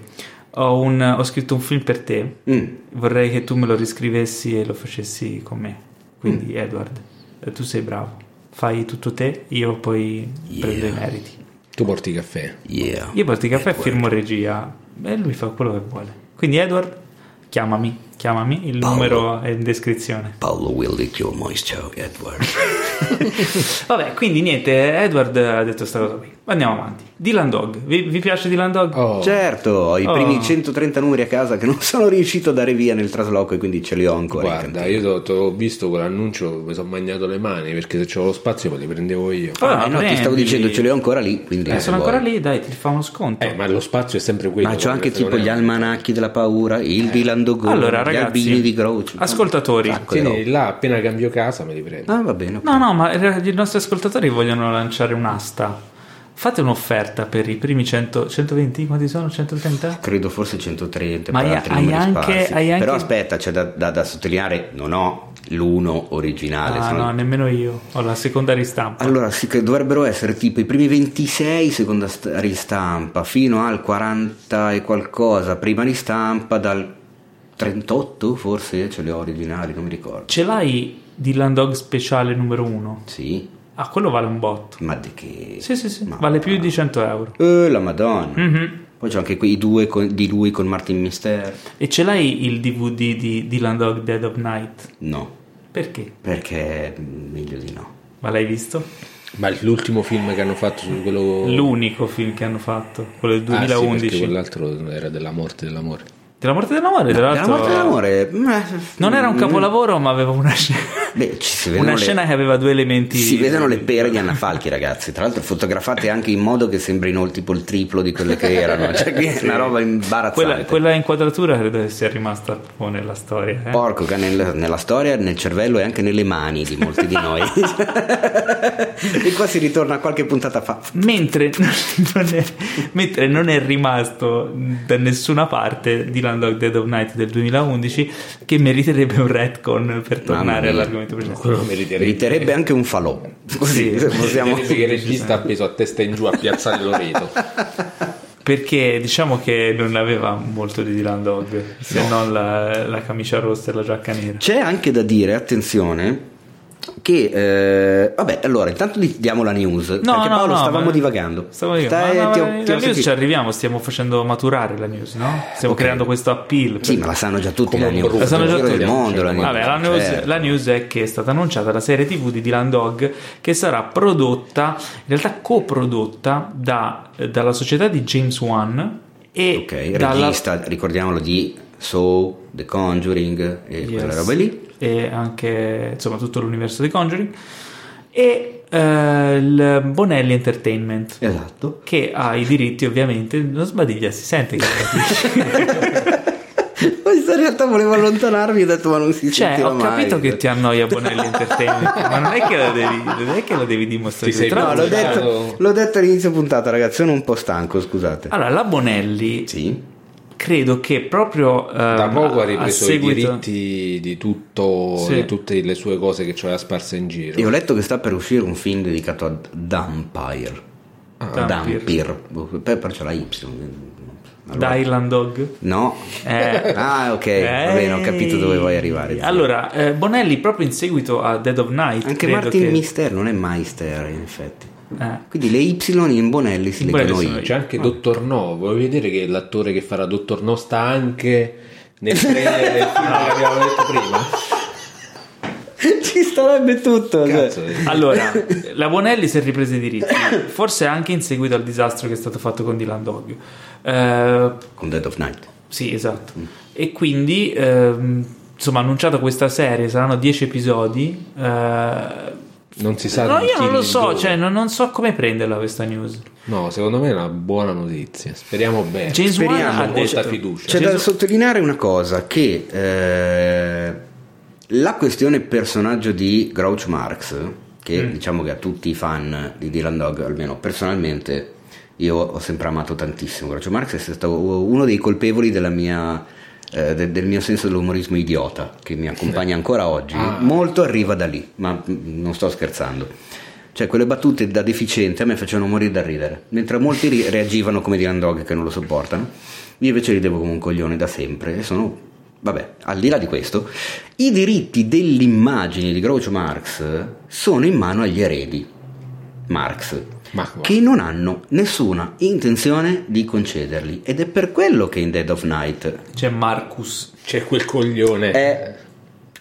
ho, un- ho scritto un film per te. Mm. Vorrei che tu me lo riscrivessi e lo facessi con me. Mm. Quindi, Edward, eh, tu sei bravo. Fai tutto te, io poi prendo i meriti. Tu porti il caffè. Yeah. Io porto il caffè, firmo regia e lui fa quello che vuole. Quindi, Edward, chiamami, chiamami. Il numero è in descrizione. Paolo will lick your moisture, Edward. Vabbè, quindi niente, Edward ha detto sta cosa qui. Andiamo avanti. Dylan Dog, vi, vi piace Dylan Dog? Oh, Certo, ho i Oh. primi 130 numeri a casa che non sono riuscito a dare via nel trasloco e quindi ce li ho ancora. in guarda, cantina. io t'ho- t'ho visto quell'annuncio, mi sono magnato le mani perché se c'avevo lo spazio me li prendevo io. Ah, Eh no, ti stavo prendi. dicendo, ce li ho ancora lì. Quindi Eh, se sono vuoi. ancora lì, dai, ti fa uno sconto. Eh, ma lo spazio è sempre quello. Ma c'ho guarda, anche se tipo non è- gli almanacchi della paura, il Dylan Dogone, allora, gli ragazzi, albini di Grouch. ascoltatori, Un sacco di Tieni là, appena cambio casa me li prendo. roba. Ah, va bene. ok. No, no, ma eh, i nostri ascoltatori vogliono lanciare un'asta. Fate un'offerta per i primi 100, 120, quanti sono? 130? Credo forse 130, Ma poi hai- altri hai numeri anche- sparsi. hai anche- Però aspetta, c'è da, da- da sottolineare, non ho l'uno originale. Ah, sono- no, nemmeno io. Ho la seconda ristampa. Allora, sì, che dovrebbero essere tipo i primi 26, seconda st- ristampa, fino al 40 e qualcosa, prima ristampa, dal 38 forse, ce li ho originali, non mi ricordo. Ce l'hai Dylan Dog speciale numero 1? Sì, Ah, quello vale un botto. ma di che... Sì, sì, sì, Ma- vale più di 100 euro. Eh, la madonna. Mhm. Poi c'è anche quei due con- di lui con Martin Mister. E ce l'hai il DVD di Dylan Dog Dead of Night? No, Perché? perché mm, meglio di no. Ma l'hai visto? Ma l'ultimo film che hanno fatto su quello... L'unico film che hanno fatto, quello del Oh. Ah, sì, 2011. perché quell'altro era della morte dell'amore. Della morte dell'amore, tra La l'altro. morte dell'amore. meh, Esatto. Eh. Non era un mm, capolavoro, ma aveva una scena. Beh, ci si vedono Una le- scena che aveva due elementi. Si vedono le pere di Anna Falchi, ragazzi. Tra l'altro, fotografate anche in modo che sembrino tipo il triplo di quelle che [laughs] erano. Cioè, che è una roba imbarazzante. Quella, quella inquadratura credo che sia rimasta un po' nella storia. eh. Porco che nel- nella storia, nel cervello e anche nelle mani di molti di [laughs] noi. e qua si ritorna a qualche puntata fa. Mentre [laughs] non, è, mentre non è rimasto da nessuna parte Dylan Dog Dead of Night del 2011, che meriterebbe un retcon per tornare mia. all'argomento precedente. Quello meriterebbe. Meriterebbe anche un falò. Così Sì. possiamo. [laughs] Meriterebbe che il regista appeso a testa in giù a piazzare Loreto. Perché diciamo che non aveva molto di Dylan Dog, se non la, la camicia rossa e la giacca nera. C'è anche da dire, attenzione, che eh, vabbè, allora intanto di- diamo la news. perché Paolo stavamo ma- divagando. Stavo io. Stai- ma, no, ti ho- ma ti la ho news sentito. ci arriviamo, stiamo facendo maturare la news, no? Stiamo Ok. creando questo appeal. per- Sì, ma la sanno già tutti Come la un news. brutto. La sanno già Giro del tutti. mondo la news. Vabbè, la news, certo. la news è che è stata annunciata la serie TV di Dylan Dog che sarà prodotta, in realtà coprodotta da- eh, dalla società di James Wan e Ok, dalla regista, ricordiamolo di So, The Conjuring e quella Yes. roba lì. e anche insomma tutto l'universo di Conjuring e eh, il Bonelli Entertainment Esatto. [laughs] che ha i diritti ovviamente non sbadiglia si sente che Questa in realtà volevo allontanarmi, ho detto ma non [laughs] si cioè sentiva ho capito mai. che ti annoia Bonelli Entertainment ma non è che lo devi, non è che lo devi dimostrare Ti sei Tra No, l'altro- l'ho Allora, detto, Riccardo- l'ho detto all'inizio puntata, ragazzi, sono un po' stanco, scusate. allora la Bonelli Sì. credo che proprio Da ehm, poco a- ha a ripreso seguito- i diritti di, tutto, Sì. di tutte le sue cose che c'aveva sparse in giro. E ho letto che sta per uscire un film dedicato a Dampire. Ah. Dampire. Dampire. Boh, Poi però c'è la Y. da Island Dog No. Eh. Ah, ok. Va bene, ho capito dove vuoi arrivare. zio. Allora, eh, Bonelli proprio in seguito a Dead of Night Anche credo Martin che- Mister non è Meister, in effetti. eh. Quindi le Y in Bonelli si In leggono Bonelli sono I. C'è anche Dottor No, vuoi vedere che l'attore che farà Dottor No sta anche nel trailer del film che abbiamo detto prima? [laughs] Ci starebbe tutto. cioè. Cazzo, eh. [laughs] Allora, la Bonelli si è ripresa i [coughs] diritti, forse anche in seguito al disastro che è stato fatto con Dylan Dog. Eh, Con Dead of Night. sì, esatto. Mm. E quindi, ehm, insomma, ha annunciato questa serie, saranno 10 episodi. eh, non si sa no, di io chi non lo di so, dove. cioè, non, non so come prenderla questa news. No, secondo me è una buona notizia. Speriamo bene. James Wan Eh, Speriamo, ha Con molta detto... fiducia. C'è da sottolineare una cosa, che eh, la questione personaggio di Grouch Marx, che diciamo che a tutti i fan di Dylan Dog, almeno personalmente, io ho sempre amato tantissimo Grouch Marx, è stato uno dei colpevoli della mia, eh, de- del mio senso dell'umorismo idiota, che mi accompagna ancora oggi. Molto arriva da lì, ma mm, non sto scherzando. Cioè, quelle battute da deficiente a me facevano morire da ridere, mentre molti ri- reagivano come Dylan Dog che non lo sopportano. Io invece ridevo come un coglione da sempre e sono. Vabbè, al di là di questo, i diritti dell'immagine di Groucho Marx sono in mano agli eredi Marx, Ma guarda. che non hanno nessuna intenzione di concederli. Ed è per quello che in Dead of Night C'è Marcus. C'è quel coglione. è.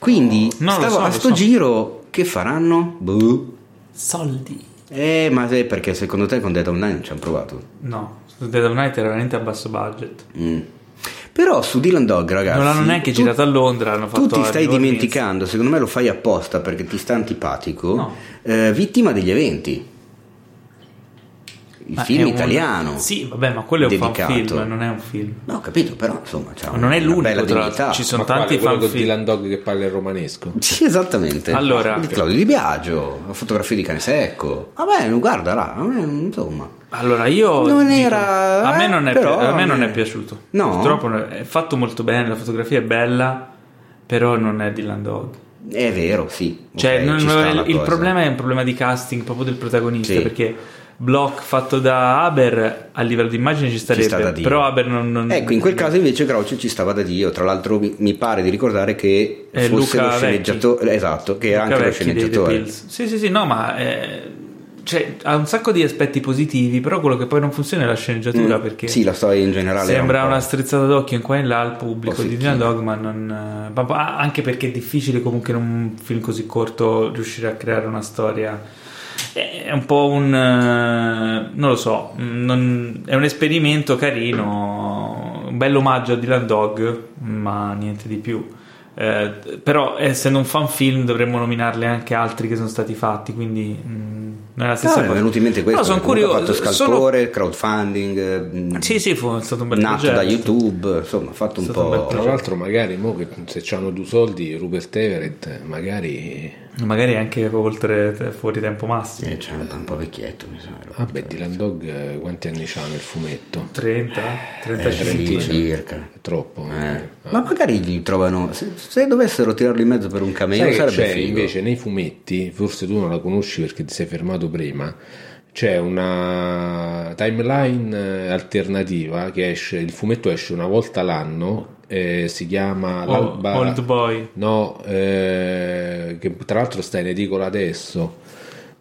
Quindi, Eh, No, lo stavo so, lo a sto so. giro, che faranno? Boh. Soldi. Eh, ma se- perché secondo te con Dead of Night ci hanno provato? No, Dead of Night era veramente a basso budget. Mm. Però su Dylan Dog, ragazzi, non l'hanno neanche Ah, tu- girato a Londra, l'hanno fatto Tu ti a stai New Orleans. dimenticando, secondo me lo fai apposta perché ti sta antipatico, No. eh, vittima degli eventi. Il Ma Ah, è film un- italiano. Sì, vabbè, ma quello è un Dedicato. fanfilm, non è un film. No, ho capito, però insomma, c'ha Ma non è una l'unico, bella tra l'altro, dignità. ci sono Ma quale? tanti Quello fan con film. Dylan Dog che parla il romanesco. [laughs] Sì, esattamente. Allora. Di Claudio Di Biagio, la fotografia di cane secco. Vabbè, guarda là, a me, insomma. Allora, io Non dico, era- eh, a me non è, però- pi- a me non è piaciuto. No? Purtroppo non- è fatto molto bene, la fotografia è bella, però non è Dylan Dog. È vero, sì. Cioè, ok, non- ci sta la il, il cosa. problema è un problema di casting proprio del protagonista, Sì. perché Block fatto da Haber a livello di immagine ci Ci starebbe, sta da Dio. però Haber non, non- Ecco, in quel caso invece Groucho ci stava da Dio. Tra l'altro mi, mi pare di ricordare che Eh, fosse Luca lo sceneggiatore, esatto, che era Luca anche lo Vecchi dei The sceneggiatore. Pills. Sì, sì, sì, no, ma eh, cioè, ha un sacco di aspetti positivi, però quello che poi non funziona è la sceneggiatura Mm, perché Sì, la storia in generale. era sembra un po'- una strizzata d'occhio in qua e in là al pubblico di Positivo. Dylan Dog, ma non, eh, ma- ma anche perché è difficile comunque in un film così corto riuscire a creare una storia. È è un po' un... eh, non lo so, mm, non- è un esperimento carino, un bel omaggio a Dylan Dog, ma niente di più. Eh, però essendo un fan film dovremmo nominarle anche altri che sono stati fatti, quindi mm, non è la No, stessa Ah, mi è cosa. venuto in mente questo. Però sono perché comunque curioso, Ha fatto sono- scalpore, crowdfunding, eh, Sì, sì, fu è stato un bel nato progetto. da YouTube, insomma, ha fatto un È stato un bel po'. Tra l'altro, magari mo che se hanno due soldi, Rupert Everett, magari. Magari anche oltre te- fuori tempo massimo. Eh, cioè, era un po' vecchietto, mi sa. Ah, era. Vabbè, Dylan Dog eh, quanti anni c'ha nel fumetto? 30, Eh, 35. sì, Trentina. circa. È troppo. Eh. eh. Ma magari gli trovano. Se, se dovessero tirarlo in mezzo per un cameo, Sai che sarebbe c'è figo. invece nei fumetti, forse tu non la conosci perché ti sei fermato prima, c'è una timeline eh, alternativa che esce, il fumetto esce una volta l'anno, eh, si chiama Oh, L'Alba... Old Boy. No, eh, che tra l'altro sta in edicola adesso,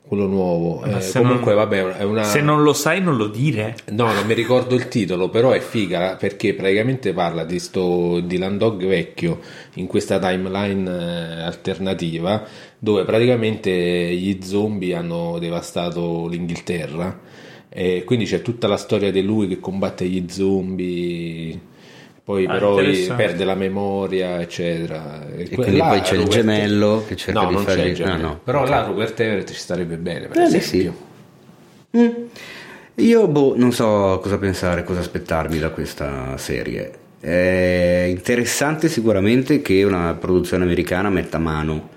quello nuovo. Ma Eh, se comunque non- vabbè, è una... Se non lo sai, non lo dire. No, non mi ricordo il titolo, però è figa perché praticamente parla di sto Dylan Dog vecchio in questa timeline eh, alternativa dove praticamente gli zombie hanno devastato l'Inghilterra e quindi c'è tutta la storia di lui che combatte gli zombie. Poi Ah, però eh, interessante. perde la memoria, eccetera. E quindi poi c'è il gemello che cerca no, di non fargli- c'è il gemello. no, no. Però là Robert Everett ci starebbe bene, per Eh, sì, esempio. Mm. Io boh, non so cosa pensare, cosa aspettarmi da questa serie. È interessante sicuramente che una produzione americana metta mano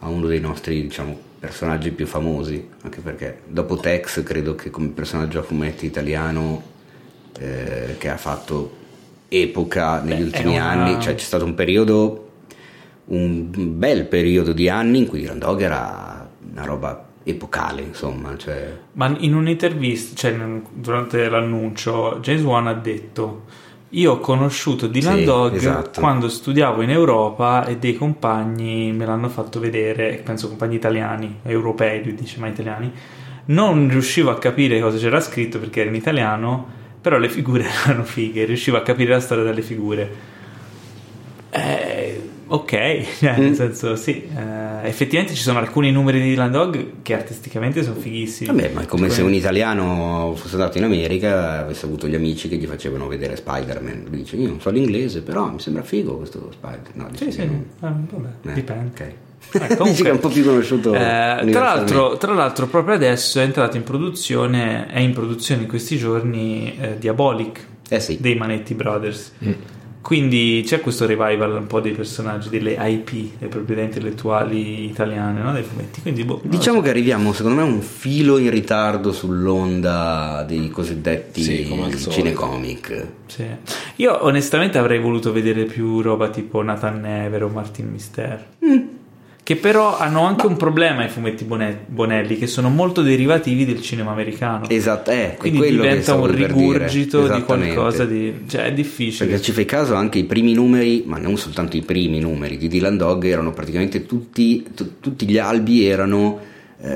a uno dei nostri, diciamo, personaggi più famosi, anche perché dopo Tex credo che come personaggio a fumetti italiano eh, che ha fatto epoca negli Beh, ultimi è una- anni, cioè c'è stato un periodo un bel periodo di anni in cui Dylan Dog era una roba epocale, insomma, cioè Ma in un'intervista, cioè in- durante l'annuncio, James Wan ha detto: Io ho conosciuto Dylan Sì, Dog esatto. quando studiavo in Europa e dei compagni me l'hanno fatto vedere, penso compagni italiani, europei, lui dice, ma italiani. Non riuscivo a capire cosa c'era scritto perché era in [laughs] italiano, però le figure erano fighe, riuscivo a capire la storia delle figure. Eh, ok, [laughs] cioè, Mm. nel senso sì, eh, effettivamente ci sono alcuni numeri di Dylan Dog che artisticamente sono fighissimi. Vabbè, ma è come se un Cioè, italiano fosse andato in America e avesse avuto gli amici che gli facevano vedere Spider-Man. Lui dice: Io non so l'inglese, però mi sembra figo questo Spider-Man. No, dice Sì, sì, che eh, no. vabbè, Mm. Eh, dipende. [laughs] ok. Eh, Dice comunque, che è un po' più conosciuto. eh, universalmente. tra, l'altro, tra l'altro proprio adesso è entrato in produzione, è in produzione in questi giorni eh, Diabolic Eh sì. Mm. dei Manetti Brothers. Quindi c'è questo revival un po' dei personaggi, delle IP, le proprietà intellettuali italiane, no? dei fumetti. Quindi, boh, non lo Diciamo che arriviamo, secondo me, un filo in ritardo sull'onda dei cosiddetti Sì, come al solito. cinecomic. Sì. Io onestamente avrei voluto vedere più roba tipo Nathan Never o Martin Mister. Mm. Che però hanno anche un problema i fumetti Bone- Bonelli, che sono molto derivativi del cinema americano. Esatto, eh, è Quindi quello che diventa stavo un per dire. rigurgito di Esattamente. qualcosa di... Cioè, è difficile. Perché ci fai caso anche i primi numeri, ma non soltanto i primi numeri di Dylan Dog, erano praticamente tutti, tu- tutti gli albi erano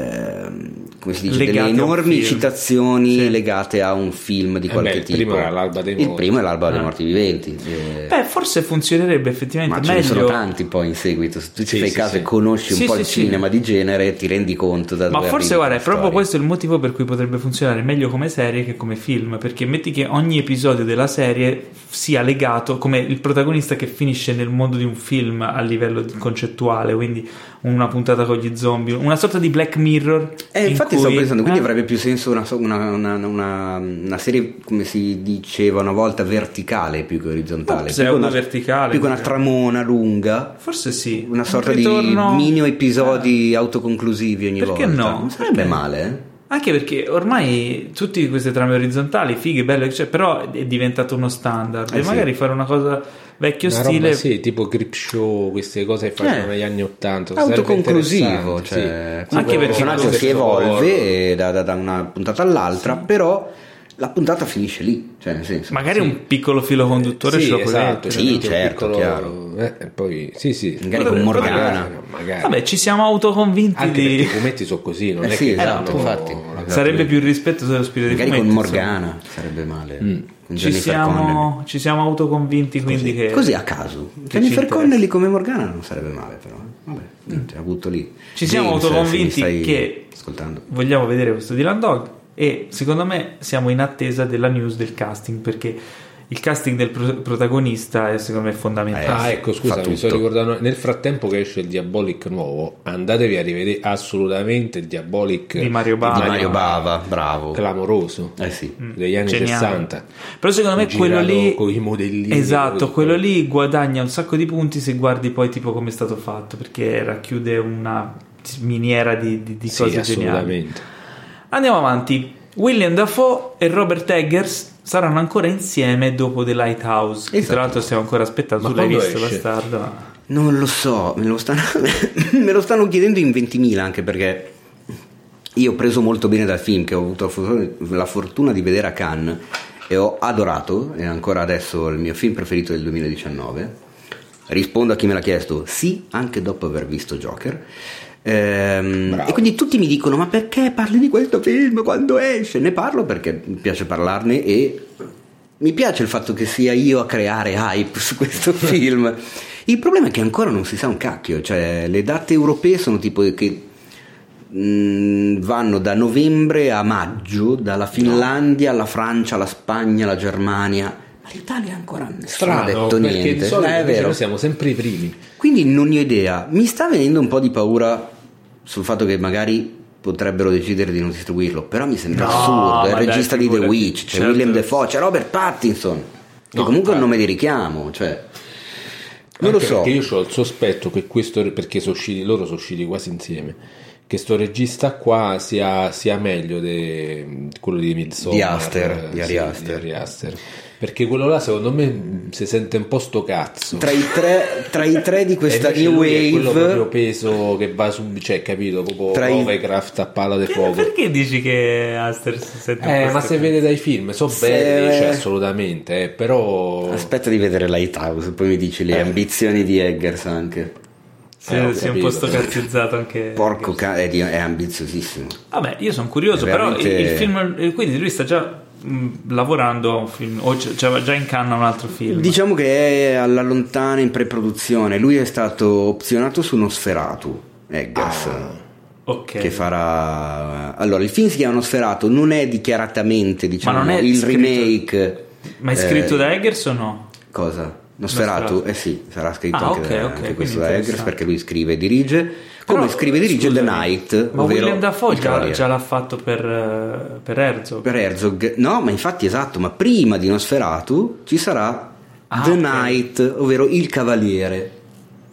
ehm, come si dice, Legati a delle un enormi film. citazioni legate a un film di Eh qualche beh, il tipo. primo era L'alba dei Il morti. primo è l'alba dei Ah. morti viventi. eh, Beh, forse funzionerebbe effettivamente ma ce ne meglio. sono tanti poi in seguito, se tu ci Sì, fai sì, caso sì. e conosci un Sì, po' sì, il sì. cinema di genere, ti rendi conto da Ma dove forse arrivi guarda, è questa proprio storia. questo il motivo per cui potrebbe funzionare meglio come serie che come film, perché metti che ogni episodio della serie sia legato come il protagonista che finisce nel mondo di un film a livello di- concettuale, quindi una puntata con gli zombie, una sorta di Black Mirror. Eh, in infatti cui- stavo pensando, quindi eh, avrebbe più senso una, so- una- una- una- una serie, come si diceva una volta, verticale più che Oh, orizzontale. Più con una, pseudo-verticale. più con una tramona lunga, Forse sì. una sorta eh. Un ritorno- Eh. di mini episodi autoconclusivi ogni Perché volta. no? Non sarebbe Perché- male, eh? Anche perché ormai tutte queste trame orizzontali, fighe, belle, cioè, però è diventato uno standard. Eh e sì. magari fare una cosa vecchio Una stile roba, sì, tipo Grip Show, queste cose che facevano Eh. negli anni Ottanta. sarebbe autoconclusivo, interessante, cioè, sì. tipo Anche un perché personaggio questo- che evolve da, da- da una puntata all'altra, però la puntata finisce lì, cioè nel senso. Magari un piccolo filo conduttore Sì, ce lo puoi esatto, mettere. Sì, cioè, certo, un chiaro. eh, e poi, sì, sì. Magari con Morgana. Magari, magari. Vabbè, ci siamo autoconvinti Anche di. perché i fumetti sono così, non Eh è sì, che esatto, hanno- infatti. Sarebbe più il rispetto dello spirito Magari dei con fumetti. Morgana sarebbe male. Mm. Con insomma. Ci Jennifer Connelly. siamo, ci siamo autoconvinti quindi che. Così a caso. che ci Jennifer interessa. Mm. Connelly come Morgana non sarebbe male, però. Vabbè, niente, la butto lì. Ci siamo James, autoconvinti se mi stai che- Ascoltando. Vogliamo vedere questo Dylan Dog. E secondo me siamo in attesa della news del casting perché il casting del pro- protagonista è secondo me fondamentale. Ah, ecco, scusa, Eh, Fa mi sto tutto. ricordando. Nel frattempo che esce il Diabolic nuovo, andatevi a rivedere assolutamente il Diabolic Di Mario Bava. Di Mario Mario Bava, bravo. clamoroso Eh sì. Mm. degli anni Geniale. 60. Però secondo me quello Girato lì coi modellini, Esatto, così. quello lì guadagna un sacco di punti se guardi poi tipo come è stato fatto, perché racchiude una miniera di, di, di Sì, cose geniali. assolutamente. Andiamo avanti. William Dafoe e Robert Eggers saranno ancora insieme dopo The Lighthouse. che Esatto. Tra l'altro stiamo ancora aspettando, Ma tu l'hai quando visto, esce? bastardo. ma- Non lo so, me lo, stanno, [laughs] me lo stanno chiedendo in 20.000 anche perché io ho preso molto bene dal film che ho avuto la fortuna, la fortuna di vedere a Cannes e ho adorato, è ancora adesso il mio film preferito del 2019. Rispondo a chi me l'ha chiesto, sì, anche dopo aver visto Joker. Ehm, Bravo. e quindi tutti mi dicono: Ma perché parli di questo film quando esce? Ne parlo perché mi piace parlarne e mi piace il fatto che sia io a creare hype su [laughs] questo film. Il problema è che ancora non si sa un cacchio, cioè le date europee sono tipo che mm, vanno da novembre a maggio, dalla Finlandia alla Francia, alla Spagna, alla Germania. Ma l'Italia ancora nessuno ha Strano, detto perché niente. di solito Eh, è invece vero. noi siamo sempre i primi. Quindi non ne ho idea. Mi sta venendo un po' di paura sul fatto che magari potrebbero decidere di non distribuirlo, però mi sembra No, assurdo. È ma dai, il regista di The figurati. Witch, c'è Certo. William Defoe, c'è Robert Pattinson, che No, comunque è un infatti. nome di richiamo, cioè non Anche lo so. Perché io ho il sospetto che questo, perché sono usciti, loro sono usciti quasi insieme. Che sto regista qua sia, sia meglio de- di quello di Midsommar Di Aster, eh, di Ari sì, di Aster. Ari Aster. Perché quello là, secondo me, mh, si sente un po' sto cazzo. Tra i tre, tra i tre di questa E Eh, invece new lui è quello proprio wave, peso che va su, cioè, capito? Proprio Tra i- Lovecraft a palla di fuoco. Perché dici che Aster si sente un Eh, po' ma sto- se vede dai film, so Se- belli, cioè, assolutamente, eh, però... aspetta di vedere Lighthouse, poi mi dici le ambizioni di Eggers anche. se- Eh, ho si è un po' capito. stocazzizzato Eh, anche. Porco cane, è, di- è ambiziosissimo. Vabbè, io sono curioso, È però il- veramente- il film. Quindi lui sta già mh, lavorando a un film, o c- c'era già in canna un altro film. Diciamo che è alla lontana in pre-produzione. Lui è stato opzionato su Nosferatu, Eggers. Ah, ok. Che farà. Allora, il film si chiama Nosferatu, non è dichiaratamente diciamo, non è il scritto- remake. Ma è eh, scritto da Eggers o no? Cosa? Nosferatu? Nosferatu. Eh sì, sarà scritto Ah, anche, ok, da, ok, anche quindi questo da Eggers interessante. perché lui scrive e dirige. Come Però, scrive e dirige The scusami, Knight, Ma ovvero William Dafoe Il già, Cavaliere. già l'ha fatto per, eh, per Herzog. per Herzog. No, ma infatti esatto, ma prima di Nosferatu ci sarà Ah, The ok. Knight, ovvero Il Cavaliere,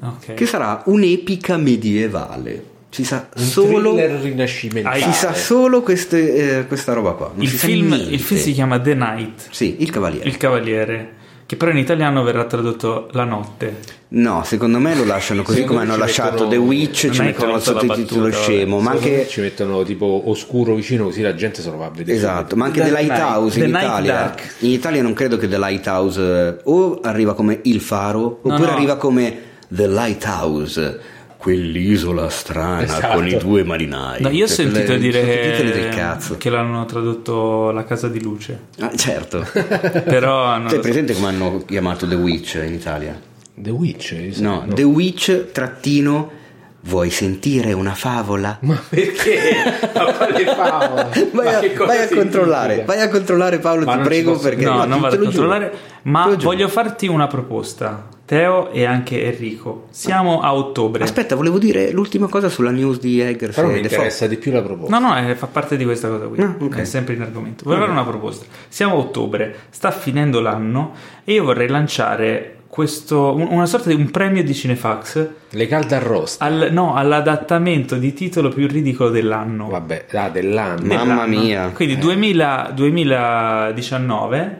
Ok. che sarà un'epica medievale. Ci sa Un solo thriller rinascimentale. Cioè, ci sa solo queste, eh, questa roba qua. non Il si sa film, niente. il film si chiama The Night, Sì, Il Cavaliere. Il Cavaliere, che però in italiano verrà tradotto La Notte. No, secondo me lo lasciano così Secondo come me hanno ci lasciato mettono- The Witch, non ci hai mettono il colto la sottotitolo battuta, scemo, ma Secondo me anche ci mettono tipo oscuro vicino così la gente se lo va a vedere. Esatto, ma anche The, The Night- Lighthouse in The Night Italia. Dark. In Italia non credo che The Lighthouse eh, o arriva come Il Faro oppure no. arriva come The Lighthouse, quell'isola strana Esatto. con i due marinai. No, io ho Cioè, sentito quelle- dire sottotitoli che, del cazzo. che l'hanno tradotto La Casa di Luce, Ah, [laughs] certo. [laughs] però non Sei lo so. presente come hanno chiamato The Witch in Italia? The Witch? io so- No, The Witch trattino vuoi sentire una [laughs] favola? [laughs] Ma perché? Ma quale favola? [laughs] Vai Ma a, che cosa vai a significa? controllare, vai a controllare Paolo, Ma ti non ci prego posso- perché no, no, non te vado a lo giuro. controllare, Te ma lo giuro. voglio farti una proposta, Teo e anche Enrico. Siamo a ottobre. Aspetta, volevo dire l'ultima cosa sulla news di Eggers Però mi e The Fox. interessa di più la proposta. No, no, eh, fa parte di questa cosa qui. Ah, ok. È sempre in argomento. Volevo fare una proposta. Siamo a ottobre, sta finendo l'anno e io vorrei lanciare questo, un- una sorta di un premio di Cinefax Le calde arrosto. al- no, all'adattamento di titolo più ridicolo dell'anno. Vabbè, ah, dell'anno. [laughs] Ma- Mamma Dell'anno. mia. Quindi 2000 2019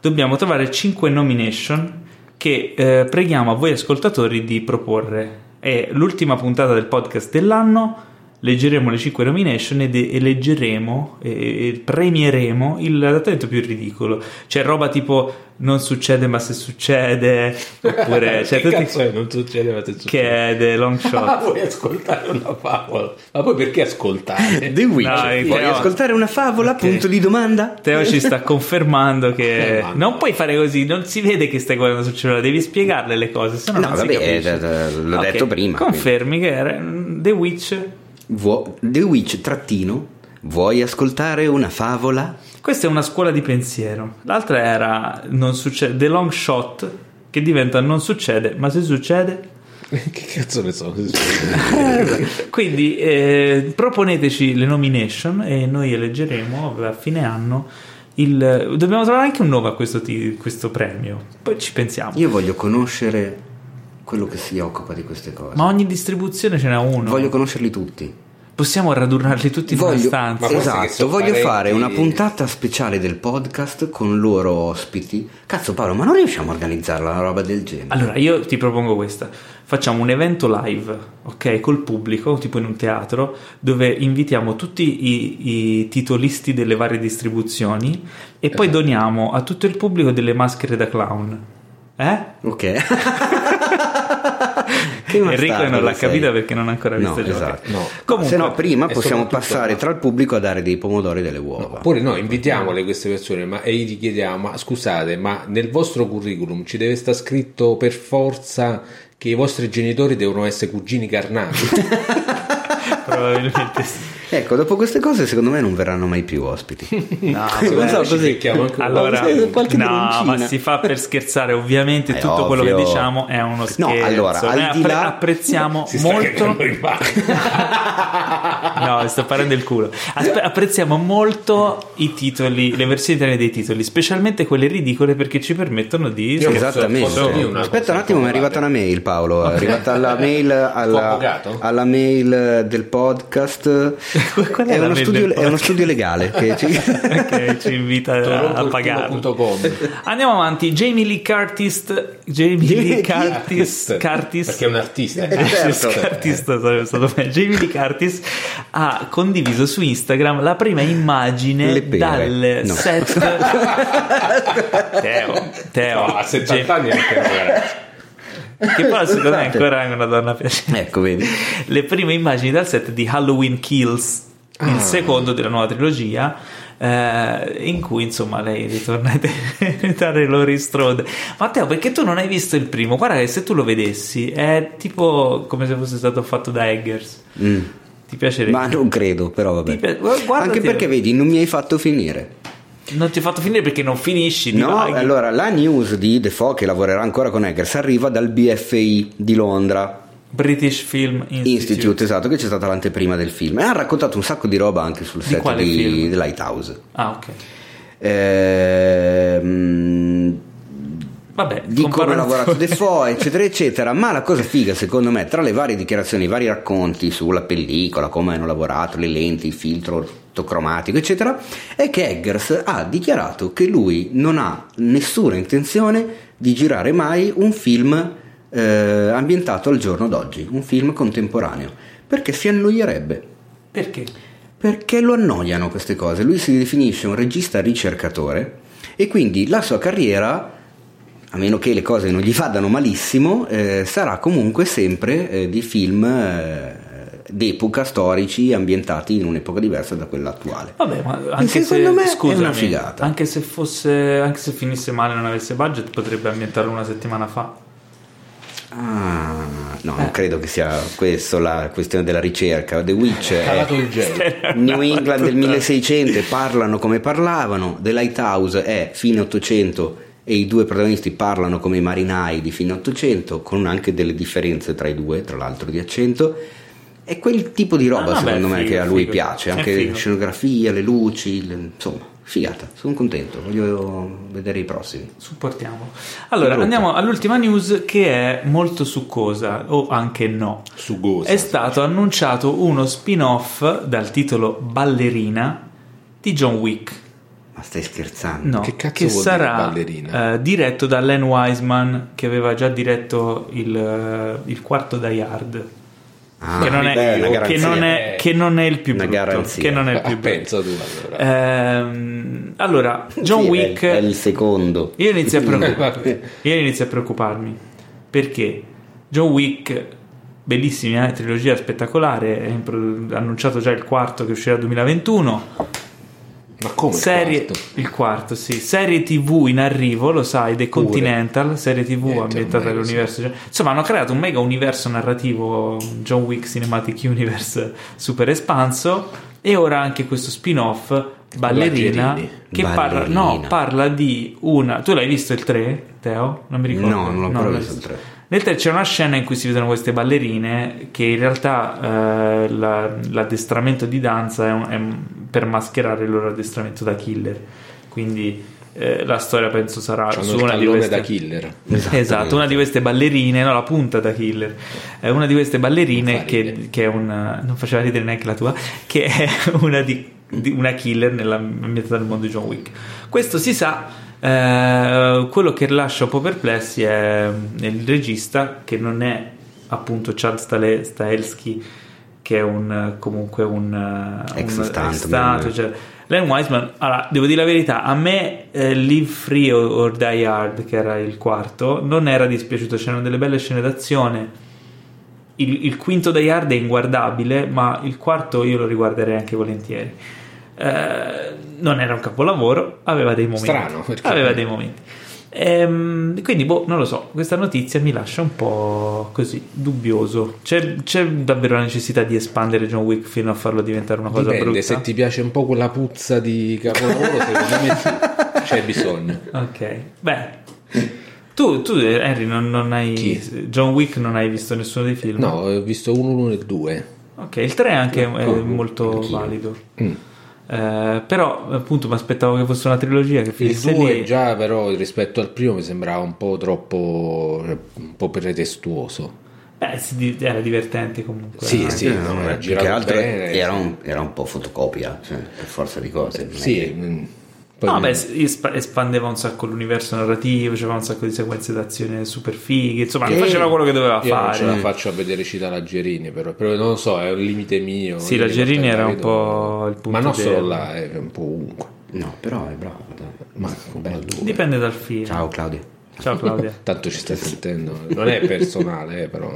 dobbiamo trovare 5 nomination che eh, preghiamo a voi ascoltatori di proporre. È l'ultima puntata del podcast dell'anno. Leggeremo le 5 nomination ed eleggeremo e, e premieremo il adattamento più ridicolo. C'è roba tipo non succede ma se succede, [laughs] oppure c'è cioè, che tutti- cazzo è? Non succede, ma te succede. [laughs] che è The Long Shot. Ah, vuoi ascoltare una favola? Ma poi perché ascoltare? The Witch, Dai, vuoi Teo. ascoltare una favola? Ok. Punto di domanda? Teo ci sta confermando che Eh, ma- non puoi fare così, non si vede che stai guardando sul cellulare, devi spiegarle le cose, se no, No, non si vabbè, capisce. eh, eh, l'ho Ok, detto prima, Confermi che era mm, The Witch. Vuo- The Witch trattino vuoi ascoltare una favola? Questa è una scuola di pensiero. L'altra era non succede, The Long Shot, che diventa non succede, ma se [laughs] succede... [laughs] che cazzo ne so? Quindi eh, proponeteci le nomination e noi eleggeremo a fine anno il... Dobbiamo trovare anche un nome a questo, ti- questo premio, poi ci pensiamo. Io voglio conoscere quello che si occupa di queste cose. Ma ogni distribuzione ce n'è uno. Voglio conoscerli tutti. Possiamo radunarli tutti in una Voglio, stanza. Ma questi che esatto, sono voglio parenti- fare una puntata speciale del podcast con loro ospiti. Cazzo Paolo, ma non riusciamo a organizzarla una roba del genere? Allora, io ti propongo questa. Facciamo un evento live, ok, col pubblico, tipo in un teatro, dove invitiamo tutti i, i titolisti delle varie distribuzioni e poi doniamo a tutto il pubblico delle maschere da clown. Eh? Ok. [laughs] Che Enrico bastardo non l'ha sei. capita perché non ha ancora No, visto il gioco. esatto. No. Comunque, Se no, prima e possiamo soprattutto- passare tra il pubblico a dare dei pomodori e delle uova. Oppure no, invitiamole queste persone ma, e gli chiediamo, ma scusate, ma nel vostro curriculum ci deve sta scritto per forza che i vostri genitori devono essere cugini carnali? [laughs] probabilmente sì. [laughs] Ecco, dopo queste cose secondo me non verranno mai più [laughs] ospiti. No, Non guarda, so, ci così. becchiamo anche un- allora, qualche- qualche no, ma denuncina. si fa per scherzare, ovviamente È tutto quello che ovvio. diciamo è uno No, scherzo. allora, Noi al di là- apprezziamo [laughs] Si sta molto cagando in mano. No, sto parlando del culo. Aspe- apprezziamo molto i titoli, le versioni italiane dei titoli, specialmente quelle ridicole perché ci permettono di Io posso- Esattamente. posso dire una Aspetta cosa, un attimo, mi è arrivata una mail Paolo, eh. è arrivata [laughs] alla mail alla, Convocato? alla mail del podcast. [laughs] Qual è è, la uno mail studio, del è uno studio legale che [laughs] ci- Ok, ci invita a, a pagarlo. Torontocultura.com. Andiamo avanti, Jamie Lee Curtis, Jamie Lee Curtis, Curtis Perché è un artista. [laughs] Eh, certo. Curtista sarebbe stato meglio. Jamie Lee Curtis ha condiviso su Instagram la prima immagine Le pere. dal No. set Teo, Teo No, a 70 Jamie- anni anche no, ragazzi. che però secondo me è Scusate. ancora una donna piacevole Esatto. ecco, vedi. Ah. le prime immagini dal set di Halloween Kills, il secondo della nuova trilogia, eh, in cui insomma lei ritorna a interpretare Lori Strode. Matteo, perché tu non hai visto il primo? Guarda che se tu lo vedessi è tipo come se fosse stato fatto da Eggers. Mm. Ti piacerebbe? Ma non credo, però vabbè. Ti pi- gu- guardati- Anche perché vedi, non mi hai fatto finire. Non ti ho fatto finire perché non finisci. No, divaghi. allora la news di Defoe che lavorerà ancora con Eggers arriva dal BFI di Londra. British Film Institute. Institute, esatto, che c'è stata l'anteprima del film. E hanno raccontato un sacco di roba anche sul set quale film? di Lighthouse. Ah, ok. Ehm, Vabbè, di come ha comparazione- lavorato [laughs] Defoe, eccetera, eccetera. Ma la cosa figa, secondo me, tra le varie dichiarazioni, i vari racconti sulla pellicola, come hanno lavorato, le lenti, il filtro ortocromatico, eccetera, è che Eggers ha dichiarato che lui non ha nessuna intenzione di girare mai un film eh, ambientato al giorno d'oggi, un film contemporaneo, perché si annoierebbe. Perché? Perché lo annoiano queste cose. Lui si definisce un regista ricercatore e quindi la sua carriera, a meno che le cose non gli vadano malissimo, eh, sarà comunque sempre eh, di film eh, d'epoca, storici, ambientati in un'epoca diversa da quella attuale. Vabbè, ma anche secondo se, me è scusami, una figata. Anche se fosse anche se finisse male e non avesse budget, potrebbe ambientarlo una settimana fa. Ah, no, non credo che sia questo la questione della ricerca. The Witch è Calato il gelo. [laughs] New England del 1600 parlano come parlavano, The Lighthouse è fine 800 e i due protagonisti parlano come i marinai di fine 800 con anche delle differenze tra i due, tra l'altro di accento. È quel tipo di roba Ah, vabbè, secondo me figo, che a lui figo. piace, È anche figo. la scenografia, le luci, le- insomma, figata, sono contento, voglio vedere i prossimi. Supportiamo. Allora, Brutta. andiamo all'ultima news che è molto succosa, o anche no. Sugosa. È stato annunciato uno spin-off dal titolo Ballerina di John Wick. Ma stai scherzando? No, Che cazzo vuol dire sarà ballerina? eh, diretto da Len Wiseman che aveva già diretto il, eh, il quarto da Yard. Ah, che, non è, beh, una che, garanzia. non è, che non è il più Una brutto. garanzia. Che non è il Ah, più brutto. pensa tu allora. Ehm, allora, John Sì, è- Wick. è il secondo. Io [laughs] inizio, a preoccuparmi, Vabbè. io inizio a preoccuparmi perché John Wick, bellissima eh, trilogia spettacolare, è in pro- annunciato già il quarto che uscirà nel 2021, Ma come? il serie, quarto? il quarto, sì, serie tv in arrivo, lo sai, The Pure. Continental, serie tv Niente, ambientata ormai lo so. all'universo, insomma hanno creato un mega universo narrativo, un John Wick Cinematic Universe super espanso e ora anche questo spin-off Ballerina Ballerini. che parla, Ballerina. no, parla di una. Tu l'hai visto il 3, Teo? Non mi ricordo. [laughs] No, non l'ho ancora l'hai visto il 3. Nel 3 c'è una scena in cui si vedono queste ballerine che in realtà eh, la- l'addestramento di danza è, un- è un- per mascherare il loro addestramento da killer. Quindi eh, la storia penso sarà C'hanno su il una Ah, di tallone queste da killer. Esatto, una di queste ballerine, no, la punta da killer, è una di queste Non ballerine fa che, ridere. che è un. non faceva ridere neanche la tua, che è [laughs] una, di, di- una killer nell'ambiente del mondo di John Wick. Questo si sa. eh, quello che lascia un po' perplessi è il regista, che non è appunto Chad Stale- Stahelski, che è un eh, comunque un eh, Ex un- stuntman. ex stunt, cioè, Len Wiseman, allora, devo dire la verità, a me eh, Live Free or, or Die Hard, che era il quarto, non era dispiaciuto, c'erano delle belle scene d'azione. Il, il quinto Die Hard è inguardabile, ma il quarto io lo riguarderei anche volentieri. Eh, non era un capolavoro, aveva dei momenti. Strano, perché- Aveva dei momenti. Ehm, quindi, boh, non lo so, questa notizia mi lascia un po' così dubbioso. C'è, c'è davvero la necessità di espandere John Wick fino a farlo diventare una cosa Dipende, brutta? se ti piace un po' quella puzza di capolavoro, secondo me [laughs] sì, c'è bisogno. Ok, beh. Tu, tu Henry, non, non hai. Chi? John Wick non hai visto nessuno dei film? No, ho visto uno, l'uno e due. Ok, il 3 anche è no, molto anch'io. valido. Mm. Eh, però, appunto, mi aspettavo che fosse una trilogia che Il finisse lì. due già però rispetto al primo mi sembrava un po' troppo, un po' pretestuoso. Beh, si di- era divertente comunque. Sì, eh. Ah, sì. Eh, no, non era più girato che altro bene, eh, era, sì. un, era un po' fotocopia, cioè, per forza di cose. non è Sì, che- mm, poi No, beh, si- esp- espandeva un sacco l'universo narrativo, c'era un sacco di sequenze d'azione super fighe, insomma, Sì. faceva quello che doveva io non ce la fare. faccio a vedere Cita la Gerini, però, però non lo so, è un limite mio. Sì, io la ogni volta Gerini che la era un vedo- po' il punto Ma non solo debole. là, è un po' ovunque. No, però è bravo. dai. Ma come al due. Dipende dal film. Ciao Claudio. Ciao Claudia. Tanto ci stai sentendo, non è personale, eh, però.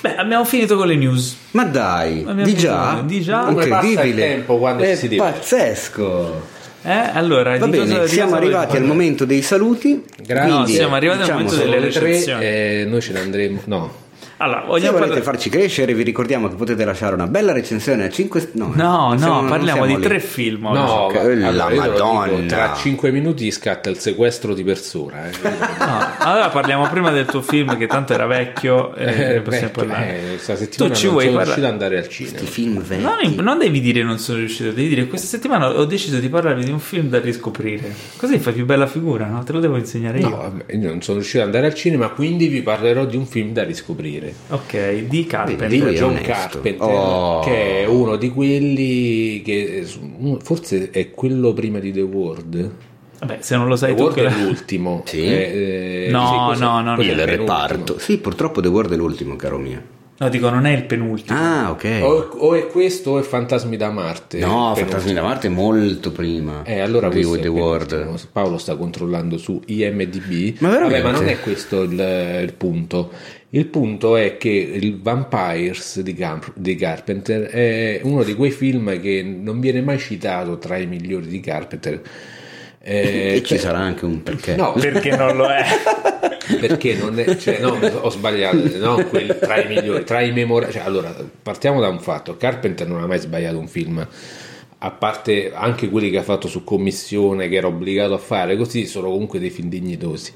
Beh, abbiamo finito con le news. Ma dai, Abbiamo di finito già, con le- di già. Come passa il incredibile. tempo quando è ci si diverte. pazzesco. Eh, allora, Va di cosa- di bene, cosa siamo volete arrivati al parlare? momento dei saluti. Diciamo Grazie. No, siamo arrivati al momento sono- delle Sono le tre, recensioni. eh, noi ce ne andremo. No, Allora, Se vogliamo volete parlare... farci crescere, vi ricordiamo che potete lasciare una bella recensione a 5 [laughs] No, no, parliamo di tre film. oggi. no, che- va- la io te lo Madonna. dico, tra cinque minuti scatta il sequestro di persona. eh. [laughs] No, allora parliamo prima del tuo film che tanto era vecchio e ne Eh, possiamo beh, parlare. eh, questa tu settimana ci non vuoi sono parlare? riuscito ad andare al cinema. film vecchi. Non, non devi dire non sono riuscito, devi dire questa settimana ho deciso di parlarvi di un film da riscoprire. Così fai più bella figura, no? Te lo devo insegnare io. No, vabbè, io non sono riuscito ad andare al cinema, quindi vi parlerò di un film da riscoprire. Ok, di Carpenter. Beh, Di è John onesto. Carpenter, Oh. che è uno di quelli che eh, forse è quello prima di The World. Vabbè, se non lo The sai tu World che... è [laughs] l'ultimo. Sì. Eh, eh, No, cos'è? no, no, Quello no. è del il penultimo. reparto. Sì, purtroppo The World è l'ultimo, caro mio. No, dico, non è il penultimo. Ah, ok. O, o è questo o è Fantasmi da Marte. no, Il Fantasmi da Marte è molto prima. Eh, allora di questo è The il World. penultimo. Paolo sta controllando su IMDb. Ma veramente? Vabbè, ma non è questo il, il punto. Il punto è che il Vampires di, Gam- di Carpenter è uno di quei film che non viene mai citato tra i migliori di Carpenter. Eh, e ci per- sarà anche un perché. No, Perché non lo [laughs] è. perché non è, cioè, no, ho sbagliato, no, quel- tra i migliori, tra i memorabili. Cioè, allora, partiamo da un fatto: Carpenter non ha mai sbagliato un film. A parte anche quelli che ha fatto su commissione, che era obbligato a fare, così sono comunque dei film dignitosi.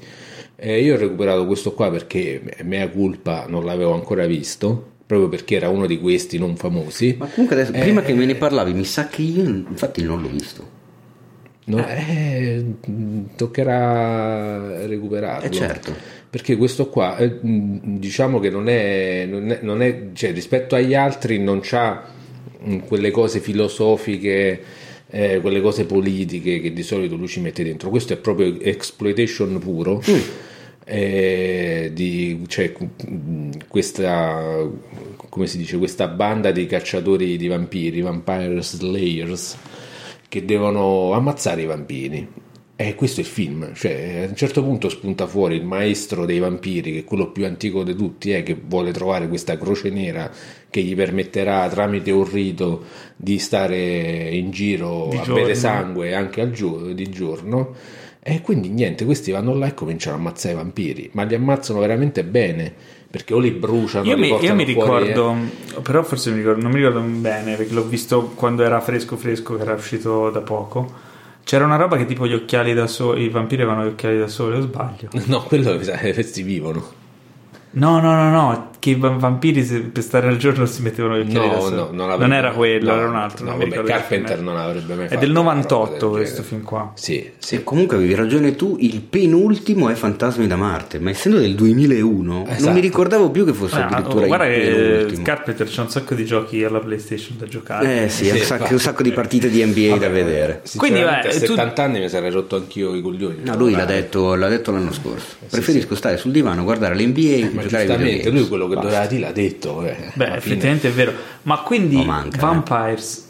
Eh, io ho recuperato questo qua perché mea culpa non l'avevo ancora visto, proprio perché era uno di questi non famosi. Ma comunque adesso, Eh, prima che me ne parlavi, mi sa che io infatti non l'ho visto. No, eh, mh, toccherà recuperarlo. Eh, certo. Perché questo qua, eh, mh, diciamo che non è, non è- non è- cioè, rispetto agli altri non c'ha mh, quelle cose filosofiche, eh, quelle cose politiche che di solito lui ci mette dentro. Questo è proprio exploitation puro. eh, di cioè, mh, questa come si dice questa banda di cacciatori di vampiri vampire slayers che devono ammazzare i vampiri. E questo è il film, cioè a un certo punto spunta fuori il maestro dei vampiri, che è quello più antico di tutti, eh, che vuole trovare questa croce nera che gli permetterà tramite un rito di stare in giro Di a giorno. bere sangue anche al gio- di giorno. E quindi niente, questi vanno là e cominciano a ammazzare i vampiri, ma li ammazzano veramente bene, perché o li bruciano, Io li mi, io portano mi fuori, eh. ricordo, però forse mi ricordo, non mi ricordo bene perché l'ho visto quando era fresco fresco, che era uscito da poco. C'era una roba che tipo gli occhiali da sole, i vampiri avevano gli occhiali da sole, o sbaglio? eh. [laughs] No, quello mi sa- questi vivono. No, no, no, no, che i va- vampiri se- per stare al giorno si mettevano gli occhiali da sole. avrebbe- era quello, no, era un altro. no, non mi vabbè, ricordo che Carpenter film non avrebbe mai è. fatto. È del una roba del 98 genere. questo film qua. Sì, sì. Sì, comunque avevi ragione tu, il penultimo è Fantasmi da Marte, ma essendo del 2001 non Esatto. eh, mi ricordavo più che fosse Ah, addirittura guarda il che penultimo. Carpenter c'ha un sacco di giochi alla PlayStation da giocare. Eh sì, Sì, un, sacco, infatti. un sacco di partite di NBA da vedere. Quindi, Quindi vabbè, a tu- 70 anni mi sarei rotto anch'io i coglioni. Cioè, No, lui l'ha detto, l'ha detto l'anno scorso. Preferisco stare sul divano, guardare l'NBA Ma e giocare ai giustamente, lui videogames. quello che doveva dire l'ha detto. eh. Beh, Alla fine- effettivamente è vero. Ma quindi No, manca, eh. Vampires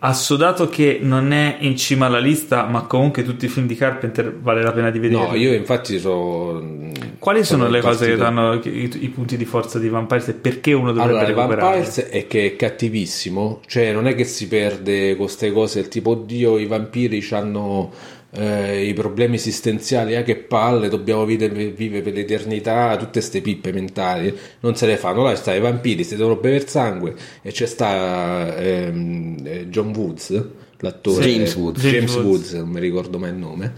assodato che non è in cima alla lista, ma comunque tutti i film di Carpenter vale la pena di vederli. No, io infatti sono... Quali sono le cose che impazzito. danno i, i punti di forza di Vampires e perché uno dovrebbe Allora, recuperare? Vampires è che è cattivissimo, cioè non è che si perde con queste cose, il tipo oddio i vampiri hanno i problemi esistenziali, ah che palle, dobbiamo vide- vivere per l'eternità, tutte ste pippe mentali, non se le fanno, là sta i vampiri, si devono bere sangue e c'è sta ehm, eh, John Woods, l'attore James Woods. James James Woods. Woods, non mi ricordo mai il nome.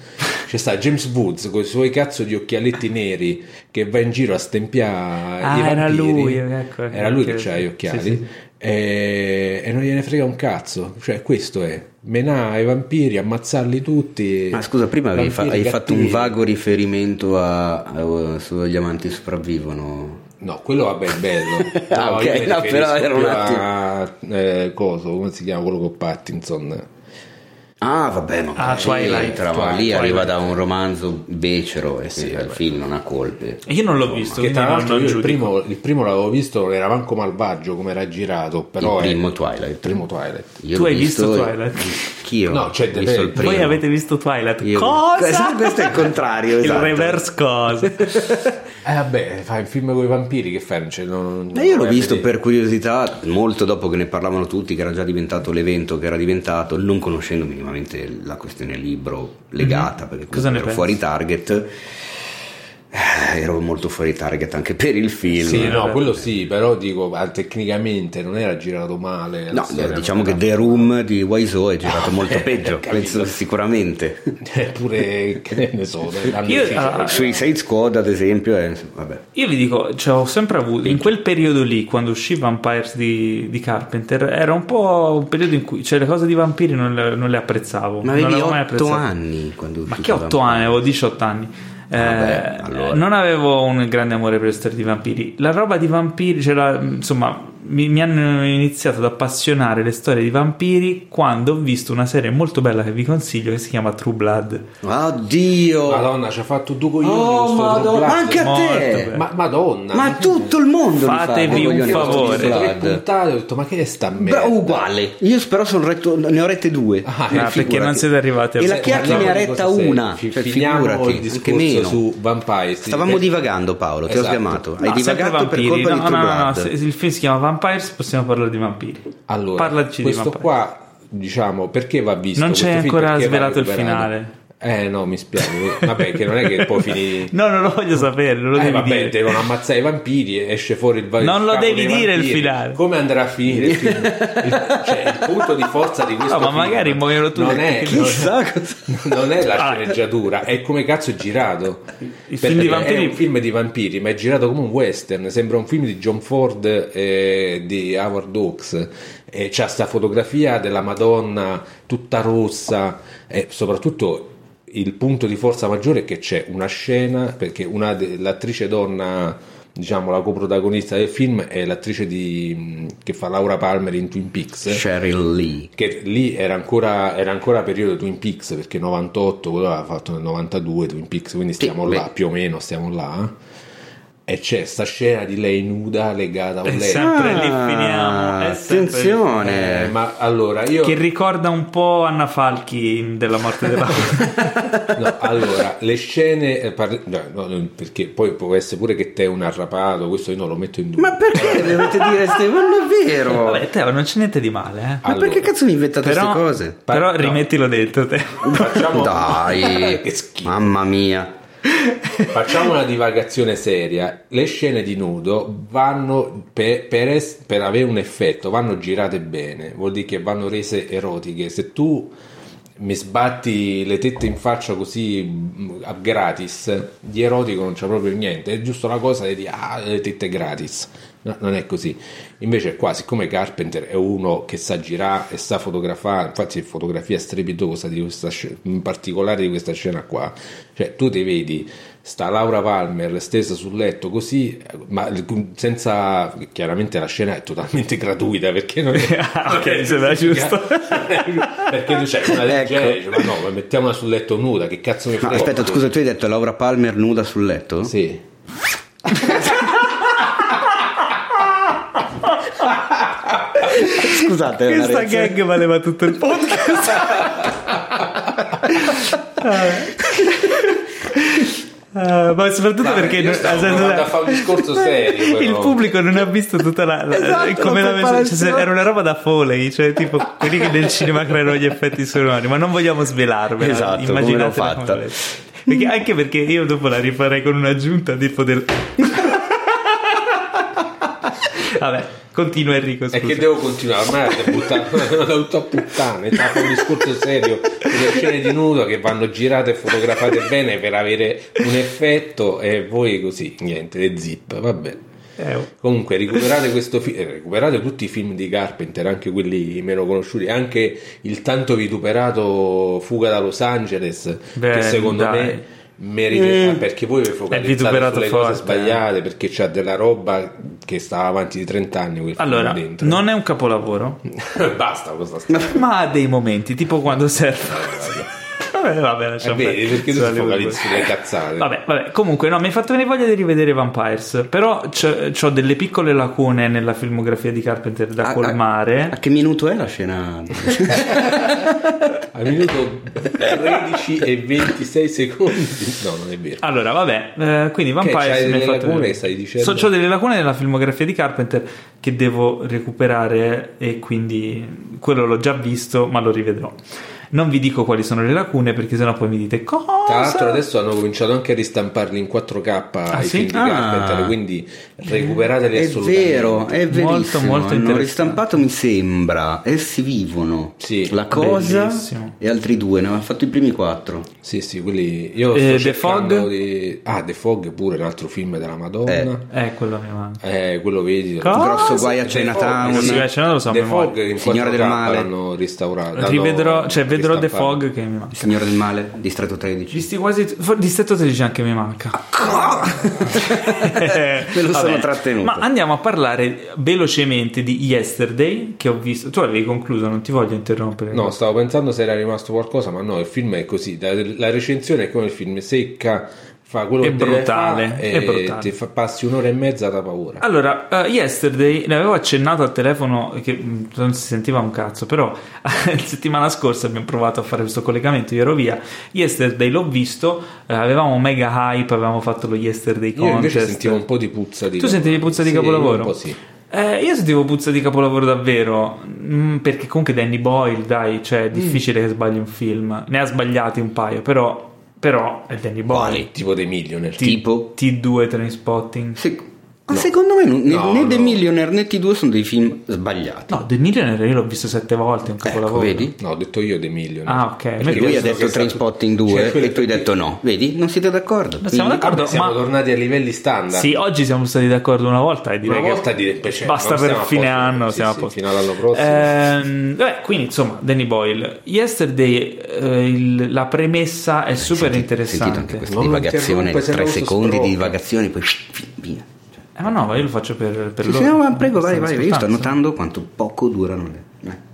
C'è sta James Woods con i suoi cazzo di occhialetti neri che va in giro a stempiare Ah, i vampiri. era lui, ecco, ecco, Era lui che ok, c'ha gli ok. occhiali. Sì, sì. E, e non gliene frega un cazzo. Cioè, questo è menare i vampiri, ammazzarli tutti. Ma scusa, prima avevi fa- Vampiri hai fatto un cattivi. vago riferimento a, a- su Gli amanti sopravvivono. No, quello vabbè è [laughs] bello. Ah, ok, io mi no, però riferisco era un più a, eh, coso, come si chiama quello con Pattinson? Ah, vabbè, ma Ah, Twilight, entra, ma lì Twilight. arriva da un romanzo becero e quindi il film non ha colpe. Io non l'ho visto, Che quindi tra non, l'altro non io il giudico. primo, il primo l'avevo visto, non era manco malvagio come era girato, però il è- primo il Twilight. primo Twilight. Io Tu l'ho hai visto Twilight? Anch'io. No, c'è ho visto The il Veil. primo. Voi avete visto Twilight? Io- [laughs] [laughs] Cosa? Questo- questo è il contrario, il esatto. [laughs] reverse cosa. Eh vabbè, fai un film con i vampiri che fai? Cioè, non, Ma io l'ho visto per curiosità molto dopo che ne parlavano tutti, che era già diventato l'evento che era diventato, non conoscendo minimamente la questione libro legata, Mhm. perché Cosa ne comunque ero pensi? fuori target. Eh, ero molto fuori target anche per il film. Sì, no, vabbè. quello sì, però dico, ah, tecnicamente non era girato male. la No, storia, diciamo non che The era- Room di Wiseau è Ah, girato eh, molto peggio, capito. penso sicuramente. [laughs] Eppure, che [laughs] ne so, danno eh, Io- il film. ah, Sui Suicide Squad, ad esempio, è, vabbè. Io vi dico, cioè, ho sempre avuto, in quel periodo lì, quando uscì Vampires di, di Carpenter, era un po' un periodo in cui, cioè, le cose di vampiri non le, non le apprezzavo. Ma non avevi le avevo mai 8 apprezzate. anni quando Ma uscì che 8 Vampire. anni? Avevo 18 anni. Eh, Vabbè, allora. Non avevo un grande amore per le storie di vampiri. La roba di vampiri, cioè la- insomma, mi, mi hanno iniziato ad appassionare le storie di vampiri quando ho visto una serie molto bella che vi consiglio che si chiama True Blood. Oddio! Madonna, ci ha fatto due coglioni. Oh, questo madonna, True Blood. anche a Morto, te! beh. Ma, madonna, Ma tutto il mondo mi fa Fatevi due un coglioni con favore. True Tre Blood. puntate, ho detto, ma che è sta merda? Bra- uh, uguale. Io però sono retto- ne ho rette due. Ah, Quindi no, perché figurati. non siete arrivati a- E la Se- Chiacchi parliamo ne ha di retta cose serie. una. Fi- Cioè, finiamo figurati, il anche discorso meno. su Vampire. sì, Stavamo perché- divagando, Paolo. Ti ho Esatto. sgamato. Hai No, sempre divagato per vampiri. colpa di no, True no, no, no, Blood. se- il film si chiama Vampires, possiamo parlare di vampiri. Allora, Parlaci di questo vampiri. qua, diciamo, perché va visto? Non questo c'è film? ancora Perché va svelato il recuperato? finale. Eh no, mi spiace. Vabbè, che non è che [laughs] poi finì... [laughs] No, non lo voglio sapere, non lo Eh devi vabbè, dire. devono ammazzare i vampiri e esce fuori il va- Non il lo capo devi dei dire il vampiri. finale. Come andrà a finire? il film? Il- cioè, il punto di forza di questo No, ma film magari muoiono tutti. Non [laughs] è, Chissà cosa. non è la Ah. sceneggiatura, è come cazzo è girato. Il film di Perché vampiri- È un film di vampiri, ma è girato come un western. Sembra un film di John Ford e di Howard Hawks. E c'ha sta fotografia della Madonna tutta rossa e soprattutto. Il punto di forza maggiore è che c'è una scena perché una de- l'attrice donna, diciamo la coprotagonista del film, è l'attrice di- che fa Laura Palmer in Twin Peaks Cheryl Lee. che lì era ancora, era ancora periodo Twin Peaks perché 98 quello l'aveva fatto nel 92 Twin Peaks quindi stiamo beh. là più o meno stiamo là e c'è sta scena di lei nuda legata a un È letto sempre lì Ah, finiamo. È sempre lì. attenzione. Eh, ma allora io Che ricorda un po' Anna Falchi in della morte [laughs] della no, allora le scene eh, parli- no, no, no, perché poi può essere pure che te è un arrapato questo io non lo metto in dubbio Ma perché dovete dire queste Ma non è vero. Vabbè, Teo, non c'è niente di male, eh. Ma Allora, perché cazzo mi inventate queste Però, cose? però No. rimettilo dentro [laughs] te. facciamo, [laughs] Dai, [laughs] Che schifo. mamma mia. Facciamo una divagazione seria. Le scene di nudo vanno per, per es- per avere un effetto, vanno girate bene, vuol dire che vanno rese erotiche. Se tu mi sbatti le tette in faccia così mh, a gratis, di erotico non c'è proprio niente, è giusto una cosa di dire ah, le tette gratis. No, non è così. Invece qua, siccome Carpenter è uno che sa girare e sa fotografare, infatti è fotografia strepitosa di questa sce- in particolare di questa scena qua, cioè tu ti vedi sta Laura Palmer stesa sul letto così, ma senza chiaramente la scena è totalmente gratuita perché non è Ah, [laughs] ok, sembra giusto. [laughs] perché tu c'hai una leggera, dici, ma no, ma mettiamola sul letto nuda, che cazzo mi Ecco. Ma frega? aspetta, scusa, tu hai detto Laura Palmer nuda sul letto? Sì. Scusate, è una Questa reazione- gag valeva tutto il [laughs] podcast. [laughs] Ah, ma soprattutto Ma perché io non- stavo nel senso- provando a fare un discorso serio, [laughs] il però. pubblico non ha visto tutta la, la- Esatto, come la l'avesse- cioè, preparazione. se- era una roba da foley cioè tipo quelli che nel cinema creano gli effetti sonori ma non vogliamo svelarvela Esatto, come l'ho immaginatela fatta. come volete. perché, anche perché io dopo la rifarei con un'aggiunta tipo del [laughs] vabbè continua Enrico scusa E che devo continuare, ormai avete [laughs] buttato [laughs] tutto a puttane, sta un discorso serio sulle scene di nudo che vanno girate e fotografate bene per avere un effetto e voi così, niente, le zip, vabbè. Eh, oh. Comunque recuperate questo film, recuperate tutti i film di Carpenter, anche quelli meno conosciuti, anche il tanto vituperato Fuga da Los Angeles, Beh, che secondo dai. Eh. me merita, ah, perché voi vi focalizzate vituperato sulle forte, eh. cose sbagliate, perché c'ha della roba che stava avanti di 30 anni quel film allora dentro. non è un capolavoro [laughs] Basta con questa storia. ma ha dei momenti tipo quando serve Vabbè, vabbè, lasciamo Vedi, perché tu Sulle ti focalizzi due. le cazzate? Vabbè, vabbè, comunque no, mi hai fatto venire voglia di rivedere Vampires, però ho delle piccole lacune nella filmografia di Carpenter da Ah, A- a- colmare. A che minuto è la scena? Al minuto 13 e 26 secondi. No, non è vero. Allora, vabbè, eh, quindi Vampires c'hai mi hai delle fatto lacune, vedere. stai dicendo? So, c'ho delle lacune nella filmografia di Carpenter che devo recuperare e quindi quello l'ho già visto, ma lo rivedrò. Non vi dico quali sono le lacune perché sennò poi mi dite cosa. Tra l'altro adesso hanno cominciato anche a ristamparli in 4K ai sì? film di Ah. Carpenter, quindi recuperateli È assolutamente. vero, è verissimo. Molto, molto Hanno interessante. ristampato, mi sembra, essi vivono. Sì, la cosa bellissimo. e altri due, ne aveva fatto i primi quattro. Sì, sì, quelli io Eh, sto The cercando Fog? di- Ah, The Fog pure, l'altro film della Madonna. Eh, quello mi manca. Eh, quello vedi. Cosa? Grosso guai a The Chinatown. Fog, Sì, The beh, ce l'ho, lo so, a The memoria. Fog in Signora 4K del Male. l'hanno restaurato. l'hanno Rivedrò, cioè vedrò The ristampato. Fog che mi manca. Il Signore del Male, distretto 13. Visti quasi for- distretto 13 anche mi manca. [laughs] Me lo sono trattenuto. Ma andiamo a parlare velocemente di Yesterday che ho visto. Tu avevi concluso, non ti voglio interrompere. No, stavo pensando se era rimasto qualcosa, ma no, il film è così. La, la recensione è come il film secca, fa quello È che deve brutale, fa è e brutale. ti fa- passi un'ora e mezza da paura. Allora, eh, yesterday ne avevo accennato al telefono che mm, non si sentiva un cazzo, però [laughs] la settimana scorsa abbiamo provato a fare questo collegamento, io ero via. Yesterday l'ho visto, eh, avevamo un mega hype, avevamo fatto lo yesterday Io invece contest. sentivo un po' di puzza di Tu sentivi puzza di Sì, capolavoro? Un po' sì. Eh, io sentivo puzza di capolavoro davvero, mm, perché comunque Danny Boyle, dai, cioè Mm. è difficile che sbagli un film, ne ha sbagliati un paio, però, però è Danny Boyle. Quali? Eh, Tipo dei Millionaire. T- Tipo? T2 Trainspotting. Se- Ah, ma secondo me non- né, No, né The no. Millionaire né T2 sono dei film sbagliati. No, The Millionaire io l'ho visto sette volte, è un Ecco, capolavoro. vedi? No, ho detto io dei Millionaire. Ah, ok. Perché Perché lui ha penso detto che sia stato- Trainspotting 2 Cioè, quello e tu hai che- detto no. Vedi? Non siete d'accordo. Non siamo Quindi- d'accordo, Vabbè, siamo ma- tornati a livelli standard. Sì, oggi siamo stati d'accordo una volta e direi Una che volta dire- cioè, basta non per siamo a fine posto. anno, Sì, siamo sì, a posto. fino all'anno prossimo. Ehm, vabbè, quindi insomma, Danny Boyle, Yesterday eh, il- la premessa Eh, è super Senti- Sentito interessante. anche questa Non lo divagazione, interrompe, se tre no sto secondi stronzo. di divagazione, poi via. Cioè, Eh, ma no, ma io lo faccio per, per sì, loro. sì, no, ma prego, vai, Stanno vai, io sto ascoltando. notando quanto poco durano le... eh.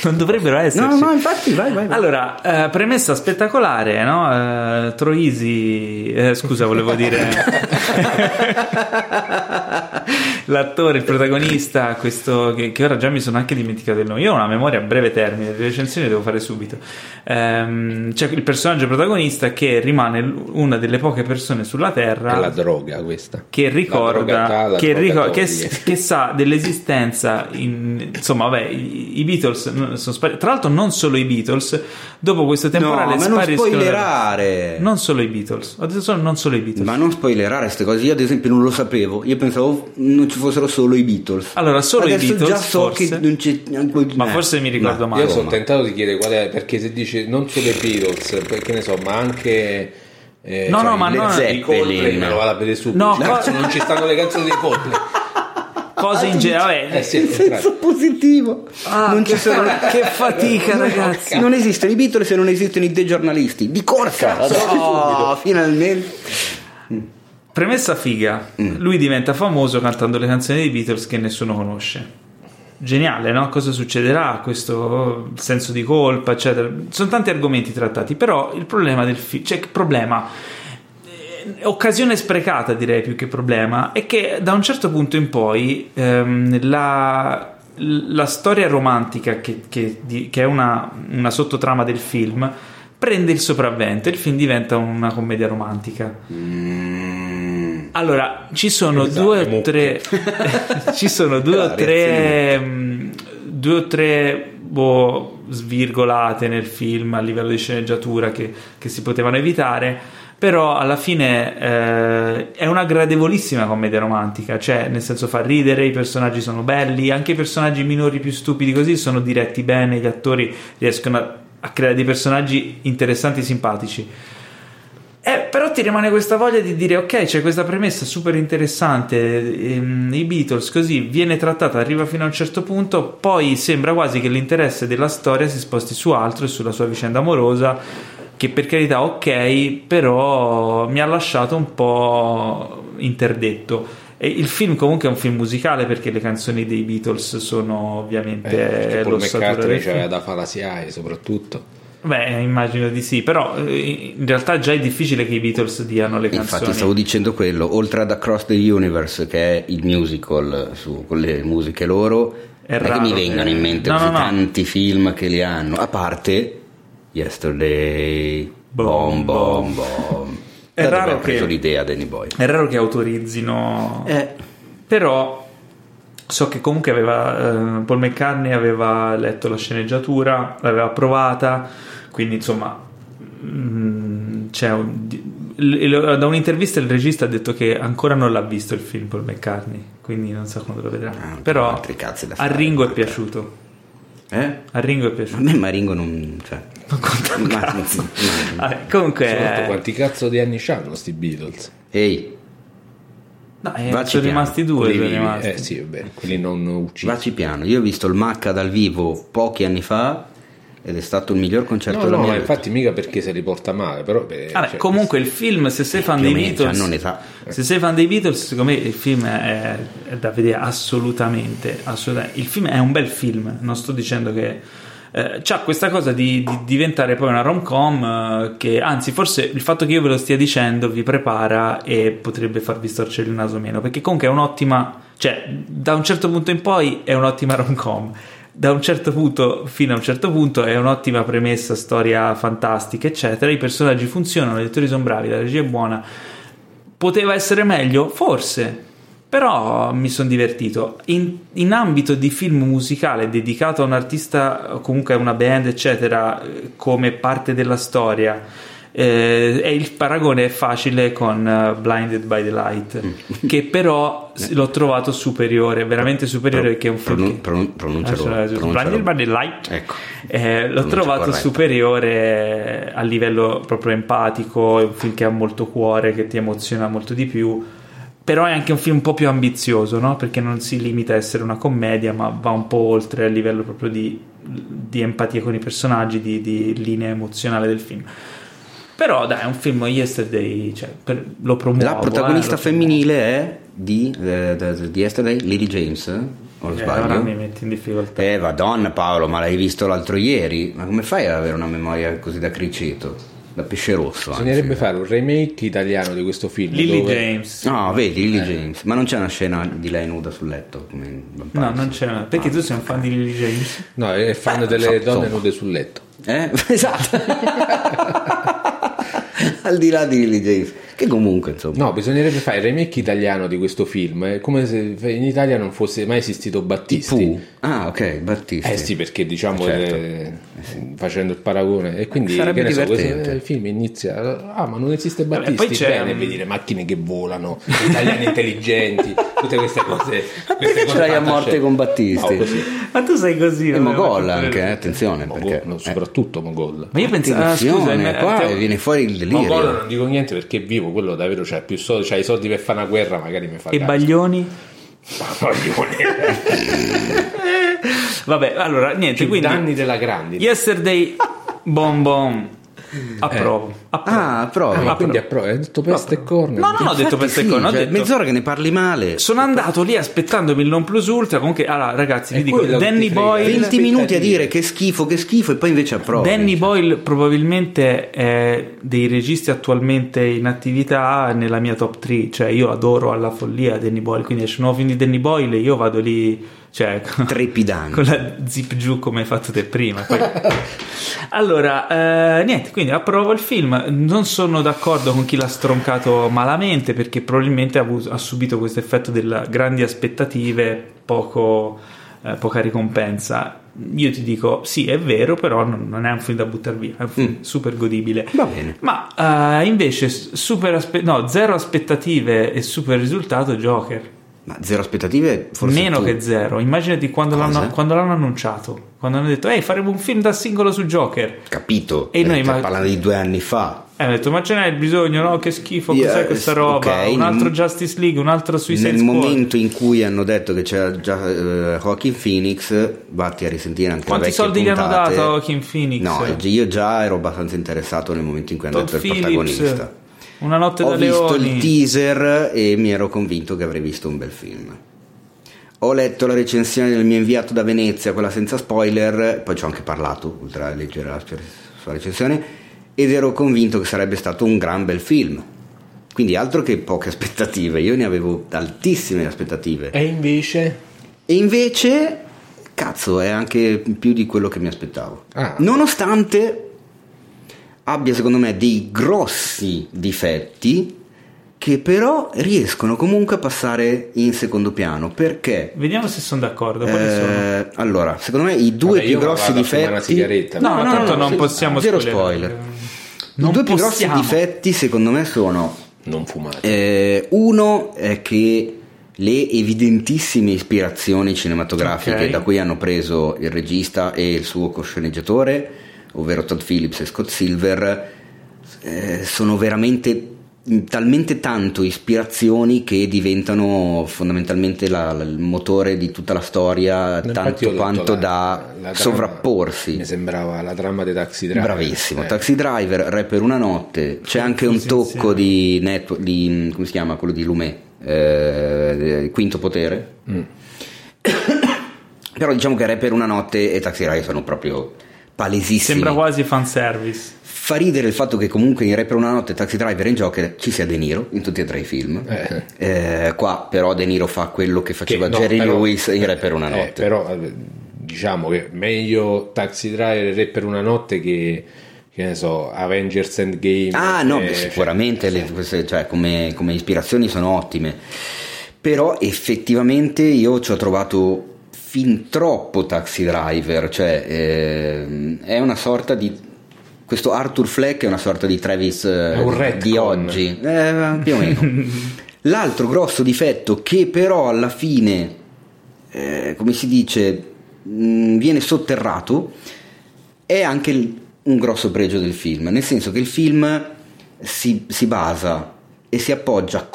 Non dovrebbero esserci. No, no, infatti, vai, vai. vai. Allora, eh, premessa spettacolare, no? Eh, Troisi, eh, scusa, volevo dire. [laughs] L'attore, il protagonista, questo che, che ora già mi sono anche dimenticato il nome. Io ho una memoria a breve termine, le recensioni le devo fare subito. Ehm, c'è il personaggio protagonista che rimane l- una delle poche persone sulla Terra È la droga questa. che La droga- ricorda la che, droga ricor- che- toglie. che sa dell'esistenza in- insomma vabbè i, i Beatles non- sono spari- tra l'altro non solo i Beatles dopo questo no, temporale ma non spariscono spoilerare. non solo i Beatles ho detto solo non solo i Beatles Ma non spoilerare queste cose. Io, ad esempio, non lo sapevo. Io pensavo non ci fossero solo i Beatles. Allora, solo i Adesso Beatles, già so forse. che non c'è neanche Ma eh, forse mi ricordo ma- male. Io sono Insomma. tentato di chiedere qual è, perché se dice non solo i Beatles, perché ne so, ma anche... eh, No, no, i ma Led no, Zeppelin, i Zeppelin. me lo vado a vedere subito. No, Eh, Cazzo, co- non ci stanno le canzoni dei [laughs] Coldplay. cose in generale Eh, vabbè. sì, al In contrario. senso positivo. Ah, non che, ci sono. che [laughs] fatica ragazzi Non esistono i Beatles se non esistono i degiornalisti. Di corsa! Oh, finalmente. premessa figa lui diventa famoso cantando le canzoni dei Beatles che nessuno conosce geniale no? cosa succederà questo senso di colpa eccetera sono tanti argomenti trattati però il problema del film cioè che problema Eh, occasione sprecata direi più che problema è che da un certo punto in poi ehm, la, la storia romantica che, che- di- che è una, una sottotrama del film prende il sopravvento e il film diventa una commedia romantica allora, ci sono Esatto, due o mucche. tre. [laughs] ci sono due o La reazione tre. mh, Due o tre boh, svirgolate nel film a livello di sceneggiatura che, che si potevano evitare. Però alla fine eh, è una gradevolissima commedia romantica, cioè nel senso fa ridere, i personaggi sono belli, anche i personaggi minori più stupidi così sono diretti bene, gli attori riescono a, a creare dei personaggi interessanti e simpatici. Eh, però ti rimane questa voglia di dire ok, c'è questa premessa super interessante, ehm, i Beatles così viene trattata, arriva fino a un certo punto, poi sembra quasi che l'interesse della storia si sposti su altro e sulla sua vicenda amorosa, che per carità ok, però mi ha lasciato un po' interdetto. E il film comunque è un film musicale perché le canzoni dei Beatles sono Eh, perché ovviamente Paul eh, l'ossatura del McCartney film. c'aveva da fare la SIAE soprattutto. Beh, immagino di sì, però eh, in realtà già è difficile che i Beatles diano le canzoni. Infatti stavo dicendo quello, oltre ad Across the Universe che è il musical su, con le musiche loro, È non è che raro mi che- vengano in mente No, così no, no. tanti film che li hanno, a parte Yesterday, Bom, Bom Bom Bom. È Da dove raro ha preso che- l'idea Danny Boy. È raro che autorizzino, Eh. però so che comunque aveva, eh, Paul McCartney aveva letto la sceneggiatura, l'aveva provata, quindi insomma mm, c'è un- di- l- lo- da un'intervista il regista ha detto che ancora non l'ha visto il film Paul McCartney, quindi non so quando lo vedrà. Ah, però altri cazzi da a fare, Ringo è manca. piaciuto, Eh? a Ringo è A piaciuto. [laughs] me Maringo non... Cioè, non conta Ah, comunque... Soprattutto quanti cazzo di anni hanno sti Beatles? Ehi, No, eh, Vacci sono piano. rimasti due, Quelli sono vivi. rimasti. Eh sì, vabbè, quelli non uccisi. vaci piano. Io ho visto il Macca dal vivo pochi anni fa ed è stato il miglior concerto No, della no, mia ma vita. infatti mica perché se li porta male, però... beh, certo, Vabbè, cioè, comunque il film, se sei fan più dei o meno, Beatles, cioè, non ne sa. Ecco. se sei fan dei Beatles, secondo me il film è, è da vedere assolutamente, assolutamente. Il film è un bel film, non sto dicendo che eh, c'ha questa cosa di, di diventare poi una rom-com eh, che anzi forse il fatto che io ve lo stia dicendo vi prepara e potrebbe farvi storcere il naso meno, perché comunque è un'ottima, cioè da un certo punto in poi è un'ottima rom-com. Da un certo punto fino a un certo punto è un'ottima premessa, storia fantastica, eccetera. I personaggi funzionano, gli attori sono bravi, la regia è buona, Poteva essere meglio? Forse, però mi sono divertito. In, in ambito di film musicale dedicato a un artista, o comunque a una band, eccetera, eh, come parte della storia, eh, e il paragone è facile con eh, Blinded by the Light, Mm. che [laughs] però s- l'ho trovato superiore, veramente superiore, perché è un film. Eh. Pronun- che- pronun- pronuncialo, Adesso, adesso, pronuncialo. Blinded by the Light. Ecco. Eh, l'ho Pronuncia trovato corretta. superiore a livello proprio empatico, è un film che ha molto cuore, che ti emoziona molto di più, però è anche un film un po' più ambizioso, no? perché non si limita a essere una commedia, ma va un po' oltre a livello proprio di, di empatia con i personaggi, di, di linea emozionale del film. Però dai, è un film yesterday, cioè, per- lo promuovo. La protagonista eh, lo promuovo. femminile è di, eh, de- di Yesterday, Lily James, eh? o lo Eh, Ora mi sbaglio? metti in difficoltà. Eh, madonna Paolo, ma l'hai visto l'altro ieri? Ma come fai ad avere una memoria così da criceto? Da pesce rosso, anzi. Bisognerebbe fare un remake italiano di questo film. Lily dove- James. No, vedi, Lily James. Ma non c'è una scena di lei nuda sul letto? Come in Vampire? No, non c'è una. Perché tu sei un fan di Lily James? Eh, No, è fan delle insomma, donne insomma. nude sul letto. Eh? [laughs] Esatto. Al di là di Lily James. Che comunque, insomma. No, bisognerebbe fare il remake italiano di questo film, è come se in Italia non fosse mai esistito Battisti. Fu. Ah, ok, Battisti. Eh sì, perché diciamo Certo. eh, facendo il paragone, e quindi Sarebbe che ne so, questo- divertente. eh, il film inizia. Ah, ma non esiste Vabbè, Battisti. poi c'è- Bene, vedi le macchine che volano, italiani intelligenti, tutte queste cose. queste ce l'hai a morte con Battisti? No, così. Ma tu sei così. E non Mogol lo faccio anche, eh, credere. attenzione, perché... Eh. Mogol, Boh, no, soprattutto Mogol. Ma io pensavo, ah, scusa, Attenzione, ma- qua te- viene fuori il delirio. Mogol non dico niente perché è vivo, quello davvero c'ha più soldi, c'ha i soldi per fare una guerra, magari mi fa e cazzo. [laughs] Baglioni? Baglione. Vabbè, allora, niente, Più quindi... danni della grandine. Yesterday, bom bom, approvo. approvo. Ah, provi. Eh. Ah, ma quindi appro- hai detto peste e corna. No, no, no, ho detto per secondo, cioè, ho detto... cioè, Mezz'ora che ne parli male. Sono andato lì aspettandomi il non plus ultra, comunque, allora ragazzi, vi È dico, quello che Danny ti frega. Boyle... 20 minuti a dire che schifo, che schifo, e poi invece approvi. Danny Boyle probabilmente è dei registi attualmente in attività nella mia top 3, cioè io adoro alla follia Danny Boyle, quindi esce un nuovo film di Danny Boyle e io vado lì, cioè [laughs] con- Trepidante. con la zip giù come hai fatto te prima. poi- allora, eh, niente, quindi approvo il film, non sono d'accordo con chi l'ha stroncato malamente perché probabilmente ha, avuto- ha subito questo effetto delle grandi aspettative, poco, eh, poca ricompensa. Io ti dico, sì, è vero, però non, non è un film da buttare via, è un film super godibile. Va bene. Ma eh, invece, s- super aspe- no, zero aspettative e super risultato Joker. Ma zero aspettative, forse Meno tu. che zero. Immaginati quando Cosa? l'hanno, quando l'hanno annunciato, quando hanno detto, ehi, faremo un film da singolo su Joker. Capito? E noi, Cioè, ma- Parlando di due anni fa. E hanno detto, ma ce n'è bisogno, no? Che schifo, Yes, cos'è questa roba? ok, Un altro mm. Justice League, un altro Suicide Nel Squad. momento in cui hanno detto che c'era già eh, Joaquin Phoenix, vatti a risentire anche Quanti le vecchie soldi gli hanno puntate. dato a Joaquin Phoenix? No, io già ero abbastanza interessato nel momento in cui hanno Todd detto il Phillips, protagonista. Una notte Ho da visto leoni. il teaser e mi ero convinto che avrei visto un bel film. Ho letto la recensione del mio inviato da Venezia, quella senza spoiler, poi ci ho anche parlato, oltre a leggere la sua recensione, ed ero convinto che sarebbe stato un gran bel film. Quindi altro che poche aspettative, io ne avevo altissime aspettative. E invece? E invece, cazzo, è anche più di quello che mi aspettavo. Ah. Nonostante abbia secondo me dei grossi difetti che però riescono comunque a passare in secondo piano perché Vediamo se sono d'accordo. Quali sono? eh, allora, secondo me i due Vabbè, io più grossi vado a fumare una difetti sigaretta. No, ma no, tanto no, non sì, possiamo zero spoilerare. spoiler. Non I due più possiamo. grossi difetti secondo me sono Non fumate. eh, uno è che le evidentissime ispirazioni cinematografiche Ok. da cui hanno preso il regista e il suo cosceneggiatore, ovvero Todd Phillips e Scott Silver, eh, sono veramente talmente tanto ispirazioni che diventano fondamentalmente la- la- il motore di tutta la storia, Infatti io Eh, tanto ho letto quanto la- da la trama- sovrapporsi. Mi sembrava la trama dei taxi driver. Bravissimo, Eh, Taxi Driver, Re per una notte, c'è anche un Tutti insieme. tocco di, network, di come si chiama quello di Lumet, eh, eh, Quinto Potere. Mm. [coughs] Però diciamo che Re per una notte e Taxi Driver sono proprio palesissimi. Sembra quasi fanservice. Fa ridere il fatto che comunque in Re per una notte, Taxi Driver e in Joker ci sia De Niro in tutti e tre i film. Eh. Eh, qua però De Niro fa quello che che- faceva no, Jerry però- Lewis in Re per una eh, notte. però eh, diciamo che meglio Taxi Driver e Re per una notte che, che ne so, Avengers Endgame. Ah, no, beh, eh, cioè, sicuramente le- queste, cioè, come, come ispirazioni sono ottime, però effettivamente io ci ho trovato fin troppo taxi driver, cioè ehm, è una sorta di... Questo Arthur Fleck è una sorta di Travis eh, È un retcon. di oggi, Eh, più o [laughs] meno. L'altro grosso difetto che però alla fine, eh, come si dice, mh, viene sotterrato, è anche il- un grosso pregio del film, nel senso che il film si, si basa e si appoggia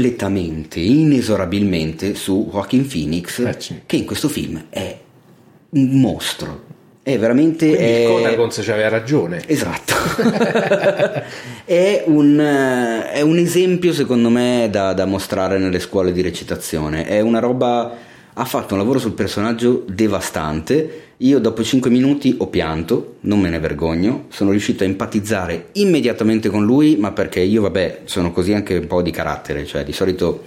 completamente, inesorabilmente su Joaquin Phoenix, Eh sì. che in questo film è un mostro. È veramente... quindi è- il Kodakons aveva ragione. Esatto. [laughs] è, un, eh, è un esempio, secondo me, da, da mostrare nelle scuole di recitazione. È una roba. Ha fatto un lavoro sul personaggio devastante. Io dopo 5 minuti ho pianto, non me ne vergogno. Sono riuscito a empatizzare immediatamente con lui, ma perché io, vabbè, sono così anche un po' di carattere, cioè di solito.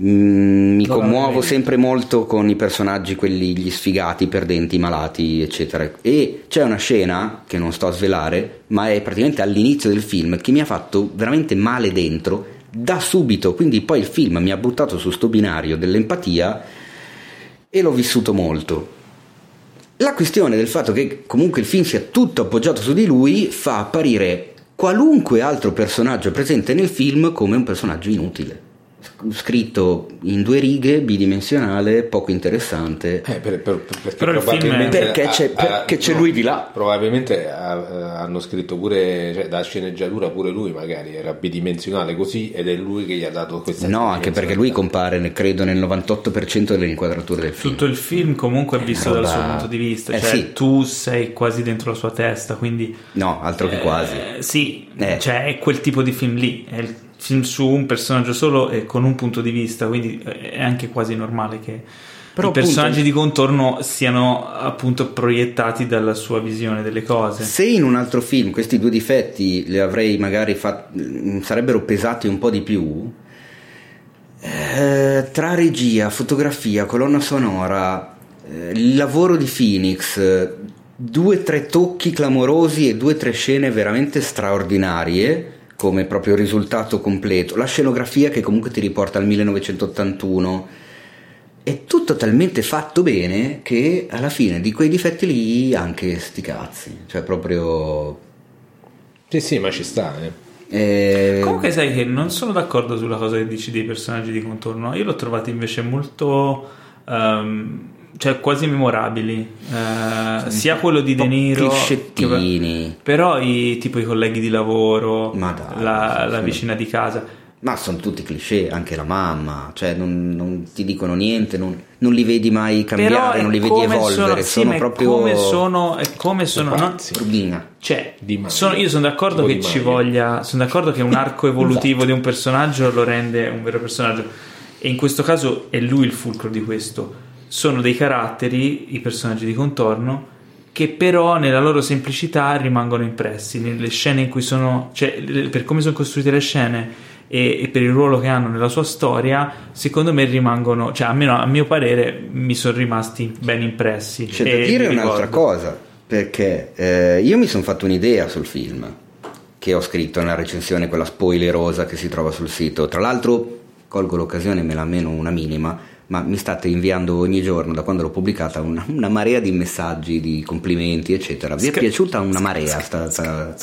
Mm, mi No, no, commuovo veramente. sempre molto con i personaggi, quelli gli sfigati, perdenti, malati, eccetera. E c'è una scena che non sto a svelare, ma è praticamente all'inizio del film che mi ha fatto veramente male dentro da subito. Quindi poi il film mi ha buttato su sto binario dell'empatia e l'ho vissuto molto. La questione del fatto che comunque il film sia tutto appoggiato su di lui fa apparire qualunque altro personaggio presente nel film come un personaggio inutile. Sc- Scritto in due righe, bidimensionale, poco interessante. Eh, per- per- per- perché Però il film è- probabilmente Perché eh, c'è- perché c'è lui di là. Probabilmente ha- hanno scritto pure cioè, da sceneggiatura pure lui, magari era bidimensionale così ed è lui che gli ha dato questa No, anche dimensione. perché lui compare, nel- credo, nel 98% delle inquadrature del film. Tutto il film comunque è visto roba- dal suo punto di vista, Eh, cioè sì. tu sei quasi dentro la sua testa, quindi No, altro che quasi. Eh, sì, Eh. cioè è quel tipo di film lì, è il film su un personaggio solo e con un punto di vista, quindi eh, è anche quasi normale che Però, i personaggi appunto- di contorno siano appunto proiettati dalla sua visione delle cose. Se in un altro film questi due difetti li avrei magari fatti, sarebbero pesati un po' di più, eh, tra regia, fotografia, colonna sonora, eh, il lavoro di Phoenix, eh, due o tre tocchi clamorosi e due o tre scene veramente straordinarie come proprio risultato completo, la scenografia che comunque ti riporta al 1981. È tutto talmente fatto bene che alla fine di quei difetti lì anche sti cazzi, cioè proprio... Sì, sì, ma ci sta. eh. eh, Comunque sai che non sono d'accordo sulla cosa che dici dei personaggi di contorno, io l'ho trovati invece molto... ehm, cioè quasi memorabili, Eh, sia quello di un po' De Niro cliscettini. però i, tipo i colleghi di lavoro, Ma dai, la, sì, la sì. vicina di casa, Ma sono tutti cliché, anche la mamma, cioè non, non ti dicono niente, non, non li vedi mai Però cambiare, è non li vedi come evolvere, sono, sì, ma è proprio... come sono, è come sono no? Pazzi. turbina. Cioè, Di Maio. sono- io sono d'accordo Tipo che Di ci Maio. voglia, sono d'accordo che un arco [laughs] Esatto. evolutivo di un personaggio lo rende un vero personaggio e in questo caso è lui il fulcro di questo. Sono dei caratteri, i personaggi di contorno che però nella loro semplicità rimangono impressi, nelle scene in cui sono, cioè le- per come sono costruite le scene e, e per il ruolo che hanno nella sua storia, secondo me rimangono, cioè almeno a mio parere mi sono rimasti ben impressi. C'è e da mi Cioè, dire un'altra ricordo. cosa, perché eh, io mi sono fatto un'idea sul film, che ho scritto nella recensione, quella spoilerosa che si trova sul sito. Tra l'altro, colgo l'occasione, me la meno una minima, ma mi state inviando ogni giorno, da quando l'ho pubblicata, una, una marea di messaggi, di complimenti, eccetera. Vi è Sc- piaciuta una marea sta... sta-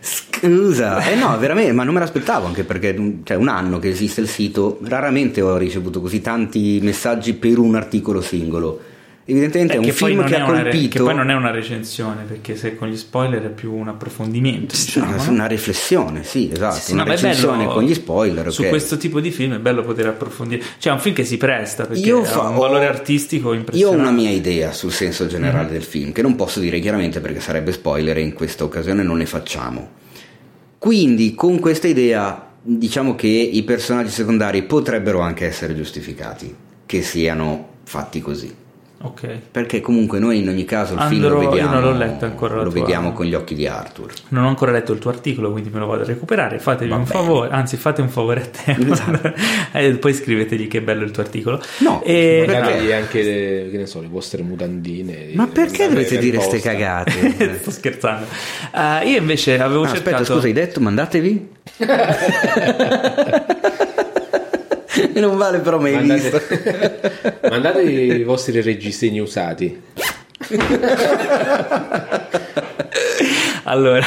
Scusa, eh no, veramente, ma non me l'aspettavo anche perché cioè, un anno che esiste il sito, raramente ho ricevuto così tanti messaggi per un articolo singolo. Evidentemente Eh, è un poi film non che è ha una re- che colpito poi non è una recensione, perché se con gli spoiler è più un approfondimento. diciamo, una, no? una riflessione, sì, esatto, Sì, sì, una no, ma è recensione bello- con gli spoiler. Su ok. questo tipo di film è bello poter approfondire. Cioè, è un film che si presta perché Io ha fa- un valore ho- artistico Io ho impressionante. Mm-hmm. una mia idea sul senso generale del film, che non posso dire chiaramente perché sarebbe spoiler e in questa occasione non ne facciamo. Quindi con questa idea diciamo che i personaggi secondari potrebbero anche essere giustificati, che siano fatti così. Ok. Perché comunque noi in ogni caso il Andrò- film io lo vediamo, non l'ho letto ancora la lo tua- vediamo con gli occhi di Arthur. Non ho ancora letto il tuo articolo, quindi me lo vado a recuperare. Fatevi Va un bene. favore, anzi, fate un favore a te. Esatto. [laughs] e poi scrivetegli che bello il tuo articolo. No, E- perché? Magari anche le, che ne so, le vostre mutandine. eh, Eh, Ma perché dovete dire ste cagate? cagate? [laughs] Sto scherzando. Eh, io invece avevo Ah, cercato. Aspetta, scusa, hai [laughs] detto [laughs] mandatevi? non vale però mai visto. Mandate, mandate i vostri reggiseni usati. cioè, Allora,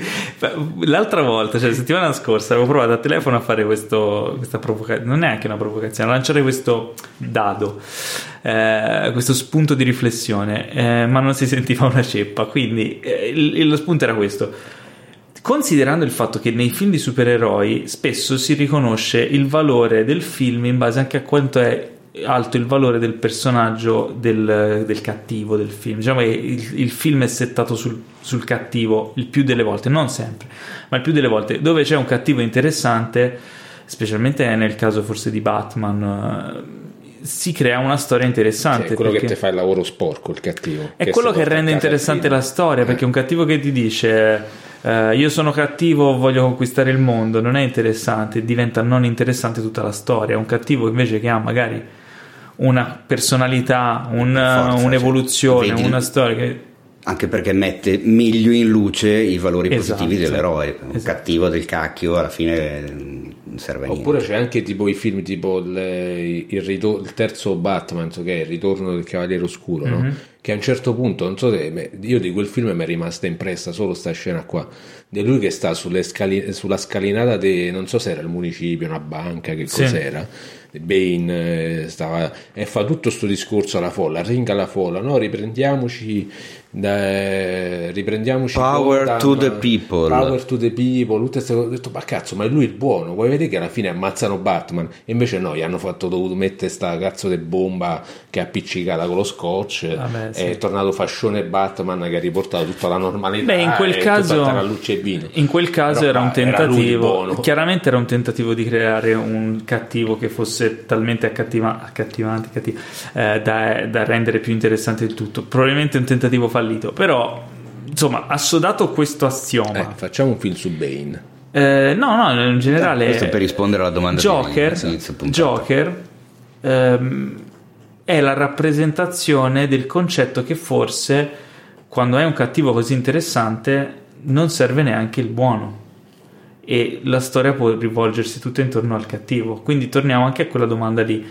[laughs] l'altra volta, cioè la settimana scorsa, avevo provato a telefono a fare questo, questa provocazione, non è anche una provocazione, a lanciare questo dado, eh, questo spunto di riflessione, eh, ma non si sentiva una ceppa, quindi eh, il- lo spunto era questo. Considerando il fatto che nei film di supereroi spesso si riconosce il valore del film in base anche a quanto è alto il valore del personaggio del, del cattivo del film, diciamo che il, il film è settato sul, sul cattivo il più delle volte, non sempre, ma il più delle volte dove c'è un cattivo interessante, specialmente nel caso forse di Batman, eh, si crea una storia interessante. Cioè, quello perché- che ti fa il lavoro sporco, il cattivo. è quello si che porta rende a casa interessante il la storia, perché un cattivo che ti dice eh, io sono cattivo, voglio conquistare il mondo, non è interessante, diventa non interessante tutta la storia. Un cattivo invece che ha magari una personalità, un- Forza, un'evoluzione, sì. Vedi- una storia che Anche perché mette meglio in luce i valori Esatto, positivi esatto. dell'eroe. Un Esatto. cattivo del cacchio alla fine eh, non serve a niente. Oppure c'è anche tipo i film tipo il, il ritor- il terzo Batman, so che è il ritorno del Cavaliere Oscuro, no? Mhm. che a un certo punto, non so se me- io di quel film mi è rimasta impressa solo sta scena qua, di lui che sta sulle scali- sulla scalinata, de, non so se era il municipio, una banca, che Sì. cos'era. Bane eh, stava e fa tutto sto discorso alla folla, ringa la folla, no? Riprendiamoci, da- riprendiamoci Power Gotham, to the people. Power to the people, tutte queste cose. Ho detto, ma cazzo, ma è lui il buono. Vuoi vedere che alla fine ammazzano Batman? E invece no, gli hanno fatto dovuto mettere sta cazzo di bomba che è appiccicata con lo scotch. Vabbè, Ah, sì. È tornato fascione Batman che ha riportato tutta la normalità. Beh, in Ah, e quel tutta caso, tarallucce e vino. in quel caso Però, era un ah, era lui il tentativo. buono. chiaramente era un tentativo di creare un cattivo che fosse talmente accattiva- accattivante cattivo, eh, da, da rendere più interessante il tutto. Probabilmente un tentativo fallito, però insomma, assodato questo Eh, assioma. facciamo un film su Bane. Eh, no, no, in generale. Questo è per rispondere alla domanda di Joker, Rino all'inizio puntata. Joker ehm, è la rappresentazione del concetto che forse quando è un cattivo così interessante non serve neanche il buono e la storia può rivolgersi tutta intorno al cattivo. Quindi torniamo anche a quella domanda lì.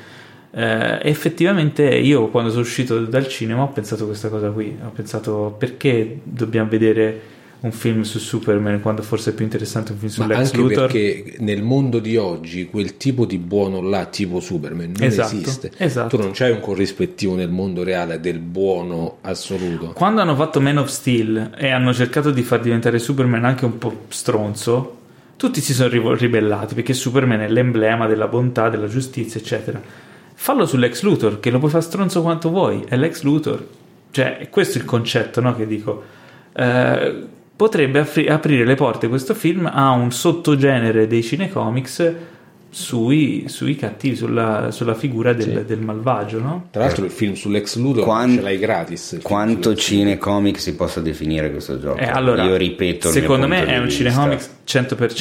Eh, effettivamente io quando sono uscito dal cinema ho pensato questa cosa qui, ho pensato perché dobbiamo vedere un film su Superman quando forse è più interessante un film su Ma Lex anche Luthor. perché nel mondo di oggi quel tipo di buono là, tipo Superman, non Esatto, esiste. esatto. Tu non c'hai un corrispettivo nel mondo reale del buono assoluto. Quando hanno fatto Man of Steel e hanno cercato di far diventare Superman anche un po' stronzo, tutti si sono rivo- ribellati perché Superman è l'emblema della bontà, della giustizia, eccetera. Fallo sull'ex Luthor, che lo puoi far stronzo quanto vuoi, è l'ex Luthor. Cioè, è questo il concetto, no? Che dico. Eh, potrebbe affri- aprire le porte questo film a un sottogenere dei cinecomics sui, sui cattivi, sulla, sulla figura del, del malvagio, no? Tra l'altro il film sull'ex Ludo Quan- ce l'hai gratis. il film Quanto sull'ex cinecomic si possa definire questo gioco? Eh, allora, Io ripeto, il mio secondo me punto è di un vista. cinecomic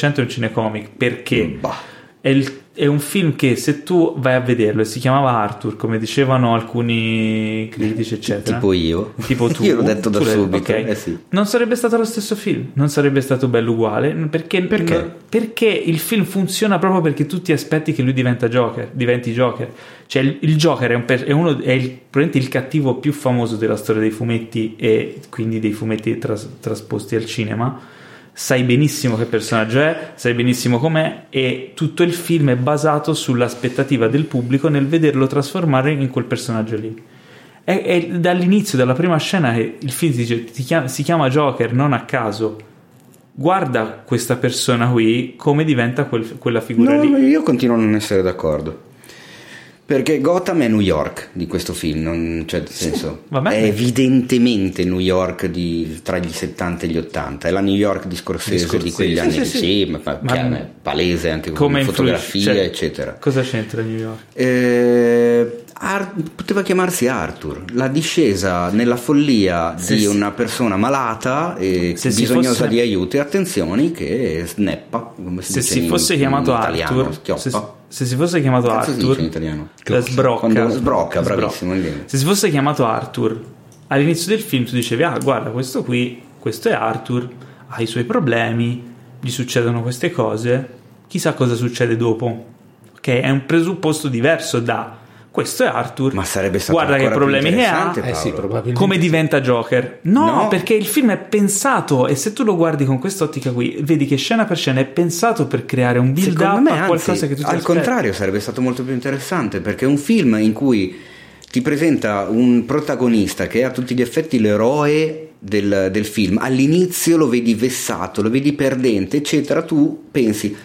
100% è un cinecomic perché Bah. è, il- è un film che se tu vai a vederlo e si chiamava Arthur, come dicevano alcuni critici, eccetera. Tipo io. [laughs] Tipo tu, Io l'ho detto da tu l'hai- subito. ok. eh sì. Non sarebbe stato lo stesso film, non sarebbe stato bello uguale. Perché, Perché? perché il film funziona proprio perché tu ti aspetti che lui diventa Joker, diventi Joker. Cioè, il, il Joker è, un per- è uno, è il, probabilmente il cattivo più famoso della storia dei fumetti e quindi dei fumetti tras- trasposti al cinema. Sai benissimo che personaggio è, sai benissimo com'è, e tutto il film è basato sull'aspettativa del pubblico nel vederlo trasformare in quel personaggio lì. È, è dall'inizio, dalla prima scena, che il film si dice- ti chiama- si chiama Joker non a caso. Guarda questa persona qui, come diventa quel- quella figura No, lì. io continuo a non essere d'accordo. Perché Gotham è New York di questo film, non, cioè, nel senso, va è bene. evidentemente New York di- tra gli 70 e gli 80, è la New York di Scorsese di, quegli anni, Sì, lì, sì, sì, sì. ma, ma Ma- chiaro, è palese anche Come con influisce- fotografia, cioè, eccetera. Cosa c'entra New York? Eh, Ar- poteva chiamarsi Arthur, la discesa nella follia Se di si- una persona malata e Se si bisognosa fosse- di aiuto e attenzioni che snappa, come si Se dice si in- fosse in chiamato italiano, Arthur, schioppa. se, se si fosse chiamato Cazzo si dice in Arthur, italiano? Cioè, la sbrocca. Quando sbrocca, Sbrocca. bravissimo, in inglese. Se si fosse chiamato Arthur, all'inizio del film tu dicevi, ah guarda questo qui, questo è Arthur, ha i suoi problemi, gli succedono queste cose, chissà cosa succede dopo. Ok, è un presupposto diverso da questo è Arthur, Ma sarebbe stato guarda che ancora più problemi che ha, interessante, Ludo. Eh sì, Paolo. probabilmente. come diventa Joker. No, No. perché il film è pensato e se tu lo guardi con quest'ottica qui, vedi che scena per scena è pensato per creare un build Secondo up me, a anzi, qualcosa che tu ti al aspetti. contrario, sarebbe stato molto più interessante perché è un film in cui ti presenta un protagonista che è a tutti gli effetti l'eroe del, del film. All'inizio lo vedi vessato, lo vedi perdente, eccetera. Tu pensi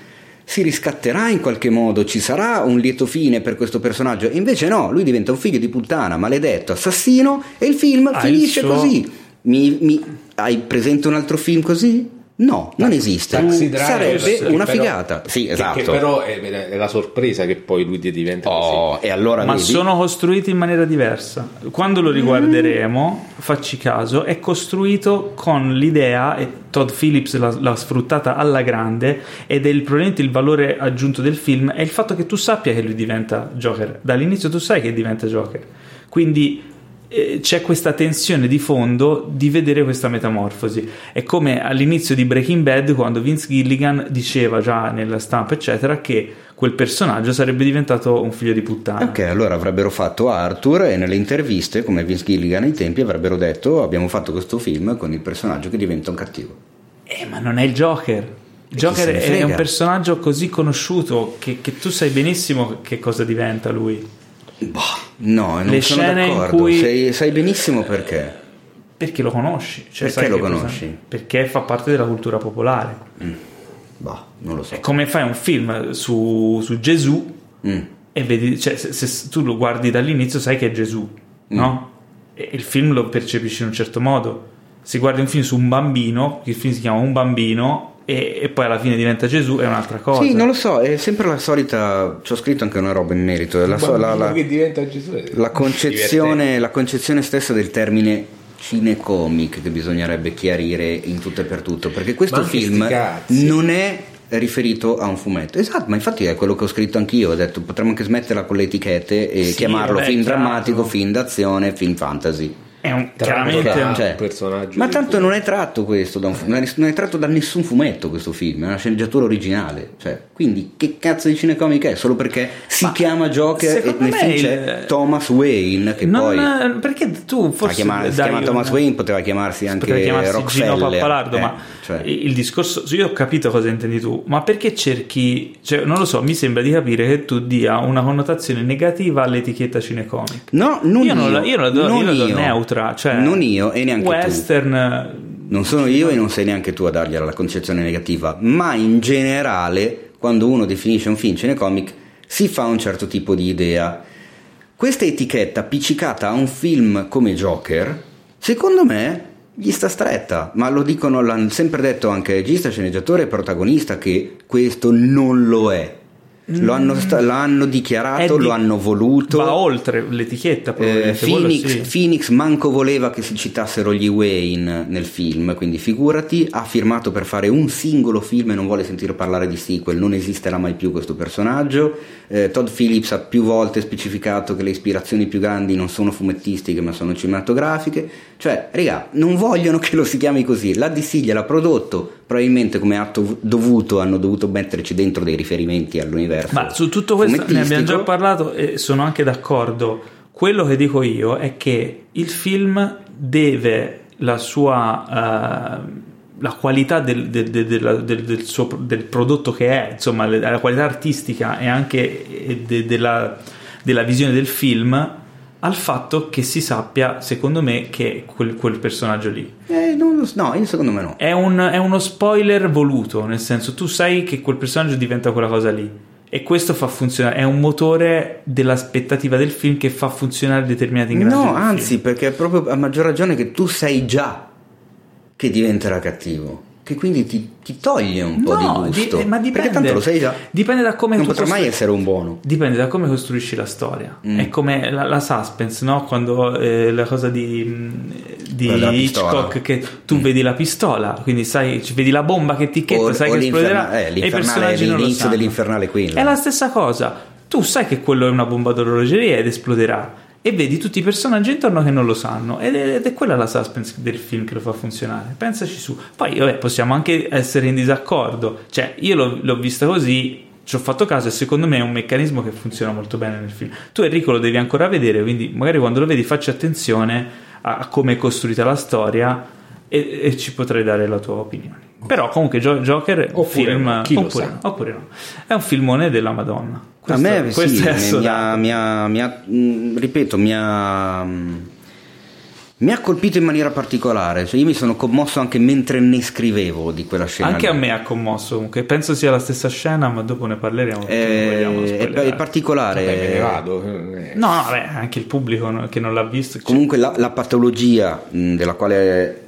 si riscatterà in qualche modo, ci sarà un lieto fine per questo personaggio. E invece no, lui diventa un figlio di puttana, maledetto, assassino e il film Ha il finisce suo- così. Mi- mi- hai presente un altro film così? No, Eh. non esiste. Taxi Driver, Mm, Sarebbe che una però- figata. Sì, che- esatto. Che, però è, è la sorpresa che poi lui diventa così. Oh, e allora Ma vedi? sono costruiti in maniera diversa. Quando lo riguarderemo, facci caso, è costruito con l'idea, e Todd Phillips l'ha, l'ha sfruttata alla grande, ed è il- probabilmente il valore aggiunto del film, è il fatto che tu sappia che lui diventa Joker. Dall'inizio tu sai che diventa Joker. Quindi eh, c'è questa tensione di fondo di vedere questa metamorfosi. È come all'inizio di Breaking Bad quando Vince Gilligan diceva già nella stampa, eccetera, che quel personaggio sarebbe diventato un figlio di puttana. Ok, allora avrebbero fatto Arthur e nelle interviste, come Vince Gilligan ai tempi, avrebbero detto abbiamo fatto questo film con il personaggio che diventa un cattivo. Eh, ma non è il Joker. Il Joker se ne è frega? un personaggio così conosciuto che, che tu sai benissimo che cosa diventa lui. No, non Le sono scene in d'accordo. cui- Sai, sai benissimo perché. Perché lo conosci. Cioè, sai Perché lo che cosa- conosci? Perché fa parte della cultura popolare. Bah, non lo so. Ecco. È come fai un film su, su Gesù Mm. e vedi, cioè, se, se tu lo guardi dall'inizio sai che è Gesù, Mm. no? E il film lo percepisci in un certo modo. Se guardi un film su un bambino, il film si chiama Un bambino, e, e poi alla fine diventa Gesù, è un'altra cosa. Sì, non lo so, è sempre la solita. Ci ho scritto anche una roba in merito. La, Il so- la- bambino la- che diventa Gesù. è- la eh, divertente. concezione, la concezione stessa del termine cinecomic che bisognerebbe chiarire in tutto e per tutto perché questo Ma anche film sti cazzi. non è riferito a un fumetto esatto ma infatti è quello che ho scritto anch'io ho detto potremmo anche smetterla con le etichette e Sì, chiamarlo vabbè, film chiaro. drammatico film d'azione film fantasy È un, Tra chiaramente l'altro- è un- Cioè, un personaggio ma del tanto non è tratto questo da un fu- non è- non è tratto da nessun fumetto questo film è una sceneggiatura originale cioè, quindi che cazzo di cinecomic è solo perché si Ma chiama Joker e secondo nel me film il- c'è Thomas Wayne che Non- eh, poi perché tu Ma forse chiama- dai, si chiama un- Thomas Wayne, poteva chiamarsi anche potrebbe chiamarsi Rockefeller. Gino Pappalardo, eh, ma cioè, il discorso io ho capito cosa intendi tu, ma perché cerchi, cioè, non lo so, mi sembra di capire che tu dia una connotazione negativa all'etichetta cinecomic. No, non io io, non la- io la do- non io la do io. neutra, cioè, non io e neanche tu. Western eh, Non sono io e non sei neanche tu a dargliela la concezione negativa, ma in generale, quando uno definisce un film cinecomic, si fa un certo tipo di idea. Questa etichetta appiccicata a un film come Joker, secondo me gli sta stretta, ma lo dicono, l'hanno sempre detto anche regista, sceneggiatore e protagonista che questo non lo è. Lo hanno, sta- lo hanno dichiarato, Mm. È di- lo hanno voluto. Va oltre l'etichetta, Eh, probabilmente. quello Phoenix, sì. Phoenix manco voleva che si citassero gli Wayne nel film, quindi figurati, ha firmato per fare un singolo film e non vuole sentire parlare di sequel, non esisterà mai più questo personaggio. Eh, Todd Phillips ha più volte specificato che le ispirazioni più grandi non sono fumettistiche ma sono cinematografiche, cioè, raga, non vogliono che lo si chiami così, la DC gliel'ha prodotto, probabilmente come atto dovuto hanno dovuto metterci dentro dei riferimenti all'universo. Ma su tutto questo ne abbiamo già fumettistico. parlato e sono anche d'accordo. Quello che dico io è che il film deve la sua. eh, la qualità del, del- del- della- del- del suo, del prodotto che è, insomma, le- la qualità artistica e anche eh, de- della, della visione del film al fatto che si sappia, secondo me, che quel- quel personaggio lì. Eh, non lo so, no, io secondo me no. È, un- è uno spoiler voluto, nel senso tu sai che quel personaggio diventa quella cosa lì. E questo fa funzionare, è un motore dell'aspettativa del film che fa funzionare determinati ingranaggi. No, del anzi, perché è proprio a maggior ragione che tu sai già che diventerà cattivo, che quindi ti, ti toglie un po' No, di di- gusto. eh, ma dipende. Perché tanto lo sai già. Dipende da come non tu potrà mai costru- essere un buono. Dipende da come costruisci la storia. Mm. È come la, la suspense, no? Quando eh, la cosa di, mh, di Quella della pistola. Mm. Hitchcock che tu vedi la pistola, quindi sai, ci- vedi la bomba che ticchetta, O- sai o che esploderà. l'inferna- eh, e i l'infernale personaggi è non lo l'inizio sanno. dell'infernale Queen. È la stessa cosa. Tu sai che quello è una bomba d'orologeria ed esploderà. E vedi tutti i personaggi intorno che non lo sanno. Ed è, ed è quella la suspense del film che lo fa funzionare. Pensaci su. Poi, vabbè, possiamo anche essere in disaccordo. Cioè, io l'ho, l'ho vista così, ci ho fatto caso e secondo me è un meccanismo che funziona molto bene nel film. Tu, Enrico, lo devi ancora vedere, quindi magari quando lo vedi facci attenzione a, a come è costruita la storia e, e ci potrai dare la tua opinione. Però comunque Jo- Joker è un Oppure film... no, chi lo oppure sa. no, oppure no. È un filmone della Madonna. Questo- a me, questo sì, è mi- mi assodato. ha- mi ha- mi ha- mh, ripeto, mi ha, mh, mi ha colpito in maniera particolare. Cioè, io mi sono commosso anche mentre ne scrivevo di quella scena. Anche lì. a me ha commosso comunque. Penso sia la stessa scena, ma dopo ne parleremo. perché non vogliamo Eh, è, spoilerare. è particolare. Vabbè, me ne vado. eh. No, no, beh, anche il pubblico no- che non l'ha visto. cioè, Comunque la, la patologia mh, della quale-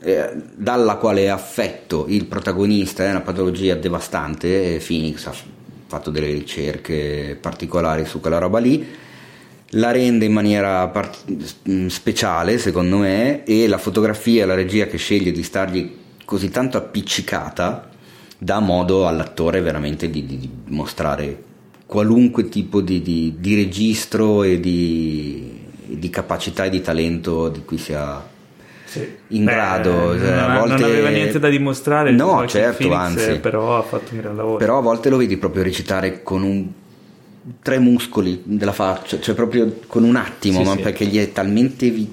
eh, dalla quale è affetto il protagonista è una patologia devastante e Phoenix ha f- fatto delle ricerche particolari su quella roba lì, la rende in maniera part- mh, speciale secondo me e la fotografia e la regia che sceglie di stargli così tanto appiccicata dà modo all'attore veramente di, di- di mostrare qualunque tipo di, di- di registro e di, di capacità e di talento di cui sia sì. in Beh, grado. Non, cioè, a volte- non aveva niente da dimostrare. No, Joaquin certo, Phoenix, anzi. eh, Però ha fatto un gran lavoro. Però a volte lo vedi proprio recitare con un- tre muscoli della faccia, cioè proprio con un attimo, Sì, ma sì. perché gli è talmente vi-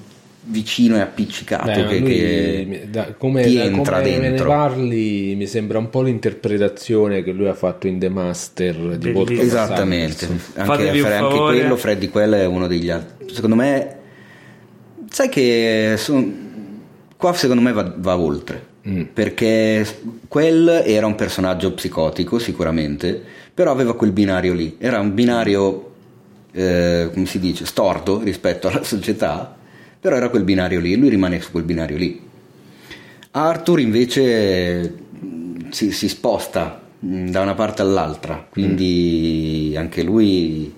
vicino e appiccicato Beh, ma che, eh, lui, che mi- da- come, ti da come entra me ne dentro. parli mi sembra un po' l'interpretazione che lui ha fatto in The Master di Bellissimo. Volto Esattamente, anche, Fatevi un Fre- anche favore. quello, Freddy Quell è uno degli altri. Secondo me, sai che so- qua secondo me va, va oltre, perché quel era un personaggio psicotico sicuramente, però aveva quel binario lì, era un binario, eh, come si dice, storto rispetto alla società, però era quel binario lì, lui rimane su quel binario lì. Arthur invece mh, si, si sposta mh, da una parte all'altra, quindi Mm. anche lui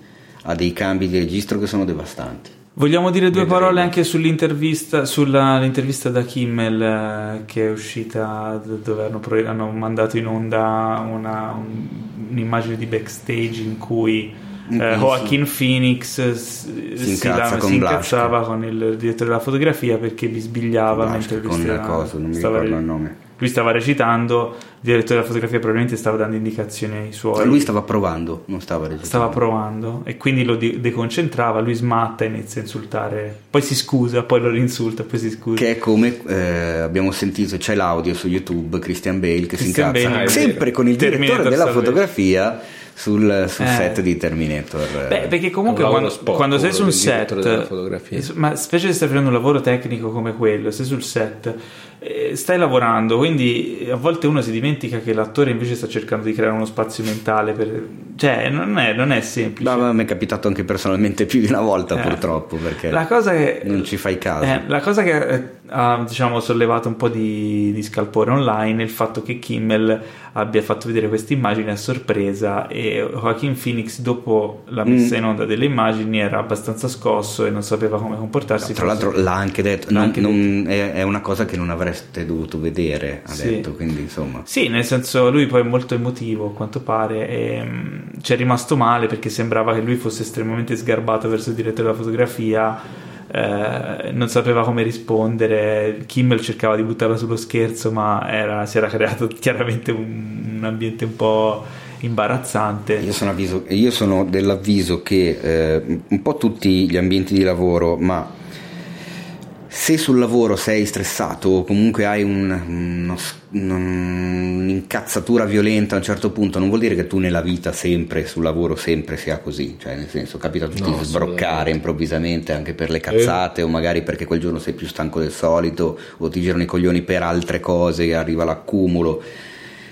ha dei cambi di registro che sono devastanti. Vogliamo dire due parole anche sull'intervista, sulla, l'intervista da Kimmel eh, che è uscita d- dove hanno, pro- hanno mandato in onda una- un- un'immagine di backstage in cui eh, sì. Joaquin Phoenix eh, s- Si incazza lama- con si Blasco. incazzava con il direttore della fotografia perché bisbigliava Blasco, mentre lui con stava, la cosa, non mi Ah, stava ricordo il nome. lui stava recitando, il direttore della fotografia probabilmente stava dando indicazioni ai suoi Lui stava provando, non stava registrando. Esatto. stava provando e quindi lo de- deconcentrava, lui smatta e inizia a insultare, poi si scusa, poi lo rinsulta, poi si scusa. Che è come eh, abbiamo sentito, c'è l'audio su YouTube, Christian Bale che Christian si incazza Bale, è sempre vero. con il Terminator direttore della Salvation. fotografia sul, sul Eh. set di Terminator. eh. Beh, perché comunque Un lavoro quando, sporco, quando sei su un quello del direttore della set, fotografia. es- ma specie se stai facendo un lavoro tecnico come quello, sei sul set, eh, stai lavorando, quindi eh, a volte uno si dimentica che l'attore invece sta cercando di creare uno spazio mentale, per... cioè non è, non è semplice. Ma- ma mi è capitato anche personalmente più di una volta Eh. purtroppo perché La cosa che non ci fai caso. Eh, la cosa che eh, ha diciamo, sollevato un po' di, di scalpore online il fatto che Kimmel abbia fatto vedere questa immagine a sorpresa e Joaquin Phoenix dopo la Mm. messa in onda delle immagini era abbastanza scosso e non sapeva come comportarsi. Tra l'altro l'ha anche detto, L'ha non- anche detto. non- è, è una cosa che non avreste dovuto vedere, ha Sì. detto, quindi insomma. Sì, nel senso lui poi è molto emotivo a quanto pare e mm, ci è rimasto male perché sembrava che lui fosse estremamente sgarbato verso il direttore della fotografia, eh, non sapeva come rispondere, Kimmel cercava di buttarla sullo scherzo ma era- si era creato [laughs] chiaramente un, un ambiente un po' imbarazzante. Io sono, avviso- io sono dell'avviso che eh, un po' tutti gli ambienti di lavoro, ma se sul lavoro sei stressato o comunque hai un- uno s- un- un'incazzatura violenta a un certo punto, non vuol dire che tu nella vita sempre, sul lavoro sempre sia così, cioè nel senso capita a tutti No, di assolutamente. sbroccare improvvisamente anche per le cazzate o magari perché quel giorno sei più stanco del solito o ti girano i coglioni per altre cose, arriva l'accumulo.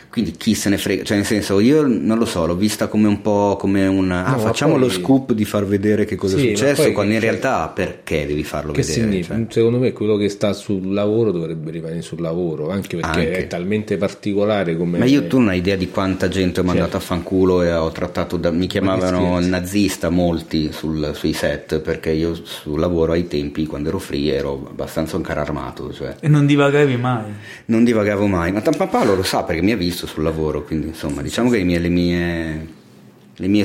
Quindi chi se ne frega, cioè nel senso io non lo so, l'ho vista come un po' come un... Ah, No, ma facciamo poi- lo scoop di far vedere che cosa Sì, è ma successo, poi- quando in cioè- realtà perché devi farlo Che vedere? significa? Cioè- Secondo me quello che sta sul lavoro dovrebbe rimanere sul lavoro, anche perché Anche. è talmente particolare come... Ma io tu non hai idea di quanta gente ho mandato Cioè- a fanculo e ho trattato da... mi chiamavano scherzi? nazista molti sul- sui set perché io sul lavoro ai tempi quando ero free ero abbastanza un caro armato, cioè E non divagavi mai. non divagavo mai, ma Tampa Paolo lo sa perché mi ha visto sul lavoro, quindi insomma diciamo che i miei- le mie, le mie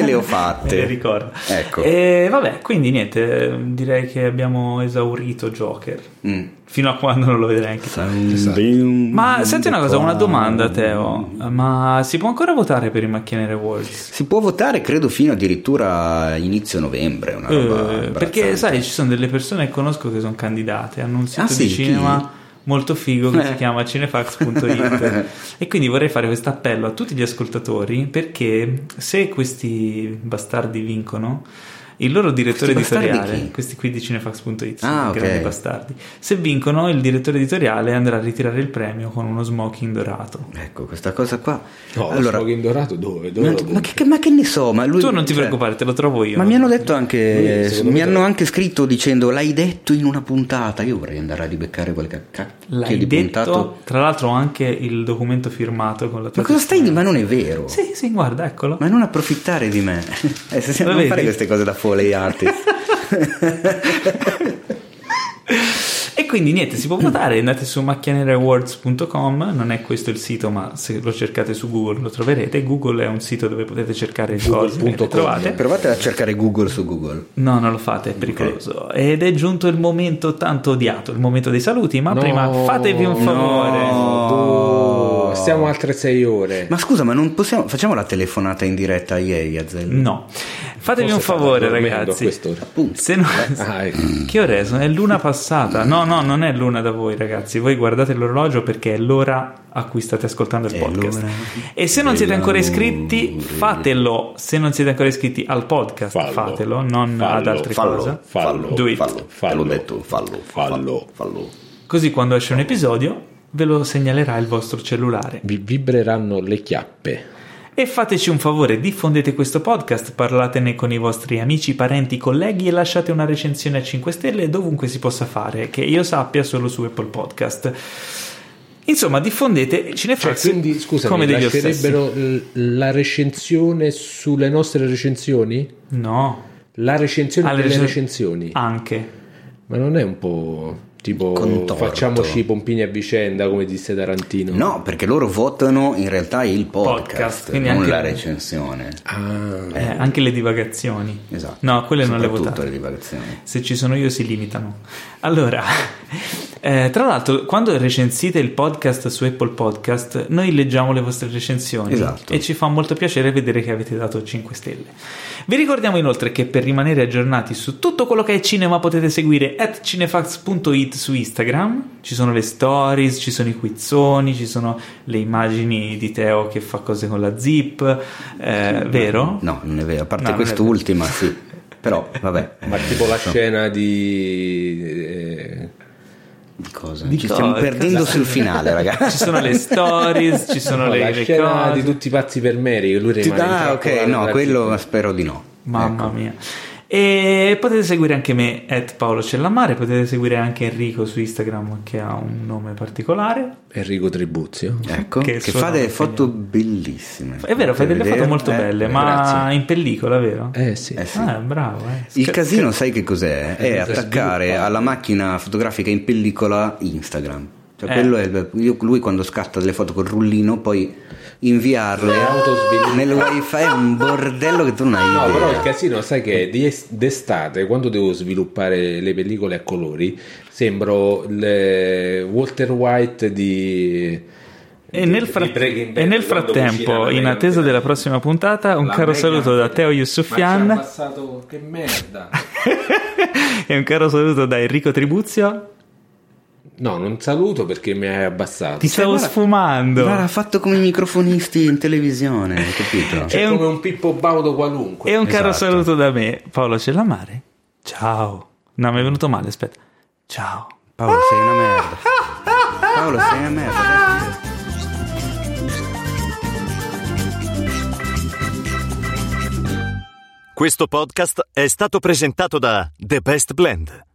[laughs] le ho fatte. Me le ricordo. Eh, Ecco. E vabbè, quindi niente, direi che abbiamo esaurito Joker. Mm. Fino a quando non lo vedrai anche te. esatto. Esatto. Ma senti una cosa, una domanda Teo, ma si può ancora votare per i Macchianere Awards? Si può votare credo fino addirittura inizio novembre, una Eh, roba perché imbarazzante. sai, ci sono delle persone che conosco che sono candidate, hanno un sito Ah, sì? di cinema molto figo che si Eh. chiama [laughs] cinefax.it e quindi vorrei fare questo appello a tutti gli ascoltatori perché se questi bastardi vincono il loro direttore Questi bastardi editoriale, chi? questi qui di cinefax.it, sì, Ah, ok. grandi bastardi, se vincono il direttore editoriale andrà a ritirare il premio con uno smoking dorato. Ecco, questa cosa qua. No, allora, allora, in dorato dove? dove ma, lo ma compri? che, ma che ne so, ma lui- Tu non ti cioè, preoccupare, te lo trovo io. Ma mi hanno detto anche, Lui, secondo mi me- hanno anche scritto dicendo l'hai detto in una puntata, io vorrei andare a ribeccare quel ca- cacchio L'hai di detto, puntato. tra l'altro ho anche il documento firmato con la tua Ma cosa stai testimonianza. dicendo? Ma non è vero. Sì, sì, guarda, eccolo. Ma non approfittare di me. [laughs] Eh, se- se- Lo non vedi? fare queste cose da foley [laughs] artist. E quindi niente, [clears throat] si può votare, andate su macchianereawards.com, non è questo il sito, ma se lo cercate su Google lo troverete. Google è un sito dove potete cercare le cose e le Google.com, trovate. Provate a cercare Google su Google. No, non lo fate, è pericoloso. Ed è giunto il momento tanto odiato, il momento dei saluti, ma No, prima fatevi un favore. no, boh, Stiamo altre sei ore. Ma scusa, ma non possiamo. Facciamo la telefonata in diretta a ieri, a Zelda. No, fatevi Forse un favore stavo dormendo a ragazzi. quest'ora. Se Eh, no- Ah, ecco. Che ore è? Sono- È l'una passata. No, no, non è l'una da voi, ragazzi. Voi guardate l'orologio perché è l'ora a cui state ascoltando il È podcast. l'ora E se non siete ancora iscritti, dell'amore. fatelo. Se non siete ancora iscritti al podcast, Fallo. fatelo, non Fallo, ad altre cose. fallo, Do it. fallo, te l'ho fallo, detto, fallo, fallo. fallo. Così quando esce un episodio ve lo segnalerà il vostro cellulare. Vi vibreranno le chiappe. E fateci un favore, diffondete questo podcast, parlatene con i vostri amici, parenti, colleghi e lasciate una recensione a 5 stelle dovunque si possa fare, che io sappia solo su Apple Podcast. Insomma, diffondete Cioè, Cinefax quindi scusami, Ah, come degli ossessi. lascerebbero l- la recensione sulle nostre recensioni? No, La recensione Alle delle recen- Cioè, recensioni. Ah. anche. Ma non è un po' tipo Contorto. facciamoci i pompini a vicenda come disse Tarantino? No, perché loro votano in realtà il podcast, Podcast, non quindi anche- la recensione. Ah, Eh, anche le divagazioni. Esatto. No, quelle non le Soprattutto votate. le divagazioni. Se ci sono io si limitano. Allora, [laughs] eh, tra l'altro, quando recensite il podcast su Apple Podcast, noi leggiamo le vostre recensioni Esatto. e ci fa molto piacere vedere che avete dato 5 stelle. Vi ricordiamo inoltre che per rimanere aggiornati su tutto quello che è cinema potete seguire at cinefax.it su Instagram. Ci sono le stories, ci sono i quizzoni, ci sono le immagini di Teo che fa cose con la zip, eh, vero? No, non è vero, a No, parte non è quest'ultima, sì. Però, [laughs] vabbè. ma eh, tipo la so- scena di... eh, di cosa? Di Ci stiamo cosa? perdendo sul finale, ragazzi. [laughs] Ci sono le [laughs] stories, ci sono [laughs] no, le, la le scena cose. di tutti i pazzi per Mary che lui rimane Ah, ok, intrappolato no, Ecco. dal quello spero di no. Mamma mia. E potete seguire anche me, at Paolo Cellamare, potete seguire anche Enrico su Instagram che ha un nome particolare. Enrico Tribuzio. Ecco, Che che, fa sono delle figlio. foto bellissime. È vero, fai Potete delle foto vedere. molto Eh, belle, eh, ma grazie. in pellicola, vero? Eh sì. eh sì. Ah, bravo, eh. Il casino, sai che cos'è? È Eh, attaccare sviluppa. alla macchina fotografica in pellicola Instagram. Cioè, Eh. quello è il- io- lui quando scatta delle foto col rullino, poi inviarle Le autosviluppa. nel wifi è un bordello che tu non hai. No, idea. però il casino, sai che di es- d'estate, quando devo sviluppare le pellicole a colori, sembro il eh, Walter White di. E di- nel, di fra- Breaking Bad, e nel quando cucina frattempo, la in Megan attesa Fox. della prossima puntata, un La caro Megan saluto da Fox. Teo Ma Yusufian c'è passato che [laughs] merda. e un caro saluto da Enrico Tribuzio. No, non saluto perché mi hai abbassato. Cioè, Ti stavo guarda- sfumando. Guarda, ha fatto come i microfonisti in televisione, hai capito? Cioè, è un- come un Pippo Baudo qualunque. E un caro Esatto. saluto da me, Paolo Cellamare. Ciao. No, mi è venuto male, aspetta. Ciao. Paolo, sei una merda. Paolo, sei una merda. dai. Questo podcast è stato presentato da The Best Blend,